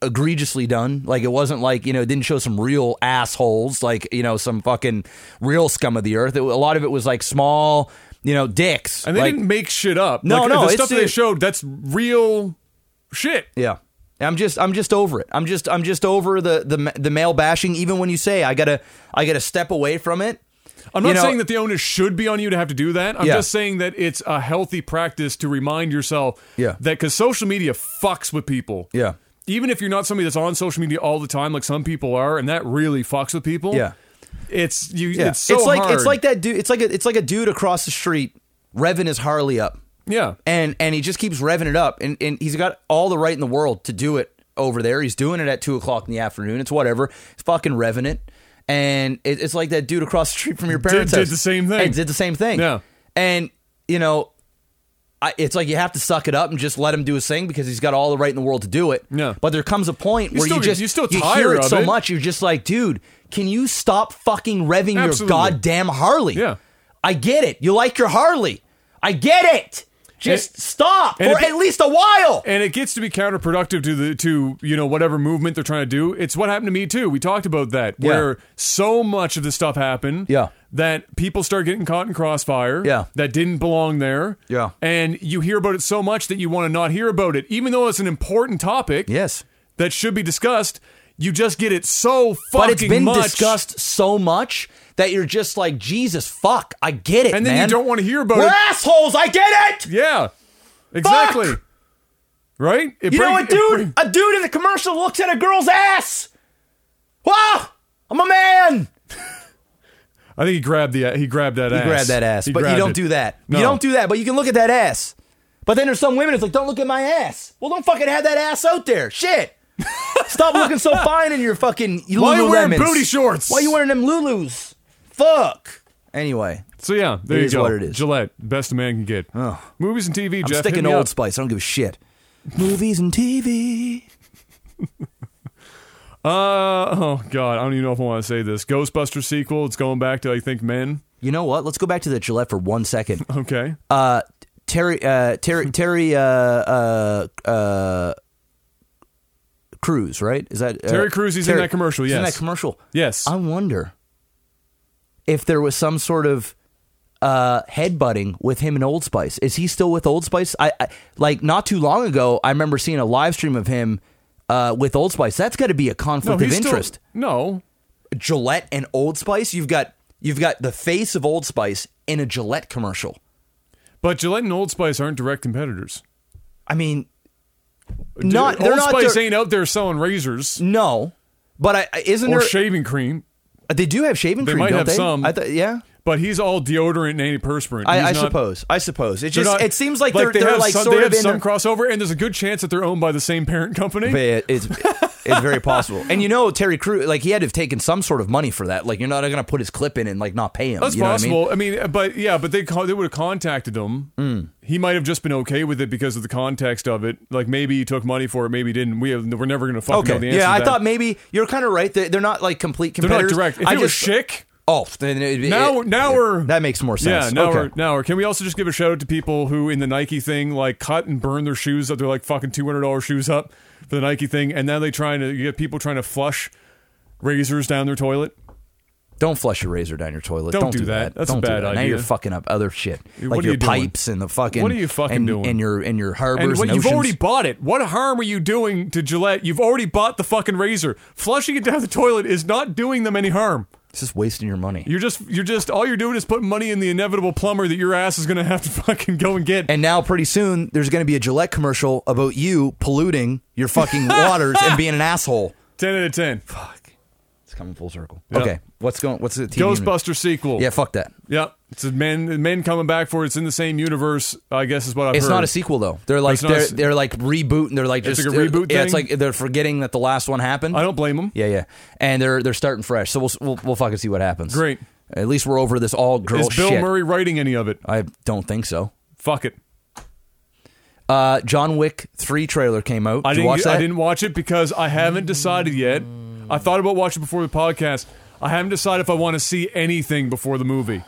B: egregiously done. Like it wasn't like you know it didn't show some real assholes, like you know some fucking real scum of the earth. It, a lot of it was like small. You know, dicks.
A: and they
B: like,
A: didn't make shit up
B: No,
A: like,
B: no,
A: the
B: it's-
A: stuff that they showed that's real shit
B: Yeah. I'm just I'm just over it. I'm just I'm just over the the the male bashing even when you say I got to I got to step away from it.
A: I'm not
B: You know-
A: saying that the onus should be on you to have to do that. I'm
B: Yeah.
A: just saying that it's a healthy practice to remind yourself
B: Yeah.
A: that because social media fucks with people.
B: Yeah.
A: Even if you're not somebody that's on social media all the time, like some people are, and that really fucks with people.
B: Yeah.
A: It's you. It's so
B: like
A: hard.
B: it's like that dude it's like a, it's like a dude across the street revving his Harley up.
A: Yeah.
B: And and he just keeps revving it up and and he's got all the right in the world to do it over there. He's doing it at 2 o'clock in the afternoon. It's whatever. He's fucking revving it. And it, it's like that dude across the street from your parents
A: did
B: house.
A: the same thing.
B: And did the same thing.
A: Yeah.
B: And you know, I, it's like you have to suck it up and just let him do his thing because he's got all the right in the world to do it.
A: Yeah.
B: But there comes a point where
A: still-
B: you just
A: you're still
B: you hear
A: tired
B: it
A: of
B: so
A: it.
B: much, you're just like, dude, can you stop fucking revving your
A: Absolutely.
B: goddamn Harley?
A: Yeah.
B: I get it. You like your Harley. I get it.
C: Just stop
A: and
C: for
A: if-
C: at least a while.
A: and it gets to be counterproductive to the to you know whatever movement they're trying to do. It's what happened to me too. We talked about that where so much of this stuff happened.
B: Yeah.
A: That people start getting caught in crossfire.
B: Yeah.
A: That didn't belong there.
B: Yeah.
A: And you hear about it so much that you want to not hear about it, even though it's an important topic.
B: Yes.
A: That should be discussed. You just get it so fucking
B: But it's been
A: much,
B: discussed so much that you're just like, Jesus, fuck, I get it.
A: and then
B: man.
A: you don't want to hear about
C: We're
A: it.
C: assholes. I get it.
A: Yeah. Exactly. Right. It
C: You know
A: bring-
C: what,
A: it bring-
C: dude? A dude in the commercial looks at a girl's ass. Wow, I'm a man.
A: I think he grabbed the he grabbed that ass.
B: You grab that ass,
A: He
B: but you
A: grabbed
B: don't
A: it.
B: do that.
A: No.
B: You don't do that, but you can look at that ass.
C: But then there's some women that's like, don't look at my ass. Well, don't fucking have that ass out there. Shit. Stop looking so fine in your fucking Lululemons.
A: Why are you wearing booty shorts?
C: Why you wearing them Lulus? Fuck.
B: Anyway,
A: So yeah, there
B: It
A: you
B: is
A: go.
B: what it is. Oh.
A: Gillette, best a man can get. Movies and TV.
B: I'm
A: Jeff, hit
B: sticking
A: me
B: Old
A: up.
B: Spice. I don't give a shit. Movies and TV.
A: Uh oh god, I don't even know if I want to say this. Ghostbuster sequel. It's going back to I think men.
B: You know what? Let's go back to the Gillette for one second.
A: Okay.
B: Uh, Terry, uh,
A: Hmm.
B: Terry, Terry, uh, uh, uh, Cruz, right? Is that uh,
A: Terry Crews, he's in that commercial,
B: he's in
A: yes.
B: that commercial.
A: yes.
B: I wonder if there was some sort of uh, headbutting with him and Old Spice. Is he still with Old Spice? I, I like not too long ago. I remember seeing a live stream of him uh, with Old Spice. That's got to be a
A: no,
B: conflict
A: he's
B: of
A: still-
B: interest.
A: no.
B: Gillette and Old Spice. You've got you've got the face of Old Spice in a Gillette commercial.
A: But Gillette and Old Spice aren't direct competitors.
B: I mean, not
A: Old
B: they're not
A: Spice
B: dir-
A: ain't out there selling razors
B: no, but I, I- isn't
A: or
B: there?
A: shaving cream.
B: they do have shaving
A: They
B: cream,
A: might
B: don't
A: have
B: they?
A: some.
B: I th- yeah.
A: But he's all deodorant and antiperspirant. He's
B: I, I
A: not-
B: suppose. I suppose. It
A: they're
B: just
A: not-
B: it seems like, they're, they are
A: have
B: like
A: some,
B: sort
A: they
B: of
A: have
B: in
A: some
B: a-
A: crossover, and there's a good chance that they're owned by the same parent company.
B: But it- it's it's very possible. And you know, Terry Crew, like he had to have taken some sort of money for that. Like you're not gonna put his clip in and like not pay him.
A: That's
B: you know what I mean?
A: possible. I mean? but yeah, but they con- they would have contacted him.
B: Mm.
A: He might have just been okay with it because of the context of it. Like maybe he took money for it, maybe he didn't. We have, we're never going to fucking know the
B: Okay.
A: answer.
B: Yeah,
A: to
B: I
A: that.
B: thought maybe you're kind of right. They- They're not like complete
A: they're not
B: competitors.
A: direct. If
B: I
A: it was
B: just
A: Schick,
B: oh, then it, it-
A: Now-
B: it-
A: now
B: it-
A: we're-
B: that makes more sense.
A: yeah. Now
B: okay.
A: we're now we're. Can we also just give a shout out to people who in the Nike thing like cut and burn their shoes up? They're like fucking two hundred dollars shoes up for the Nike thing, and now they trying to you get people trying to flush razors down their toilet.
B: Don't flush your razor down your toilet.
A: Don't
B: Don't,
A: do that. That's a
B: Don't do
A: bad
B: that. Now
A: idea.
B: you're fucking up other shit, like
A: what are
B: your
A: you doing?
B: pipes and the fucking.
A: What are you fucking
B: and,
A: doing?
B: And your and your harbors
A: And
B: and,
A: what, you've
B: oceans.
A: already bought it. What harm are you doing to Gillette? You've already bought the fucking razor. Flushing it down the toilet is not doing them any harm.
B: It's just wasting your money.
A: You're just, you're just, all you're doing is putting money in the inevitable plumber that your ass is going to have to fucking go and get.
B: And now, pretty soon, there's going to be a Gillette commercial about you polluting your fucking waters and being an asshole.
A: 10 out of 10.
B: It's coming full circle.
A: Yeah.
B: Okay, what's going? What's the TV?
A: Ghostbuster sequel.
B: Yeah, fuck that.
A: Yep. It's a men, men coming back for it. It's in the same universe, I guess is what I've
B: It's
A: heard.
B: not a sequel though. They're like
A: It's not a
B: they're,
A: se-
B: they're like rebooting. They're like
A: It's
B: just
A: like a reboot
B: Yeah, it's
A: thing?
B: like they're forgetting that the last one happened.
A: I don't blame them.
B: Yeah, yeah, and they're they're starting fresh. So we'll we'll, we'll fucking see what happens.
A: Great.
B: At least we're over this all girl
A: Is Bill
B: shit.
A: Murray writing any of it?
B: I don't think so.
A: Fuck it.
B: Uh, John Wick three trailer came out.
A: I
B: Did you
A: didn't,
B: watch that?
A: I didn't watch it because I haven't decided yet. I thought about watching before the podcast. I haven't decided if I want to see anything before the movie.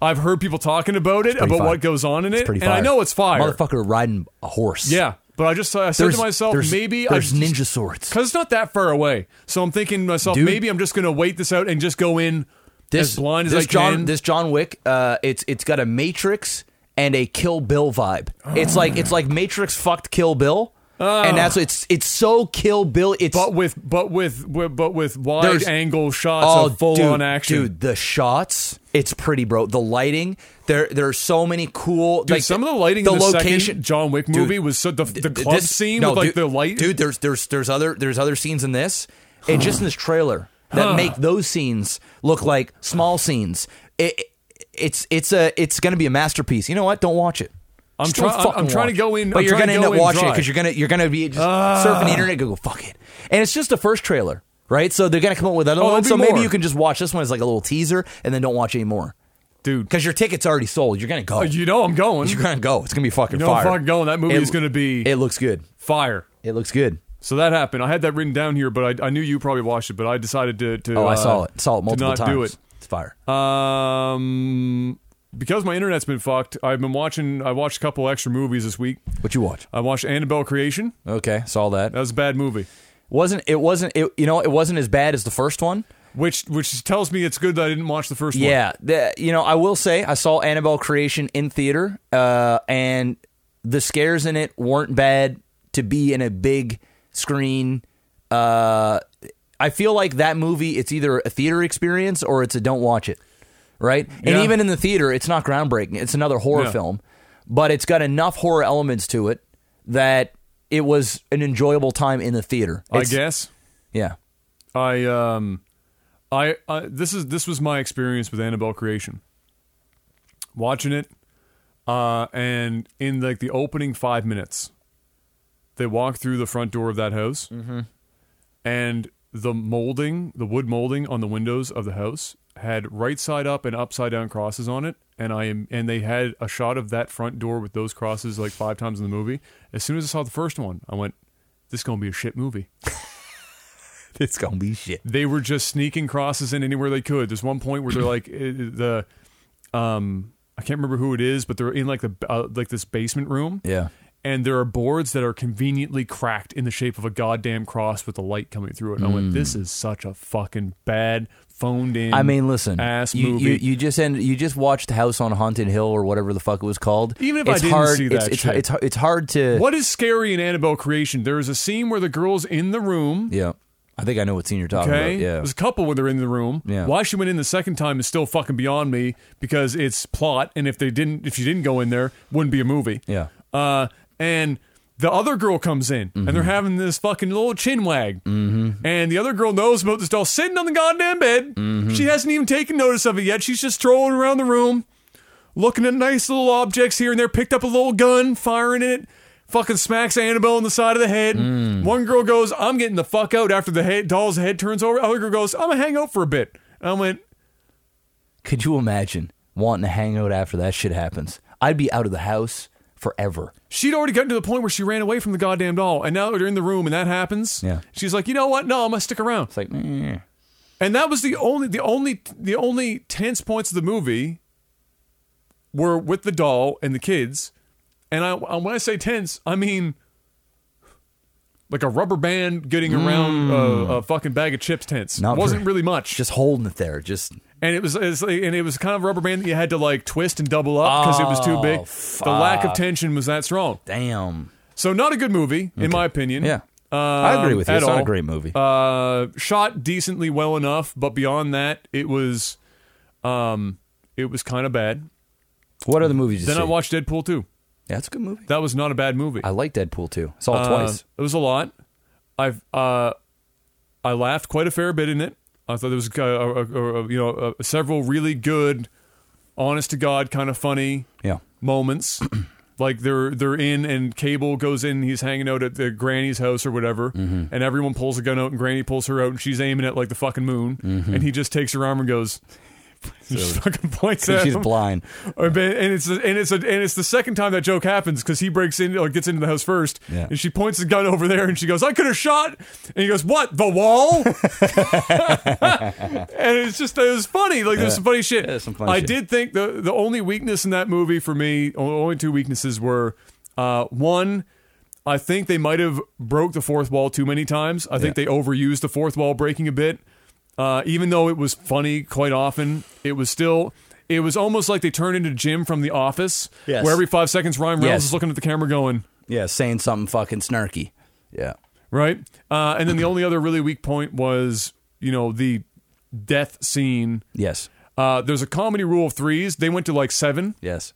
A: I've heard people talking about it,
B: pretty
A: about
B: fire.
A: what goes on in it,
B: Pretty
A: and I
B: fire.
A: know it's fire.
B: Motherfucker riding a horse.
A: Yeah, but I just I said
B: There's,
A: to myself,
B: there's,
A: maybe
B: there's
A: I
B: ninja swords.
A: because it's not that far away. So I'm thinking to myself,
B: Dude.
A: maybe I'm just going to wait this out and just go in
B: This
A: as blind as
B: this
A: I
B: John,
A: can.
B: This John Wick, uh, it's it's got a Matrix and a Kill Bill vibe. It's like it's like Matrix fucked Kill Bill, and that's it's it's so Kill Bill. It's
A: Ah. but with but with with- but with wide
B: There's- Oh,
A: angle shots of full
B: dude,
A: on action.
B: Dude, the shots, it's pretty, bro. The lighting, there there are so many cool
A: Dude,
B: like
A: some of the lighting
B: the
A: in the
B: location
A: second John Wick
B: Dude,
A: movie was so the, the
B: th-
A: club
B: this-
A: scene
B: no,
A: with like
B: dude,
A: the light.
B: Dude, there's there's there's other there's other scenes in this and just in this trailer that make those scenes look like small scenes. It, it- it's it's a it's going to be a masterpiece. You know what? Don't watch it.
A: I'm
B: Just don't
A: try- I'm-
B: fucking
A: I'm trying to
B: watch it.
A: go in-
B: but
A: I'm
B: you're
A: trying
B: gonna
A: to
B: end
A: go
B: up
A: in
B: watching it
A: dry. Ah.
B: because you're gonna you're gonna be just surfing the internet. Go go fuck it, and it's just the first trailer, right? So they're gonna come up with another
A: Oh, there'll
B: one.
A: be
B: So
A: more.
B: maybe you can just watch this one as like a little teaser, and then don't watch any more
A: Dude.
B: because your ticket's already sold. You're gonna go.
A: You know I'm going.
B: You're gonna go. It's gonna be fucking
A: You know I'm
B: fire.
A: fucking going. That movie
B: It-
A: is gonna be-
B: It looks good.
A: Fire.
B: It looks good.
A: So that happened. I had that written down here, but I, I knew you probably watched it. But I decided to. to
B: Oh, I
A: uh,
B: saw it. Saw it multiple
A: to not
B: times.
A: do
B: It's fire.
A: it. Um, because my internet's been fucked, I've been watching. I watched a couple extra movies this week.
B: What you watch?
A: I watched Annabelle Creation.
B: Okay, saw that.
A: That was a bad movie,
B: Wasn't it? Wasn't it? You know, it wasn't as bad as the first one.
A: which which tells me it's good that I didn't watch the first one.
B: Yeah, the, you know, I will say I saw Annabelle Creation in theater, uh, and the scares in it weren't bad to be in a big screen. Uh, I feel like that movie, it's either a theater experience or it's a don't watch it, right? And
A: Yeah.
B: even in the theater, it's not groundbreaking. It's another horror
A: No.
B: film, but it's got enough horror elements to it that it was an enjoyable time in the theater.
A: I
B: It's-
A: guess.
B: Yeah.
A: I um, I, I this is this was my experience with Annabelle Creation. Watching it, uh, and in like the opening five minutes, they walk through the front door of that house, and the molding, the wood molding on the windows of the house had right side up and upside down crosses on it, and I am and they had a shot of that front door with those crosses like five times in the movie. As soon as I saw the first one, I went, "This is gonna be a shit movie."
B: It's going to be shit.
A: they were just sneaking crosses in anywhere they could. There's one point where they're like uh, the, um, I can't remember who it is, but they're in like the uh, like this basement room.
B: Yeah.
A: And there are boards that are conveniently cracked in the shape of a goddamn cross with the light coming through it. And I went, "This is such a fucking bad, phoned in."
B: Mm. I mean, listen,
A: ass
B: you,
A: movie.
B: You, you just end, you just watched House on Haunted Hill or whatever the fuck it was called.
A: Even if I
B: it's
A: didn't
B: hard,
A: see
B: it's,
A: that
B: it's,
A: shit.
B: it's it's hard to
A: what is scary in Annabelle Creation? There is a scene where the girl's in the room.
B: yeah. I think I know what scene you're talking
A: Okay.
B: about.
A: There's
B: Yeah,
A: a couple where they're in the room.
B: Yeah.
A: Why she went in the second time is still fucking beyond me because it's plot. And if they didn't, if she didn't go in there, wouldn't be a movie.
B: Yeah.
A: Uh, and the other girl comes in and they're having this fucking little chin wag. Mm-hmm. And the other girl knows about this doll sitting on the goddamn bed. She hasn't even taken notice of it yet. She's just strolling around the room, looking at nice little objects here and there. Picked up a little gun, firing it. Fucking smacks Annabelle on the side of the head. One girl goes, "I'm getting the fuck out." After the head, doll's head turns over, other girl goes, "I'm gonna hang out for a bit." And I went,
B: could you imagine wanting to hang out after that shit happens? I'd be out of the house forever.
A: she'd already gotten to the point where she ran away from the goddamn doll, and now they're in the room, and that happens.
B: Yeah.
A: she's like, "You know what? No, I'm gonna stick around."
B: It's like, meh.
A: And that was the only the only the only tense points of the movie were with the doll and the kids. And I and when I say tense, I mean like a rubber band getting around a, a fucking bag of chips tense.
B: Hmm. Not
A: wasn't
B: very-
A: really much.
B: just holding it there. Just
A: and it was, it was like- and it was kind of a rubber band that you had to like twist and double up because it was too big.
B: Oh,
A: The lack of tension was that strong.
B: damn.
A: So not a good movie in my opinion.
B: Yeah.
A: Um,
B: I agree with you.
A: at
B: It's not a
A: all.
B: great movie.
A: Uh, shot decently well enough, but beyond that, it was, um, it was kind of bad.
B: What other movies? You
A: Then
B: see?
A: I watched Deadpool two.
B: Yeah, it's a good movie.
A: That was not a bad movie.
B: I like Deadpool too. Saw it
A: Uh,
B: twice.
A: It was a lot. I've uh, I laughed quite a fair bit in it. I thought there was uh, uh, uh, uh, you know uh, several really good, honest to god kind of funny
B: Yeah.
A: moments. like they're they're in and Cable goes in, he's hanging out at the granny's house or whatever,
B: Mm-hmm.
A: and everyone pulls a gun out and Granny pulls her out and she's aiming at like the fucking moon,
B: Mm-hmm.
A: and he just takes her arm and goes. Just fucking points at
B: She's
A: him.
B: blind.
A: Or ba- and it's and it's and it's the second time that joke happens because he breaks in or gets into the house first,
B: Yeah.
A: and she points the gun over there, and she goes, "I could have shot," and he goes, "What? The wall?" and it's just it was funny. Like there's some funny shit.
B: Yeah, some funny
A: I
B: shit.
A: did think the the only weakness in that movie for me, o- only two weaknesses were, uh, one. I think they might have broke the fourth wall too many times. I think they overused the fourth wall breaking a bit. Uh, even though it was funny quite often, it was still it was almost like they turned into Jim from The Office,
B: Yes.
A: where every five seconds Ryan Reynolds
B: Yes.
A: is looking at the camera going,
B: Yeah, saying something fucking snarky. Yeah.
A: right? Uh, and then the only other really weak point was, you know, the death scene.
B: Yes.
A: Uh, there's a comedy rule of threes. They went to like seven,
B: Yes.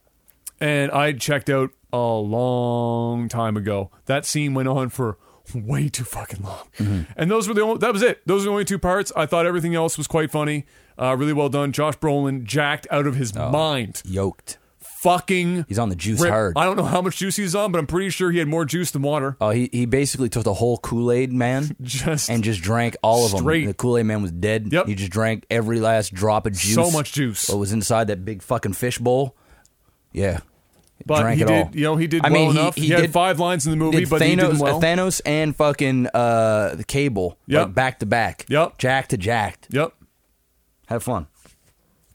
A: and I checked out a long time ago. That scene went on for way too fucking long.
B: Mm-hmm.
A: And those were the only, that was it. Those were the only two parts. I thought everything else was quite funny. Uh, really well done. Josh Brolin jacked out of his mind.
B: Yoked.
A: Fucking
B: Oh. He's on the juice
A: Rip.
B: hard.
A: I don't know how much juice he's on, but I'm pretty sure he had more juice than water.
B: Oh, he, he basically took the whole Kool Aid man
A: Just
B: and just drank all of
A: Straight.
B: them. The Kool Aid man was dead.
A: Yep.
B: He just drank every last drop of juice.
A: so much juice.
B: What was inside that big fucking fish bowl? Yeah.
A: But
B: drank
A: he
B: it
A: did,
B: all.
A: you know, he did
B: I
A: well
B: mean, he-
A: enough.
B: he
A: He, had
B: did-
A: five lines in the movie,
B: Did
A: but he
B: Thanos,
A: did well.
B: uh, Thanos and fucking uh, the cable,
A: Yep.
B: like back to back,
A: Yep.
B: jack to jacked.
A: yep.
B: Have fun.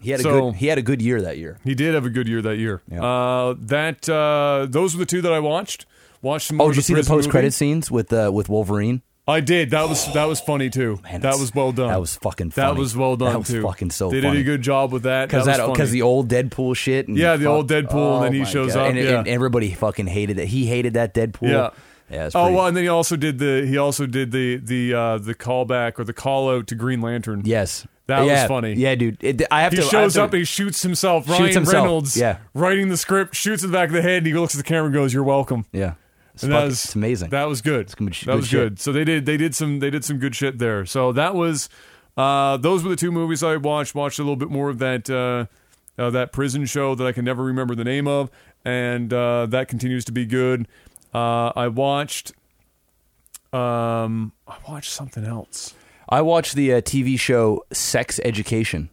B: He had a
A: So-
B: good he had a good year that year.
A: He did have a good year that year. Uh, that uh, those were the two that I watched. Watched some.
B: Oh,
A: more
B: did you
A: of
B: see the
A: Prison
B: post credit
A: movie.
B: scenes with uh, with Wolverine?
A: I did. That was that was funny too. that
B: that's-
A: was well done.
B: that was fucking
A: That
B: funny.
A: was well done
B: That was
A: too.
B: fucking so
A: They did
B: funny.
A: a good job with that.
B: Because
A: that
B: that
A: was funny.
B: because the old Deadpool shit. And
A: Yeah, the old Deadpool, and
B: Oh
A: then he
B: my
A: shows
B: God.
A: up,
B: and, and
A: yeah.
B: everybody fucking hated it. He hated that Deadpool.
A: Yeah.
B: yeah. It's
A: oh
B: pretty-
A: well, and then he also did the he also did the the uh, the callback or the call out to Green Lantern.
B: yes,
A: That
B: Yeah.
A: was funny.
B: Yeah, dude. It, I have
A: He
B: to. I have
A: shows
B: to-
A: up and he shoots himself.
B: Shoots
A: Ryan
B: himself,
A: Reynolds,
B: yeah.
A: writing the script, shoots in the back of the head, and he looks at the camera and goes, "You're welcome."
B: yeah, it's,
A: And
B: fucking-
A: that was,
B: it's amazing.
A: That was good.
B: good sh-
A: that
B: good
A: was
B: shit.
A: good. So they did they did some they did some good shit there. So that was uh, those were the two movies I watched. Watched a little bit more of that uh, uh, that prison show that I can never remember the name of, and uh, that continues to be good. Uh, I watched um, I watched something else.
B: I watched the uh, TV show Sex Education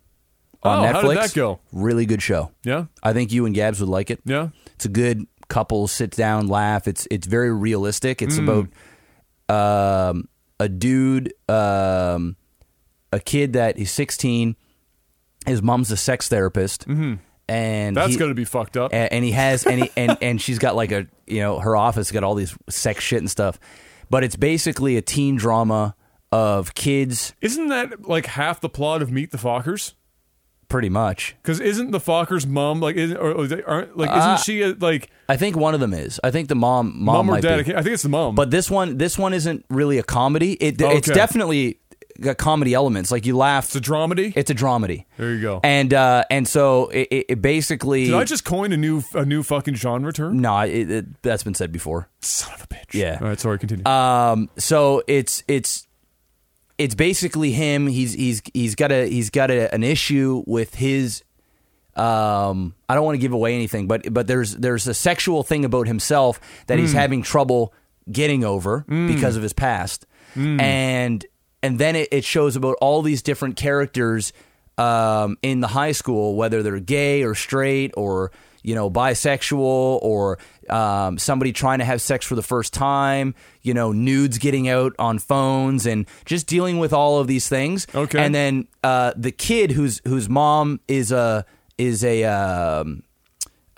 B: on
A: Oh,
B: Netflix.
A: how did that go?
B: Really good show.
A: Yeah,
B: I think you and Gabs would like it.
A: yeah.
B: It's a good couple sit down laugh. It's it's very realistic. It's
A: Mm.
B: about um, a dude, um, a kid that is 16. His mom's a sex therapist, and
A: Mm-hmm. That's
B: he-
A: gonna be fucked up.
B: and, and he has and, he, and and she's got like a you know her office got all these sex shit and stuff, but it's basically a teen drama of kids,
A: Isn't that like half the plot of Meet the Fockers?
B: pretty much.
A: Because isn't the Fockers' mom like isn't or, or they aren't like isn't she a, like
B: I think one of them is. I think the mom Uh, mom,
A: mom, or
B: might
A: dad? I
B: be.
A: can't- I think it's the mom.
B: But this one this one isn't really a comedy. It it's
A: Okay.
B: definitely got comedy elements. Like you laugh.
A: it's a dramedy.
B: It's a dramedy.
A: There you go.
B: And uh and so it, it, it basically
A: Did I just coin a new a new fucking genre term?
B: no, it, it, that's been said before.
A: Son of a bitch.
B: Mm. Yeah.
A: All right. Sorry. Continue.
B: Um, so it's it's it's basically him. He's he's he's got a he's got a, an issue with his. Um, I don't want to give away anything, but but there's there's a sexual thing about himself that he's having trouble getting over because of his past, and and then it, it shows about all these different characters um, in the high school, whether they're gay or straight or you know bisexual or um, somebody trying to have sex for the first time, you know nudes getting out on phones and just dealing with all of these things.
A: Okay.
B: and then uh, the kid whose whose mom is a is a um,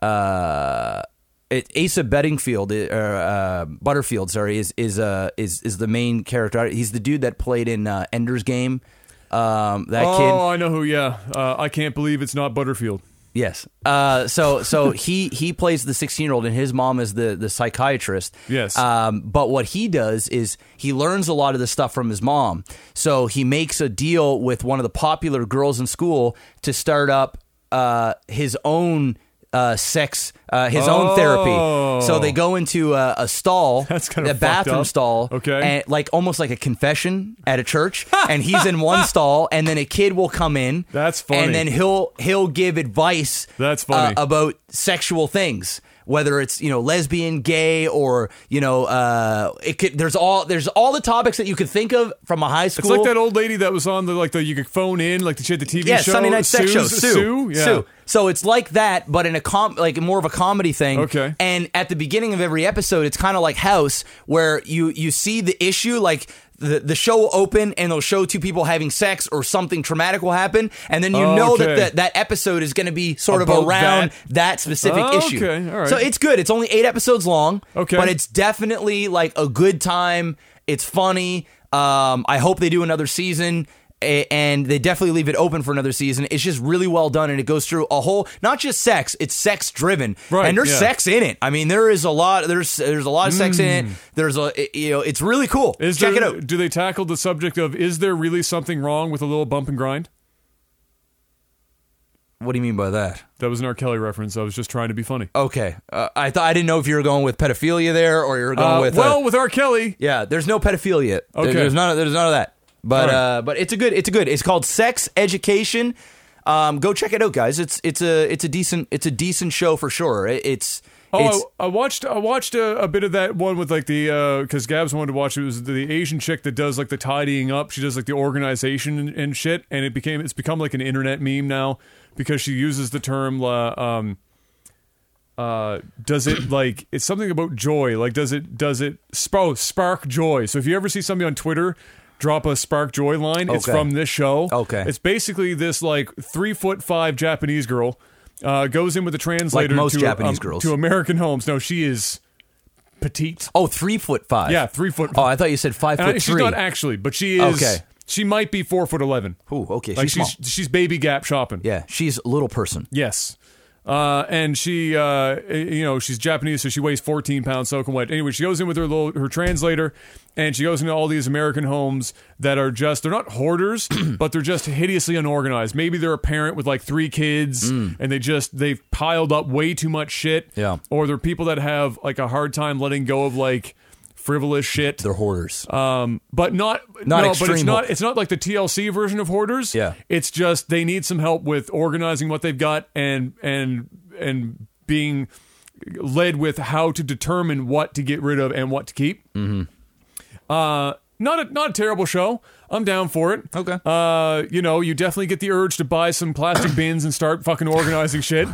B: uh, it, Asa Bedingfield uh, or uh, Butterfield, sorry, is is uh, is is the main character. He's the dude that played in uh, Ender's Game. Um, that
A: oh,
B: kid.
A: I know who. Yeah. Uh, I can't believe it's not Butterfield.
B: Yes. Uh, so so he he plays the 16 year old and his mom is the the psychiatrist.
A: Yes.
B: Um, but what he does is he learns a lot of the stuff from his mom. So he makes a deal with one of the popular girls in school to start up uh, his own. Uh, sex, uh, his own
A: Oh.
B: therapy. So they go into a, a stall,
A: That's kinda
B: a
A: fucked
B: bathroom
A: up.
B: stall,
A: Okay.
B: and like almost like a confession at a church. and he's in one stall, and then a kid will come in.
A: That's funny.
B: And then he'll he'll give advice
A: That's funny.
B: uh, about sexual things whether it's you know lesbian gay or you know uh it could there's all there's all the topics that you could think of from a high
A: It's
B: school
A: like that old lady that was on the like the you could phone in like the she had the TV
B: yeah
A: show
B: sunday night sex show
A: Sue's-
B: sue
A: Sue. Yeah.
B: Sue. so it's like that but in a com like more of a comedy thing
A: Okay.
B: and at the beginning of every episode it's kind of like house where you you see the issue like the, the show will open and they'll show two people having sex or something traumatic will happen and then you know that,
A: Oh, Okay.
B: that that episode is going to be sort
A: About
B: of around
A: that.
B: that, specific
A: Oh,
B: issue
A: okay. All right.
B: so it's good it's only eight episodes long
A: Okay.
B: but it's definitely like a good time it's funny um, i hope they do another season a- and they definitely leave it open for another season it's just really well done and it goes through a whole not just sex it's sex driven
A: Right,
B: and there's
A: yeah.
B: sex in it i mean there is a lot there's there's a lot of sex in it there's a it- you know it's really cool
A: Mm. Is
B: check
A: there,
B: it out
A: Do they tackle the subject of is there really something wrong with a little bump and grind?
B: what do you mean by that
A: That was an R. Kelly reference. I was just trying to be funny.
B: okay uh, i thought i didn't know if you were going with pedophilia there or you were going
A: Uh,
B: with uh,
A: well, with R. Kelly,
B: Yeah, there's no pedophilia. There-
A: Okay.
B: there's none. Of, there's none of that. But
A: All right.
B: uh, but it's a good. It's a good. It's called Sex Education. Um, go check it out, guys. It's it's a it's a decent it's a decent show for sure. It, it's it's
A: Oh, I, I watched I watched a, a bit of that one with like the because Gabs wanted to watch it. It was the, the Asian chick that does like the tidying up. She does like the organization and, and shit, and it became it's become like an internet meme now because she uses the term. Uh, um, uh, does it like it's something about joy? Like does it does it sp- oh, spark joy? So if you ever see somebody on Twitter Drop a Spark Joy line. It's
B: Okay.
A: from this show.
B: Okay.
A: It's basically this like three foot five Japanese girl uh, goes in with a translator
B: most
A: to,
B: Japanese
A: um,
B: girls.
A: to American homes. No, she is petite.
B: Oh, three foot five.
A: Yeah, three foot.
B: Oh, I thought you said five
A: And I-
B: foot
A: she's
B: three.
A: not actually, but she is.
B: Okay.
A: She might be four foot eleven.
B: Ooh, okay,
A: Like
B: she's
A: she's
B: small.
A: she's baby gap shopping.
B: yeah, she's a little person.
A: Yes. Uh, and she, uh, you know, she's Japanese, so she weighs 14 pounds soaking wet. Anyway, she goes in with her little, her translator, and she goes into all these American homes that are just, they're not hoarders, but they're just hideously unorganized. Maybe they're a parent with like three kids, and they just, they've piled up way too much shit.
B: Yeah.
A: Or they're people that have like a hard time letting go of like frivolous shit.
B: They're hoarders.
A: Um, but not
B: Not
A: no, but it's
B: extreme.
A: not it's not like the TLC version of hoarders.
B: Yeah.
A: it's just they need some help with organizing what they've got and and and being led with how to determine what to get rid of and what to keep. Mm-hmm. Uh, not a not a terrible show. I'm down for it.
B: Okay.
A: Uh, you know, you definitely get the urge to buy some plastic bins and start fucking organizing shit.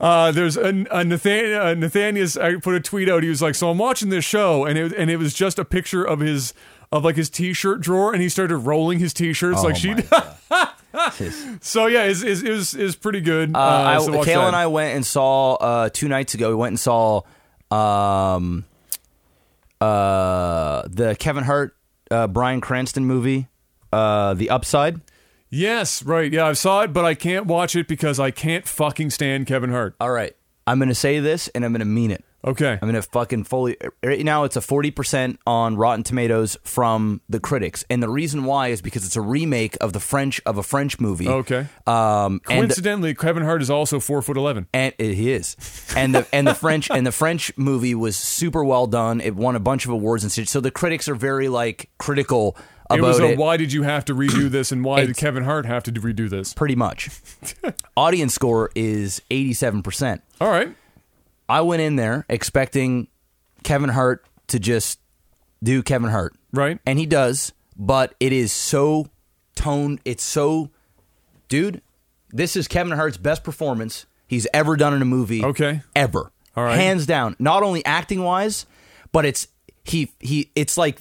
A: Uh, there's a, a Nathan uh, Nathanius. I put a tweet out. He was like, "So I'm watching this show, and it and it was just a picture of his." Of like his T-shirt drawer, and he started rolling his T-shirts
B: Oh
A: like she. so yeah, it's, it's, it was is pretty good. Uh,
B: I,
A: so watch
B: Kale
A: that.
B: and I went and saw uh, two nights ago. We went and saw um, uh, the Kevin Hart, uh, Brian Cranston movie, uh, The Upside.
A: Yes, right. Yeah, I saw it, but I can't watch it because I can't fucking stand Kevin Hart.
B: All right, I'm gonna say this and I'm gonna mean it.
A: Okay.
B: I'm gonna fucking fully. Right now, it's a 40 percent on Rotten Tomatoes from the critics, and the reason why is because it's a remake of the French of a French movie.
A: Okay.
B: Um, and
A: Coincidentally, Kevin Hart is also four foot eleven.
B: and it is, and the and the French and the French movie was super well done. It won a bunch of awards and shit. So the critics are very like critical about
A: It was a
B: it,
A: why did you have to redo this and why did Kevin Hart have to do- redo this?
B: pretty much. Audience score is eighty seven percent.
A: All right.
B: I went in there expecting Kevin Hart to just do Kevin Hart.
A: Right.
B: And he does, but it is so toned. It's so, dude, this is Kevin Hart's best performance he's ever done in a movie.
A: Okay.
B: Ever.
A: All right.
B: Hands down. Not only acting wise, but it's, he, he, it's like,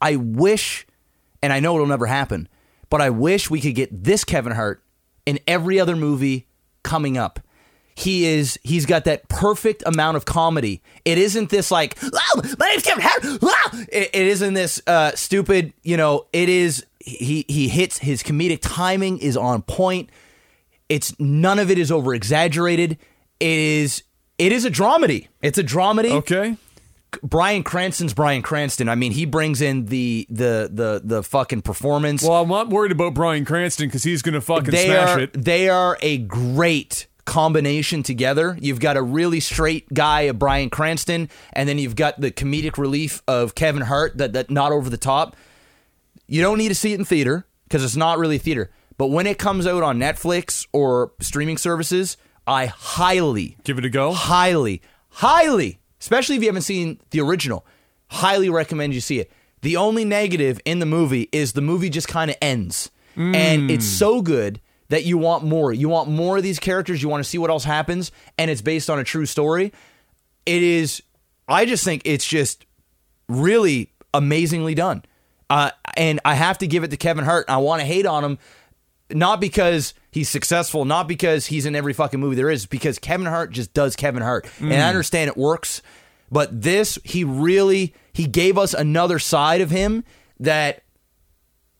B: I wish, and I know it'll never happen, but I wish we could get this Kevin Hart in every other movie coming up. He is, he's got that perfect amount of comedy. It isn't this like, "Wow, my name's Kevin Hart. wow." It, it isn't this uh, stupid, you know, it is, he, he hits, his comedic timing is on point. It's none of it is over exaggerated. It is, it is a dramedy. It's a dramedy.
A: Okay.
B: Brian Cranston's Brian Cranston. I mean, he brings in the the the the fucking performance.
A: Well, I'm not worried about Brian Cranston because he's going to fucking
B: they
A: smash
B: are
A: it.
B: they are a great combination together. You've got a really straight guy of Brian Cranston, and then you've got the comedic relief of Kevin Hart that that not over the top. You don't need to see it in theater because it's not really theater. But when it comes out on Netflix or streaming services, I highly
A: Give it a go.
B: highly, highly, especially if you haven't seen the original, highly recommend you see it. The only negative in the movie is the movie just kind of ends. And it's so good that you want more. You want more of these characters. You want to see what else happens. And it's based on a true story. It is, I just think it's just really amazingly done. Uh, and I have to give it to Kevin Hart. I want to hate on him, not because he's successful, not because he's in every fucking movie there is, because Kevin Hart just does Kevin Hart. And I understand it works, but this, he really, he gave us another side of him that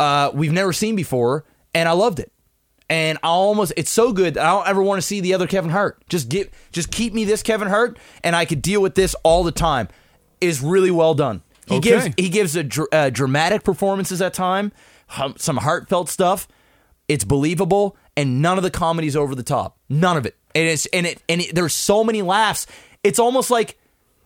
B: uh, we've never seen before, and I loved it. And I almost it's so good that I don't ever want to see the other Kevin Hart. Just get just keep me this Kevin Hart, and I could deal with this all the time. Is really well done. He
A: Okay.
B: gives he gives a dr- uh, dramatic performances at time, hum, some heartfelt stuff. It's believable, and none of the comedy's over the top. None of it. And it's and it and it, there's so many laughs. It's almost like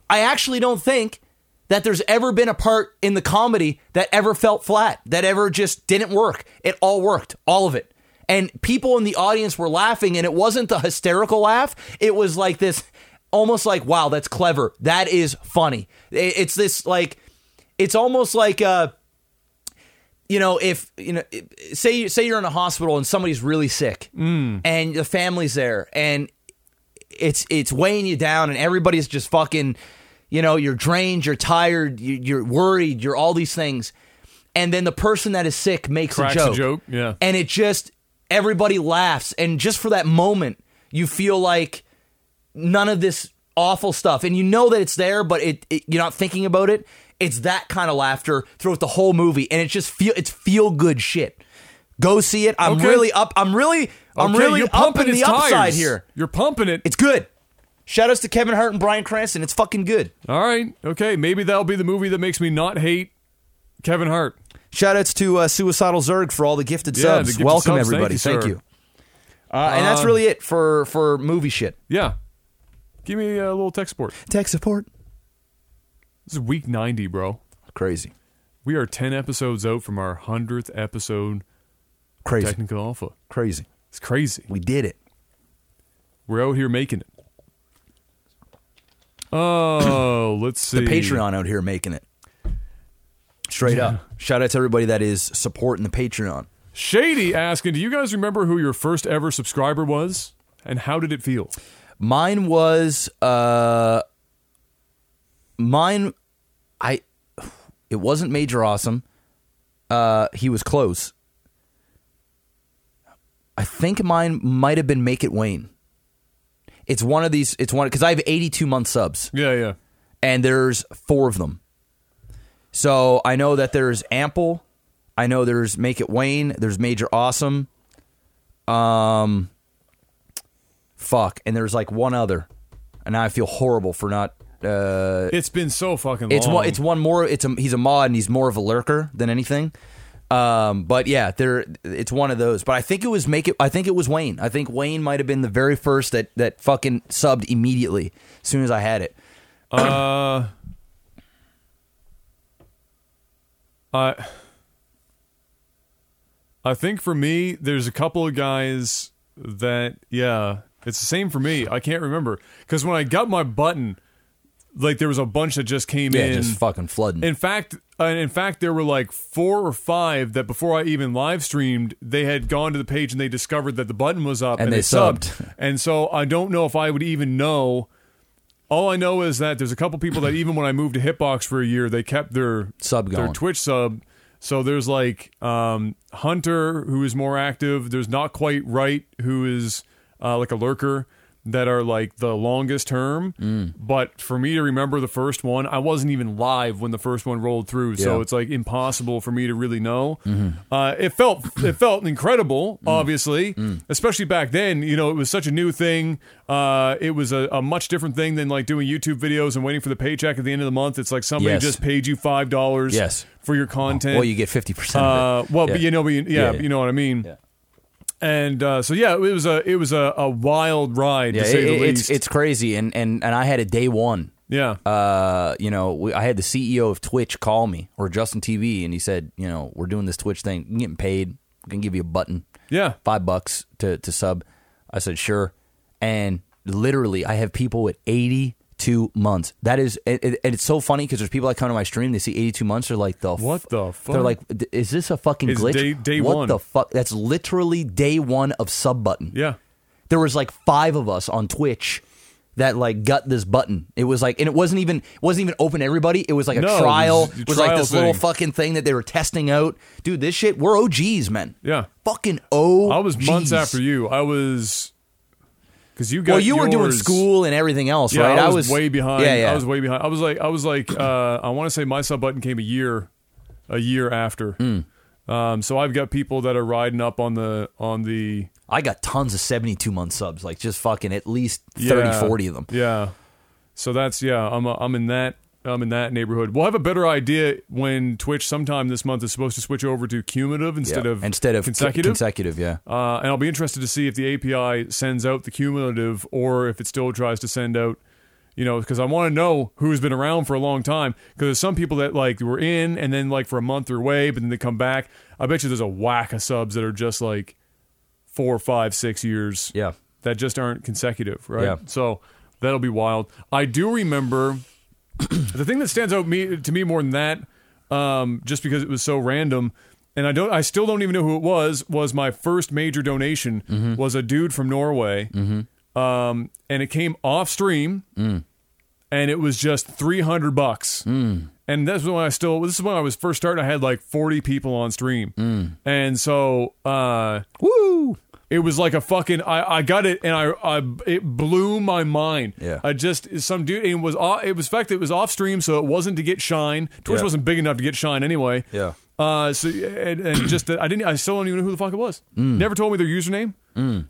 B: I actually don't think that there's ever been a part in the comedy that ever felt flat, that ever just didn't work. It all worked, all of it. And people in the audience were laughing, and it wasn't the hysterical laugh. It was like this almost like, wow, that's clever. That is funny. I- It's this like, it's almost like, uh, you know, if you know, say say you're in a hospital and somebody's really sick,
A: Mm.
B: and the family's there, and it's it's weighing you down and everybody's just fucking you know you're drained you're tired you, you're worried you're all these things and then the person that is sick makes
A: Cracks
B: a
A: a
B: joke.
A: joke, yeah.
B: And it just everybody laughs and just for that moment you feel like none of this awful stuff and you know that it's there but it, it you're not thinking about it it's that kind of laughter throughout the whole movie and it's just feel it's feel good shit go see it i'm
A: Okay.
B: really up i'm really i'm
A: Okay,
B: really
A: you're
B: up
A: pumping
B: in the
A: its
B: upside
A: tires.
B: here
A: You're pumping it.
B: it's good shout outs to kevin hart and brian cranston it's fucking good
A: All right. Okay. Maybe that'll be the movie that makes me not hate Kevin Hart.
B: shout outs to uh, suicidal zerg for all the gifted
A: Yeah, the
B: subs
A: gifted
B: welcome
A: subs. Thank
B: everybody
A: you,
B: thank you,
A: sir.
B: Uh, and that's really it for for movie shit
A: Yeah. Give me a little tech support.
B: tech support
A: This is week 90, bro.
B: crazy
A: We are 10 episodes out from our 100th episode
B: crazy
A: Technical Alpha.
B: crazy
A: It's crazy.
B: we did it
A: We're out here making it. Oh, let's see.
B: the Patreon out here making it. Straight up. Shout out to everybody that is supporting the Patreon.
A: Shady asking, do you guys remember who your first ever subscriber was? And how did it feel?
B: Mine was uh mine I it wasn't Major Awesome. Uh he was close. I think mine might have been Make It Wayne. It's one of these it's one cuz I have 82 month subs.
A: Yeah, yeah.
B: and there's four of them. So I know that there's Ample, I know there's Make It Wayne, there's Major Awesome, um, fuck, and there's like one other, and I feel horrible for not. Uh,
A: It's been so fucking
B: it's
A: long.
B: one. It's one more. It's a. He's a mod, and he's more of a lurker than anything. Um, but yeah, there. It's one of those. But I think it was make it. I think it was Wayne. I think Wayne might have been the very first that that fucking subbed immediately as soon as I had it.
A: Uh, I, I think for me, there's a couple of guys that, yeah, it's the same for me. I can't remember because when I got my button, like there was a bunch that just came
B: Yeah,
A: in.
B: just fucking flooding.
A: in fact, uh, in fact, there were like four or five that before I even live streamed, they had gone to the page and they discovered that the button was up
B: And they subbed.
A: And so I don't know if I would even know. All I know is that there's a couple people that even when I moved to Hitbox for a year, they kept their
B: Sub
A: their
B: going.
A: Twitch sub. So there's like um, Hunter who is more active. There's not quite right who is uh, like a lurker that are like the longest term.
B: Mm.
A: But for me to remember the first one, I wasn't even live when the first one rolled through, so
B: Yeah. Mm-hmm.
A: it's like impossible for me to really know. Uh, it felt it felt incredible,
B: Mm.
A: obviously, especially back then. You know, it was such a new thing. Uh, it was a, a much different thing than like doing YouTube videos and waiting for the paycheck at the end of the month. It's like somebody
B: Yes.
A: just paid you five dollars
B: Yes.
A: for your content.
B: Well, you get fifty percent.
A: Eh, uh, well, but you know, but you, yeah,
B: Yeah, yeah.
A: you know what I mean. And uh, so yeah, it was a it was a, a wild ride to say the least.
B: it's it's crazy, and and and I had a day one.
A: yeah,
B: Uh, you know, we, I had the CEO of Twitch call me or Justin TV, and he said, you know, we're doing this Twitch thing. You're getting paid. We can give you a button,
A: yeah.
B: five bucks to to sub. I said sure, and literally, I have people with eighty two months. That is, and, and and it's so funny because there's people that come to my stream. They see 82 months. They're like, the
A: What the fuck?
B: They're like, "D- is this a fucking
A: It's
B: glitch?
A: day- day
B: what
A: one.
B: the fuck? That's literally day one of sub button.
A: Yeah.
B: there was like five of us on Twitch that like got this button. It was like, and it wasn't even it wasn't even open to everybody. It was like a
A: No, it was
B: trial. It
A: a
B: was, like
A: trial
B: this little
A: thing.
B: fucking thing that they were testing out. Dude, this shit, we're OGs, man.
A: Yeah.
B: fucking OGs.
A: I was months after you. I was because you got
B: Well, you were doing
A: yours-
B: school and everything else,
A: Yeah,
B: right?
A: I, was way behind.
B: Yeah, yeah.
A: I was way behind. I was like, I was like, uh, I want to say my sub button came a year, a year after.
B: Hmm.
A: Um, so I've got people that are riding up on the on the
B: I got tons of seventy-two month subs, like just fucking at least 30,
A: yeah,
B: 40 of them.
A: Yeah. So that's yeah. I'm uh, I'm in that I'm in that neighborhood. We'll have a better idea when Twitch sometime this month is supposed to switch over to cumulative instead
B: Yeah.
A: of
B: instead of
A: consecutive.
B: consecutive, yeah.
A: Uh, and I'll be interested to see if the API sends out the cumulative or if it still tries to send out, you know, because I want to know who's been around for a long time. Because there's some people that like were in and then like for a month they're away, but then they come back. I bet you there's a whack of subs that are just like four, five, six years.
B: Yeah.
A: That just aren't consecutive, right?
B: Yeah.
A: So that'll be wild. I do remember the thing that stands out me to me more than that, um, just because it was so random, and I don't, I still don't even know who it was. Was my first major donation was a dude from Norway, um,
B: Hmm.
A: and it came off stream, and it was just three hundred bucks, and that's when I still. This is when I was first starting. I had like forty people on stream, and so uh,
B: Hmm. Woo!
A: it was like a fucking. I, I got it, and I, I it blew my mind.
B: Yeah.
A: I just some dude. It was off, it was in fact it was off stream, so it wasn't to get shine. Twitch
B: Yeah.
A: wasn't big enough to get shine anyway.
B: Yeah.
A: Uh, so and, and just that I didn't. I still don't even know who the fuck it was.
B: Mm.
A: Never told me their username.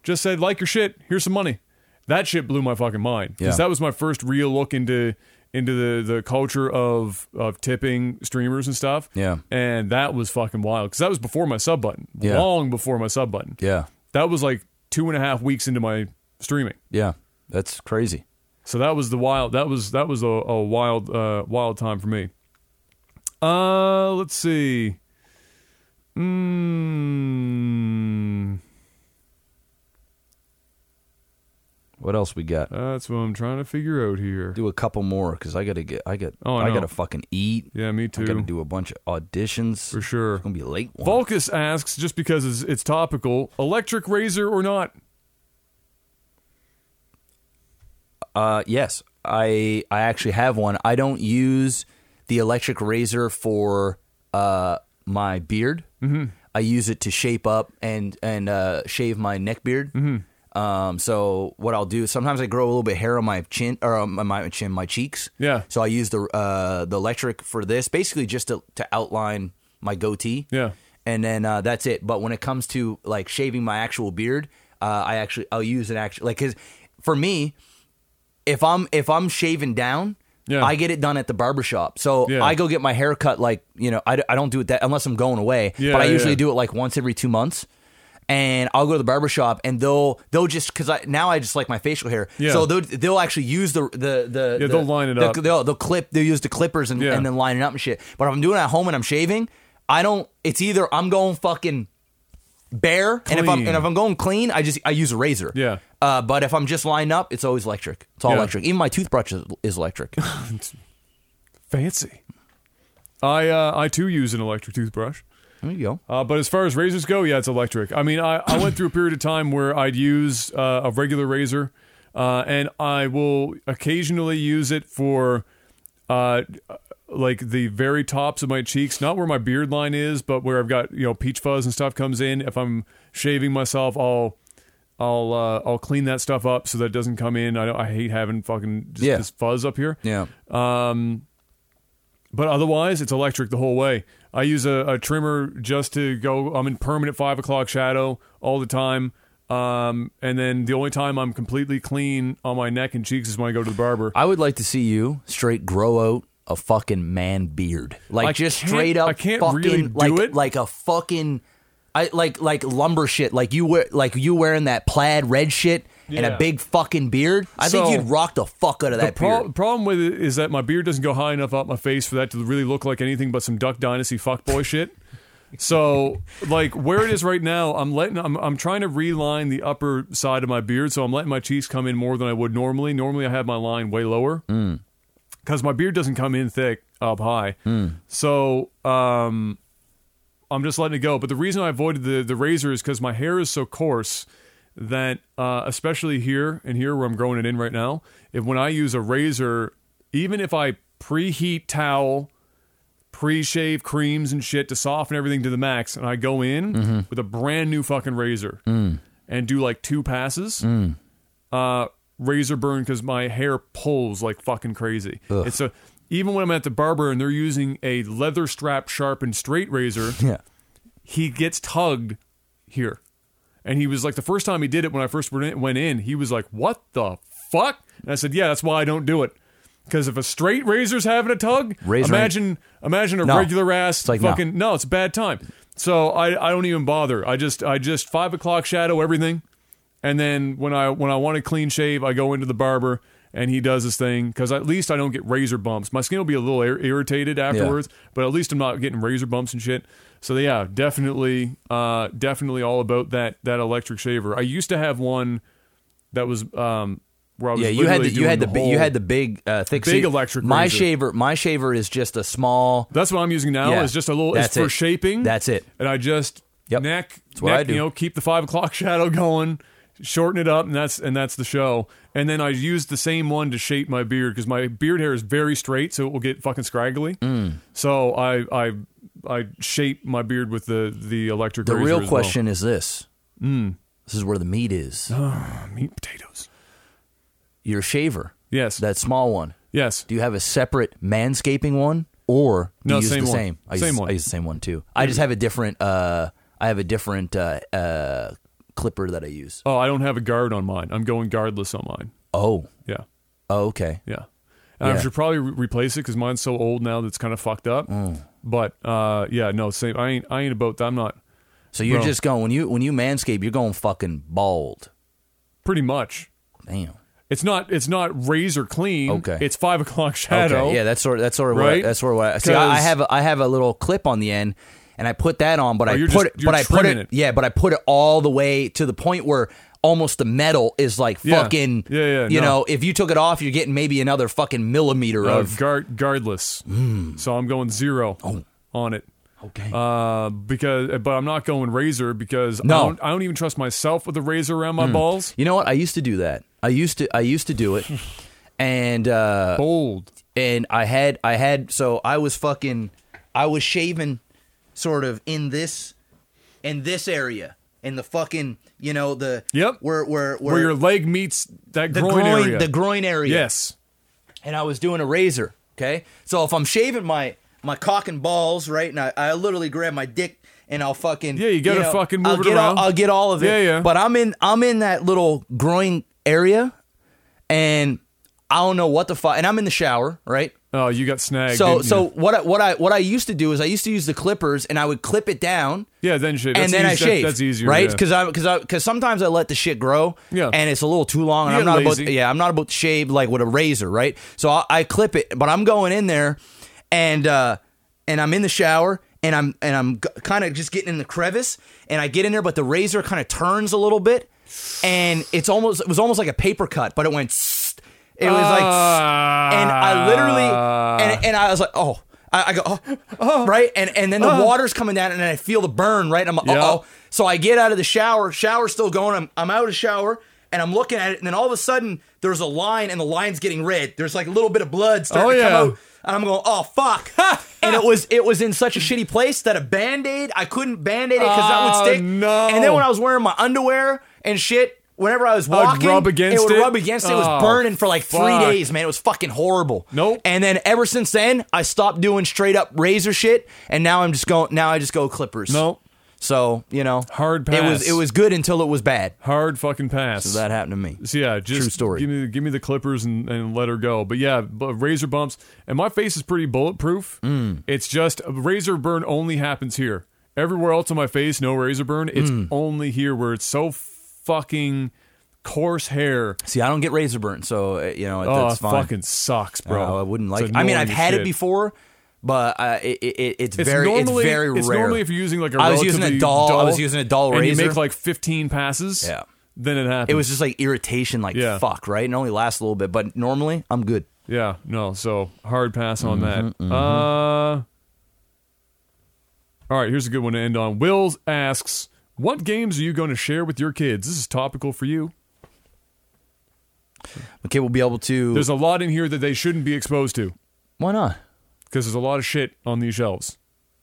A: Just said like your shit. Here's some money. That shit blew my fucking mind because
B: Yeah.
A: that was my first real look into into the the culture of of tipping streamers and stuff.
B: Yeah.
A: and that was fucking wild because that was before my sub button.
B: Yeah.
A: long before my sub button.
B: Yeah.
A: That was like two and a half weeks into my streaming.
B: Yeah. That's crazy.
A: So that was the wild. That was that was a, a wild uh, wild time for me. Uh, let's see. Mm,
B: What else we got?
A: that's what I'm trying to figure out here.
B: Do a couple more because I gotta get. I got.
A: Oh,
B: I
A: no.
B: gotta fucking eat.
A: Yeah, me
B: I gotta
A: too.
B: do a bunch of auditions.
A: For sure.
B: It's gonna be a late one.
A: Vulcus asks just because it's, it's topical: electric razor or not?
B: Uh, yes, I I actually have one. I don't use the electric razor for uh my beard. Mm-hmm. I use it to shape up and and uh, shave my neck beard. Mm-hmm. Um, so what I'll do is sometimes I grow a little bit hair on my chin or on my, my chin, my cheeks.
A: Yeah.
B: So I use the uh the electric for this, basically just to to outline my goatee.
A: Yeah.
B: And then uh, that's it. But when it comes to like shaving my actual beard, uh, I actually I'll use an actual like because for me if I'm if I'm shaving down,
A: Yeah.
B: I get it done at the barbershop. So
A: Yeah.
B: I go get my hair cut like, you know, I, d- I don't do it that unless I'm going away,
A: Yeah,
B: but I usually
A: yeah.
B: do it like once every 2 months. And I'll go to the barbershop and they'll they'll just cuz I now I just like my facial hair.
A: Yeah.
B: So they'll they'll actually use the the the
A: Yeah,
B: the-
A: they'll line it
B: the-
A: up.
B: They'll they'll clip they'll use the clippers and,
A: Yeah.
B: and then line it up and shit. But if I'm doing it at home and I'm shaving, I don't it's either I'm going fucking bare and if I'm
A: Clean.
B: and if I'm going clean, I just I use a razor.
A: Yeah.
B: Uh, but if I'm just lined up, it's always electric. It's all
A: Yeah.
B: electric. Even my toothbrush is, is electric.
A: Fancy. I uh, I too use an electric toothbrush.
B: there you go.
A: Uh, but as far as razors go, yeah, it's electric. I mean, I, I went through a period of time where I'd use uh, a regular razor, uh, and I will occasionally use it for uh, like the very tops of my cheeks, not where my beard line is, but where I've got you know peach fuzz and stuff comes in. If I'm shaving myself, I'll I'll uh, I'll clean that stuff up so that it doesn't come in. I, don't, I hate having fucking just,
B: Yeah.
A: this fuzz up here.
B: Yeah.
A: But otherwise, it's electric the whole way. I use a, a trimmer just to go. I'm in permanent five o'clock shadow all the time. Um, and then the only time I'm completely clean on my neck and cheeks is when I go to the barber.
B: I would like to see you straight grow out a fucking man beard. Like
A: I
B: just
A: can't-
B: straight up
A: I can't
B: fucking
A: really do
B: like
A: it.
B: like a fucking I like like lumber shit. Like you wear like you wearing that plaid red shit and
A: Yeah.
B: a big fucking beard. I
A: So-
B: think you'd rock the fuck out of
A: The
B: that
A: pro-
B: beard.
A: problem with it is that my beard doesn't go high enough up my face for that to really look like anything but some Duck Dynasty fuckboy shit. So, like where it is right now, I'm letting I'm I'm trying to reline the upper side of my beard, so I'm letting my cheeks come in more than I would normally. Normally, I have my line way lower
B: Hmm.
A: because my beard doesn't come in thick up high.
B: Hmm.
A: So, um, I'm just letting it go. But the reason I avoided the the razor is because my hair is so coarse that, uh, especially here and here where I'm growing it in right now, if when I use a razor, even if I preheat towel, pre-shave creams and shit to soften everything to the max, and I go in with a brand new fucking razor and do like two passes. Uh, razor burn because my hair pulls like fucking crazy. It's a even when I'm at the barber and they're using a leather strap sharpened straight razor,
B: Yeah.
A: he gets tugged here. And he was like, the first time he did it, when I first went in- went in, he was like, what the fuck? And I said, yeah, that's why I don't do it. Because if a straight razor's having a tug,
B: Razor ain't-
A: imagine imagine a
B: No.
A: regular ass
B: like, no.
A: fucking no. it's a bad time. So I, I don't even bother. I just I just five o'clock shadow everything, and then when I when I want a clean shave, I go into the barber and he does his thing because at least I don't get razor bumps. My skin will be a little ir- irritated afterwards, but at least I'm not getting razor bumps and shit. So yeah, definitely uh definitely all about that that electric shaver. I used to have one that was um where I was
B: Yeah, you had the
A: literally
B: you had the,
A: doing
B: bi- you
A: whole-
B: had the big uh, thick
A: Big
B: seat.
A: electric
B: My
A: razor.
B: shaver my shaver is just a small
A: That's what I'm using now.
B: Yeah.
A: It's just a little.
B: That's
A: it's for
B: it.
A: shaping.
B: That's it.
A: And I just
B: Yep.
A: neck,
B: what
A: neck
B: I do.
A: you know, keep the five o'clock shadow going, shorten it up, and that's and that's the show. And then I used the same one to shape my beard because my beard hair is very straight, so it will get fucking scraggly.
B: Mm.
A: So I I I shape my beard with the the electric.
B: The
A: razor
B: real
A: as well.
B: question is this.
A: Hmm.
B: This is where the meat is.
A: Uh-huh. meat potatoes.
B: Your shaver,
A: Yes.
B: that small one.
A: yes.
B: Do you have a separate manscaping one or do
A: No,
B: you use
A: same
B: the
A: one.
B: same? I
A: Same
B: use,
A: one.
B: I use the same one too. I just have a different uh I have a different uh uh clipper that I use.
A: Oh, I don't have a guard on mine. I'm going guardless on mine.
B: Oh.
A: Yeah.
B: Oh, okay.
A: Yeah. And
B: Yeah.
A: I should probably re- replace it because mine's so old now that's kind of fucked up.
B: Mm.
A: But uh, yeah, no, same. I ain't. I ain't about that. I'm not.
B: So you're
A: Bro.
B: just going when you when you manscape, you're going fucking bald.
A: Pretty much.
B: Damn.
A: It's not. It's not razor clean.
B: Okay.
A: It's five o'clock shadow.
B: Okay, yeah, that's sort of that's sort of what I,
A: Right?
B: that's sort of what I see. I, I
A: 'Cause-
B: have a, I have a little clip on the end, and I put that on, but I
A: Oh, you're just-
B: put it,
A: you're
B: but I put
A: trimming
B: it,
A: it.
B: yeah, but I put it all the way to the point where almost the metal is like
A: Yeah.
B: fucking,
A: Yeah, yeah,
B: you
A: no.
B: know, if you took it off, you're getting maybe another fucking millimeter
A: Uh,
B: of.
A: guard guardless.
B: Hmm.
A: So I'm going zero
B: Oh.
A: on it.
B: Okay.
A: Uh, because but I'm not going razor because
B: No. Hmm.
A: I don't, I don't even trust myself with a razor around my balls.
B: you know what? I used to do that. I used to I used to do it, and uh,
A: Bold.
B: and I had I had so I was fucking I was shaving sort of in this in this area in the fucking you know the
A: Yep.
B: where where where,
A: Where your leg meets that
B: the
A: groin,
B: groin,
A: area.
B: the groin area
A: Yes.
B: and I was doing a razor okay so if I'm shaving my my cock and balls right and I, I literally grab my dick and I'll fucking
A: Yeah, you gotta
B: know,
A: fucking move
B: I'll
A: it
B: get all-
A: around.
B: I'll get all of it
A: Yeah, yeah.
B: but I'm in I'm in that little groin area and I don't know what the fuck and I'm in the shower right
A: Oh, you got snagged.
B: so
A: didn't
B: so
A: you?
B: what I, what I what I used to do is I used to use the clippers and I would clip it down
A: yeah, then shave.
B: and
A: That's
B: then I
A: easy- that-
B: shave.
A: That's easier,
B: right?
A: yeah.
B: Because I because I because sometimes I let the shit grow.
A: Yeah.
B: and it's a little too long. And
A: You
B: I'm
A: get
B: not about
A: lazy.
B: yeah I'm not about to shave like with a razor, right? So I, I clip it, but I'm going in there, and uh and I'm in the shower. And I'm and I'm kind of just getting in the crevice, and I get in there, but the razor kind of turns a little bit, and it's almost it was almost like a paper cut, but it went. It was like
A: Ah.
B: and I literally and, and I was like, oh, I, I go, oh, right, and and then the water's coming down, and then I feel the burn, right, and I'm like,
A: Uh-huh. Yeah.
B: oh, so I get out of the shower, shower's still going, I'm I'm out of the shower. And I'm looking at it, and then all of a sudden, there's a line, and the line's getting red. There's like a little bit of blood starting
A: Oh,
B: to
A: yeah.
B: come out, and I'm going, "Oh fuck!" and it was it was in such a shitty place that a band aid, I couldn't band aid it because that
A: Oh,
B: would stick.
A: no.
B: And then when I was wearing my underwear and shit, whenever I was walking,
A: rub against
B: it would
A: it?
B: rub against it. It was
A: Oh,
B: burning for like three
A: fuck.
B: days days, man. It was fucking horrible.
A: Nope.
B: And then ever since then, I stopped doing straight up razor shit, and now I'm just going. Now I just go Clippers.
A: Nope.
B: So you know,
A: Hard
B: It
A: pass.
B: was it was good until it was bad.
A: hard fucking pass.
B: That happened to me.
A: So yeah, just
B: True story.
A: Give me the, give me the clippers and, and let her go. But yeah, but razor bumps and my face is pretty bulletproof.
B: Mm.
A: It's just uh, razor burn only happens here. Everywhere else on my face, no razor burn. It's
B: Mm.
A: only here where it's so fucking coarse hair.
B: See, I don't get razor burn, so uh, you know
A: Oh,
B: that's
A: it
B: fine.
A: fucking sucks, bro.
B: Uh, I wouldn't
A: It's
B: like. I mean,
A: annoying
B: I've
A: as
B: had it
A: shit.
B: before, but uh, it, it, it's,
A: It's
B: very
A: normally
B: it's very
A: it's
B: rare.
A: normally if you're using like a
B: I was using a
A: relatively
B: dull- I was using a dull
A: and
B: razor.
A: You make like 15 passes.
B: Yeah.
A: Then it happens.
B: it was just like irritation, like
A: Yeah.
B: fuck, right? And it only lasts a little bit, but normally I'm good.
A: Yeah, no. So hard pass on that.
B: Mm-hmm,
A: Uh, all right, here's a good one to end on. Wills asks, "What games are you going to share with your kids?" This is topical for you.
B: Okay, we'll be able to.
A: There's a lot in here that they shouldn't be exposed to
B: why not?
A: because there's a lot of shit on these shelves.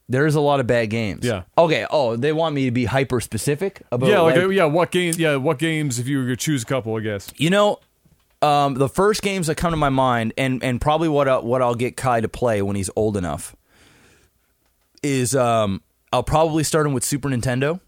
B: There is a lot of bad games.
A: Yeah.
B: Okay. Oh, they want me to be hyper specific about.
A: yeah, like,
B: like-
A: uh, yeah, what games? Yeah, what games? If you were to choose a couple, I guess.
B: you know, um, the first games that come to my mind, and and probably what I, what I'll get Kai to play when he's old enough, is um, I'll probably start him with Super Nintendo.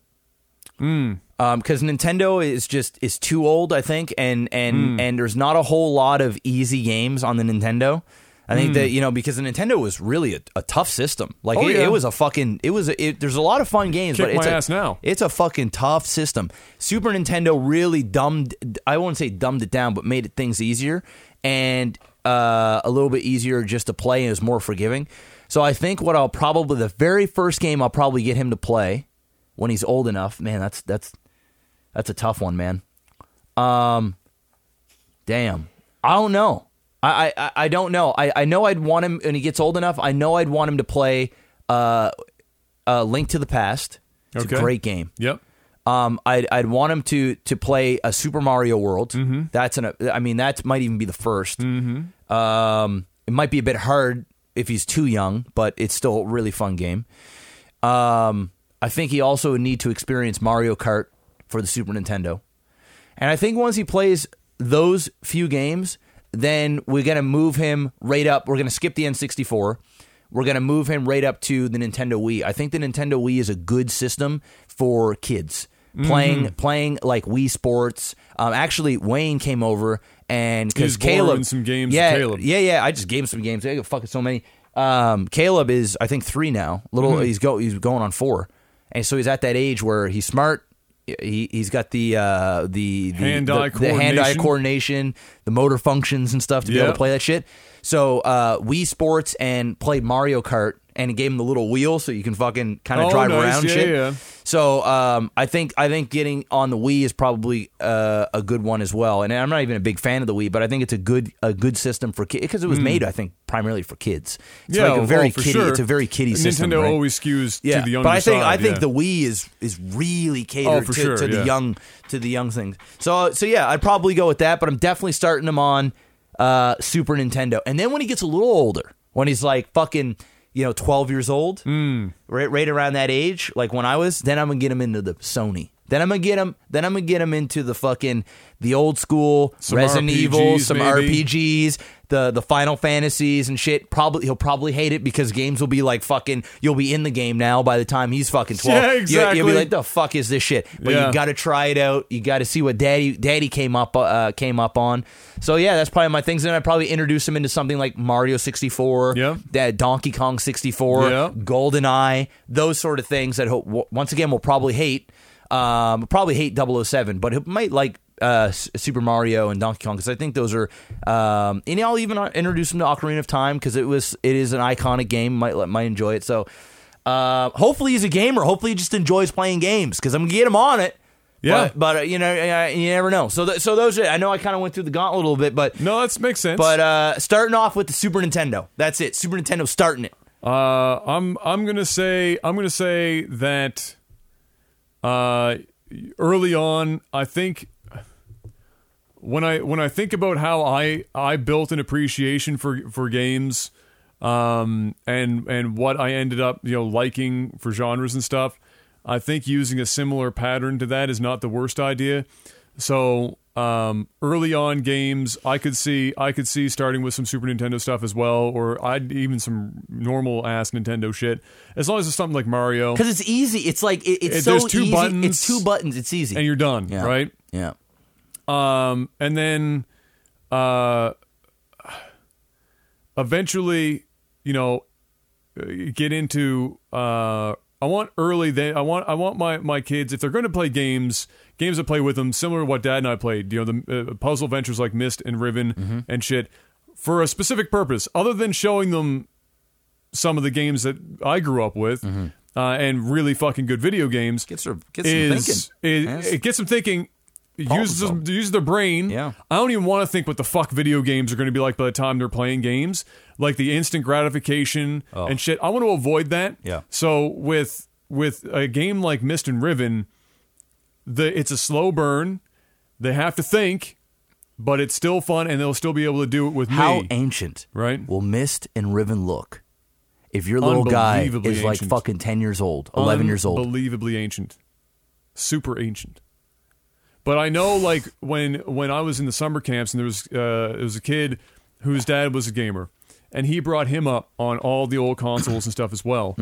A: Hmm.
B: because Nintendo is just is too old, I think, and and
A: Hmm.
B: and there's not a whole lot of easy games on the Nintendo. I think that you know because the Nintendo was really a, a tough system. Like
A: Hmm. Oh,
B: it,
A: yeah.
B: it was a fucking it was a, it, there's a lot of fun games,
A: Kick
B: but it's
A: my
B: a,
A: ass now.
B: It's a fucking tough system. Super Nintendo really dumbed I won't say dumbed it down, but made it things easier and uh, a little bit easier just to play and it was more forgiving. So I think what I'll probably the very first game I'll probably get him to play when he's old enough. Man, that's that's that's a tough one, man. Um, damn, I don't know. I I, I- I don't know. I, I know I'd want him when he gets old enough. I know I'd want him to play uh, uh Link to the Past. It's
A: Okay.
B: a great game.
A: Yep.
B: Um, I'd, I'd want him to to play a Super Mario World. That's an. I mean, that might even be the 1st Um, it might be a bit hard if he's too young, but it's still a really fun game. Um, I think he also would need to experience Mario Kart for the Super Nintendo. And I think once he plays those few games, then we're going to move him right up. We're going to skip the N64. We're going to move him right up to the Nintendo Wii. I think the Nintendo Wii is a good system for kids. Playing,
A: Mm-hmm.
B: playing like Wii Sports. Um, actually, Wayne came over and
A: He's
B: because
A: borrowing
B: Caleb,
A: some games to
B: yeah,
A: Caleb.
B: yeah, yeah. I just gave him some games. I got fucking so many. Um, Caleb is, I think, three now. Little,
A: Mm-hmm.
B: he's go, he's going on four, and so he's at that age where he's smart. He he's got the uh, the, the
A: Hand-eye
B: the, the hand eye
A: coordination.
B: coordination, the motor functions and stuff to be able
A: Yeah.
B: to play that shit. So uh, Wii Sports and played Mario Kart and gave him the little wheel so you can fucking kind of
A: Oh,
B: drive
A: nice.
B: around and
A: Yeah,
B: shit.
A: yeah.
B: So um, I think I think getting on the Wii is probably uh, a good one as well. And I'm not even a big fan of the Wii, but I think it's a good a good system for kids because it was made I think primarily for kids. It's like a
A: Hmm. well,
B: very
A: for
B: kiddie.
A: sure.
B: It's a very kiddie
A: Nintendo
B: system. right?
A: always skews
B: yeah,
A: to the younger
B: but I think
A: side,
B: I think
A: yeah. Oh,
B: the Wii is is really catered
A: for
B: to,
A: sure,
B: to the
A: yeah.
B: young to the young things. So so yeah, I'd probably go with that, but I'm definitely starting him on uh, Super Nintendo, and then when he gets a little older, when he's like fucking you know 12 years old,
A: Mm.
B: right right around that age, like when I was, then I'm gonna get him into the Sony. Then I'm gonna get him. Then I'm gonna get him into the fucking the old school
A: Some
B: Resident
A: RPGs,
B: Evil, some
A: maybe.
B: RPG. RPGs, the the Final Fantasies and shit. Probably he'll probably hate it because games will be like fucking. You'll be in the game now by the time he's fucking twelve.
A: Yeah,
B: You- You'll
A: exactly.
B: be like, the fuck is this shit? But
A: Yeah.
B: you got to try it out. You got to see what daddy daddy came up uh, came up on. So yeah, that's probably my things. Then I probably introduce him into something like Mario sixty four.
A: Yeah.
B: That Donkey Kong sixty four.
A: Yeah.
B: Golden Eye. Those sort of things that he'll, w- once again will probably hate. Um, probably hate 007, but he might like uh, S- Super Mario and Donkey Kong because I think those are. Um, and I'll even uh, introduce him to Ocarina of Time because it was it is an iconic game. Might let might enjoy it. So uh, hopefully he's a gamer. Hopefully he just enjoys playing games because I'm gonna get him on it.
A: Yeah.
B: but, but uh, you know uh, you never know. So th- so those are, I know I kind of went through the gauntlet a little bit, but
A: no, that makes sense.
B: but uh, starting off with the Super Nintendo. That's it. Super Nintendo starting it.
A: Uh, I'm I'm gonna say I'm gonna say that uh, early on, I think when I when I think about how I I built an appreciation for for games, um, and and what I ended up you know liking for genres and stuff, I think using a similar pattern to that is not the worst idea. So um, early on games, I could see I could see starting with some Super Nintendo stuff as well, or I'd even some normal ass Nintendo shit, as long as it's something like Mario,
B: Because it's easy. It's like it, it's
A: It-
B: so
A: there's two
B: easy.
A: buttons,
B: it's two buttons. It's easy.
A: and you're done,
B: Yeah.
A: right?
B: yeah.
A: Um, and then uh, eventually, you know, get into. Uh, I want early. They. I want. I want my my kids if they're going to play games, games to play with them, similar to what Dad and I played. You know, the uh, puzzle ventures like Mist and Riven and shit, for a specific purpose, other than showing them some of the games that I grew up with. Uh, and really fucking good video games
B: Gets her- gets them
A: is,
B: thinking.
A: is-
B: Yes.
A: it gets them thinking. Uses
B: solving.
A: them use their brain.
B: Yeah.
A: I don't even want to think what the fuck video games are going to be like by the time they're playing games, like the instant gratification and shit. I want to avoid that.
B: Oh. Yeah.
A: So with with a game like Mist and Riven, the it's a slow burn. They have to think, but it's still fun, and they'll still be able to do it with
B: How
A: me.
B: ancient,
A: Right.
B: Will Mist and Riven look if your little guy is
A: Unbelievably
B: like
A: ancient.
B: fucking ten years old, eleven years old?
A: Unbelievably ancient. Super ancient. But I know like when when I was in the summer camps and there was uh there was a kid whose dad was a gamer and he brought him up on all the old consoles and stuff as well.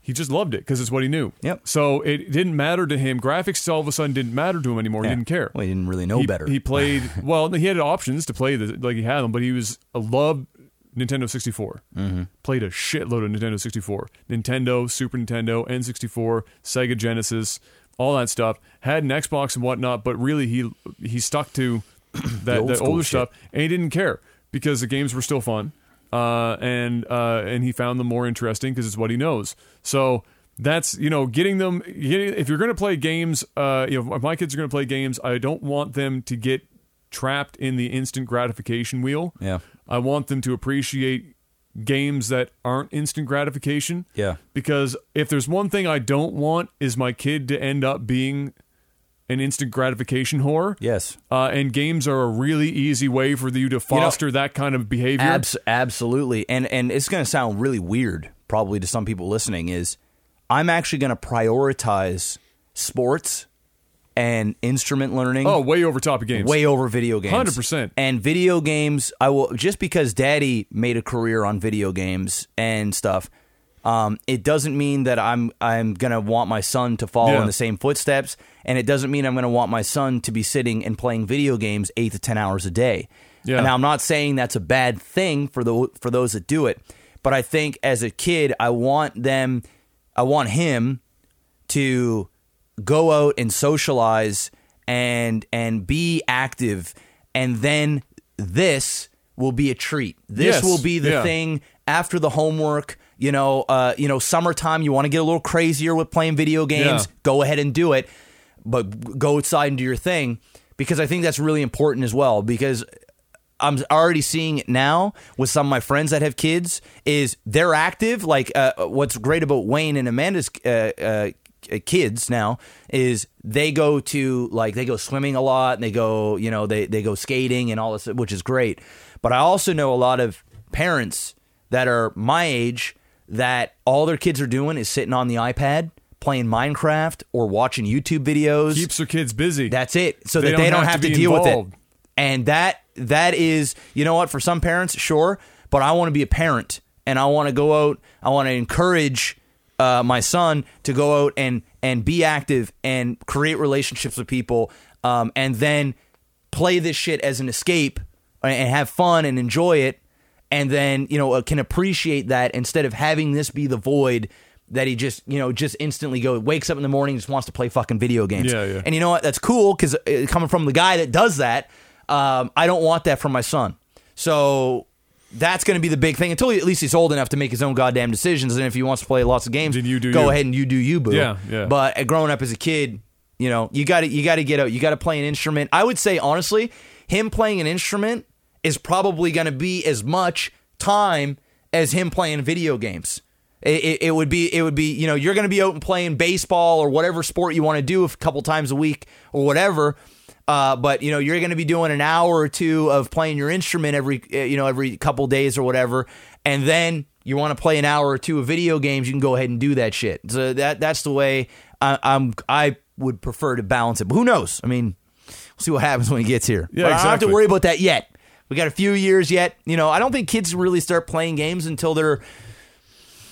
A: He just loved it because it's what he knew.
B: Mm-hmm. Yep.
A: So it didn't matter to him. Graphics all of a sudden didn't matter to him anymore. He didn't care.
B: Well, he didn't really know
A: he,
B: better.
A: He played well. He had options to play the like he had them, but he was a loved Nintendo 64.
B: Mm-hmm.
A: Played a shitload of Nintendo 64, Nintendo, Super Nintendo, N64, Sega Genesis, all that stuff. Had an Xbox and whatnot, but really he he stuck to that,
B: old
A: that
B: school
A: older
B: shit.
A: stuff, and he didn't care because the games were still fun, uh, and uh, and he found them more interesting because it's what he knows. So that's you know getting them. Getting, if you're going to play games, uh, you know if my kids are going to play games, I don't want them to get trapped in the instant gratification wheel.
B: Yeah.
A: I want them to appreciate games that aren't instant gratification.
B: Yeah.
A: Because if there's one thing I don't want is my kid to end up being an instant gratification whore.
B: Yes.
A: Uh, and games are a really easy way for you to foster that kind of behavior.
B: Abs- absolutely. And and it's going to sound really weird probably to some people listening is I'm actually going to prioritize sports and instrument learning
A: oh, way over top of games.
B: way over video games.
A: 100%.
B: And video games, I will just because daddy made a career on video games and stuff. Um, it doesn't mean that I'm I'm gonna want my son to follow
A: Yeah.
B: in the same footsteps, and it doesn't mean I'm gonna want my son to be sitting and playing video games eight to ten hours a day.
A: Yeah.
B: And I'm not saying that's a bad thing for the for those that do it, but I think as a kid, I want them, I want him to go out and socialize and and be active and then this will be a treat this
A: Yes,
B: will be the
A: yeah.
B: thing after the homework you know uh you know summertime you want to get a little crazier with playing video games
A: Yeah.
B: go ahead and do it but go outside and do your thing because i think that's really important as well because I'm already seeing it now with some of my friends that have kids is they're active. Like uh, what's great about Wayne and Amanda's uh, uh, kids now is they go to like they go swimming a lot and they go you know they they go skating and all this which is great. But I also know a lot of parents that are my age that all their kids are doing is sitting on the iPad playing Minecraft or watching YouTube videos.
A: Keeps their kids busy.
B: That's it. So
A: They
B: that they
A: don't
B: don't
A: have
B: have
A: to
B: to,
A: be
B: deal
A: involved.
B: with it. And that that is, you know what, for some parents, sure, but I want to be a parent and I want to go out, I want to encourage uh, my son to go out and and be active and create relationships with people um, and then play this shit as an escape and- and have fun and enjoy it and then you know uh, can appreciate that instead of having this be the void that he just you know just instantly go wakes up in the morning and just wants to play fucking video games
A: Yeah, yeah.
B: and you know what? That's cool because coming from the guy that does that, um, I don't want that from my son. So that's going to be the big thing until he, at least he's old enough to make his own goddamn decisions. And if he wants to play lots of games,
A: Then you do
B: go
A: you.
B: ahead and you do you, boo.
A: Yeah, yeah.
B: But uh, growing up as a kid, you know, you got to you got to get out. You got to play an instrument. I would say honestly, him playing an instrument is probably going to be as much time as him playing video games. It, it, it would be it would be you know you're going to be out and playing baseball or whatever sport you want to do a couple times a week or whatever. Uh, but you know you're going to be doing an hour or two of playing your instrument every uh, you know every couple days or whatever, and then you want to play an hour or two of video games. You can go ahead and do that shit. So that that's the way I, I'm I would prefer to balance it. But who knows? I mean, we'll see what happens when he gets here.
A: Yeah,
B: but I don't have to
A: exactly.
B: worry about that yet. We got a few years yet. You know, I don't think kids really start playing games until they're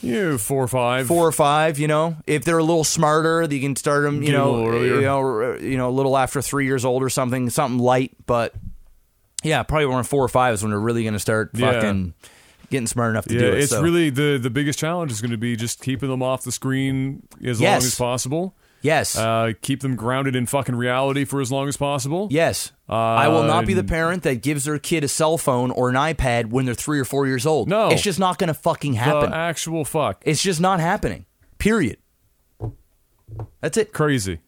A: you four or five.
B: four or five. You know, if they're a little smarter, you can start them. You
A: Get 'em a
B: know, eh,
A: little earlier.
B: you know, r- you know, a little after three years old or something, something light. But yeah, probably around four or five is when they're really going to start
A: Yeah.
B: fucking getting smart enough to
A: Yeah,
B: do it.
A: it's
B: so.
A: really the the biggest challenge is going to be just keeping them off the screen as long
B: Yes.
A: as possible.
B: yes,
A: Uh, keep them grounded in fucking reality for as long as possible.
B: yes. I will not
A: uh,
B: be the parent that gives their kid a cell phone or an iPad when they're three or four years old.
A: No.
B: it's just not going to fucking
A: the
B: happen.
A: Uh, actual fuck,
B: it's just not happening. Period. That's it.
A: crazy.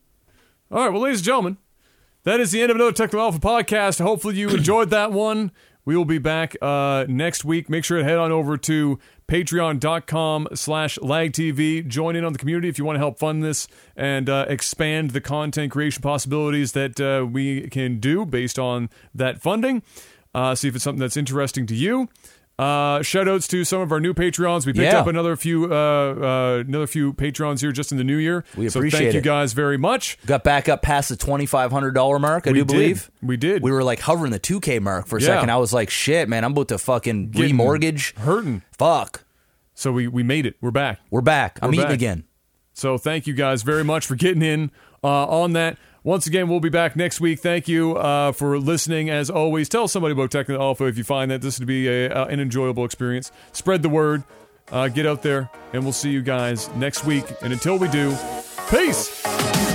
A: All right, well, ladies and gentlemen, that is the end of another Techno Alpha podcast. Hopefully, you enjoyed that one. We will be back uh, next week. Make sure to head on over to patreon.com slash lagtv. Join in on the community if you want to help fund this and uh, expand the content creation possibilities that uh, we can do based on that funding. Uh, see if it's something that's interesting to you. Uh, shout outs to some of our new Patreons. We picked
B: Yeah.
A: up another few uh, uh, another few Patreons here just in the new year.
B: We
A: so
B: appreciate
A: thank you
B: it.
A: guys very much.
B: Got back up past the twenty five hundred dollar mark. I do
A: did.
B: believe
A: We did.
B: We were like hovering the two k mark for a
A: Yeah.
B: second. I was like, shit, man, I'm about to fucking
A: Getting
B: remortgage.
A: hurting.
B: Fuck,
A: So we, we made it. We're back.
B: we're back. I'm
A: We're
B: eating
A: back.
B: again.
A: So thank you guys very much for getting in uh, on that. Once again, we'll be back next week. Thank you uh, for listening. As always, tell somebody about Techno Alpha if you find that this would be a, uh, an enjoyable experience. Spread the word. Uh, get out there, and we'll see you guys next week. And until we do, peace.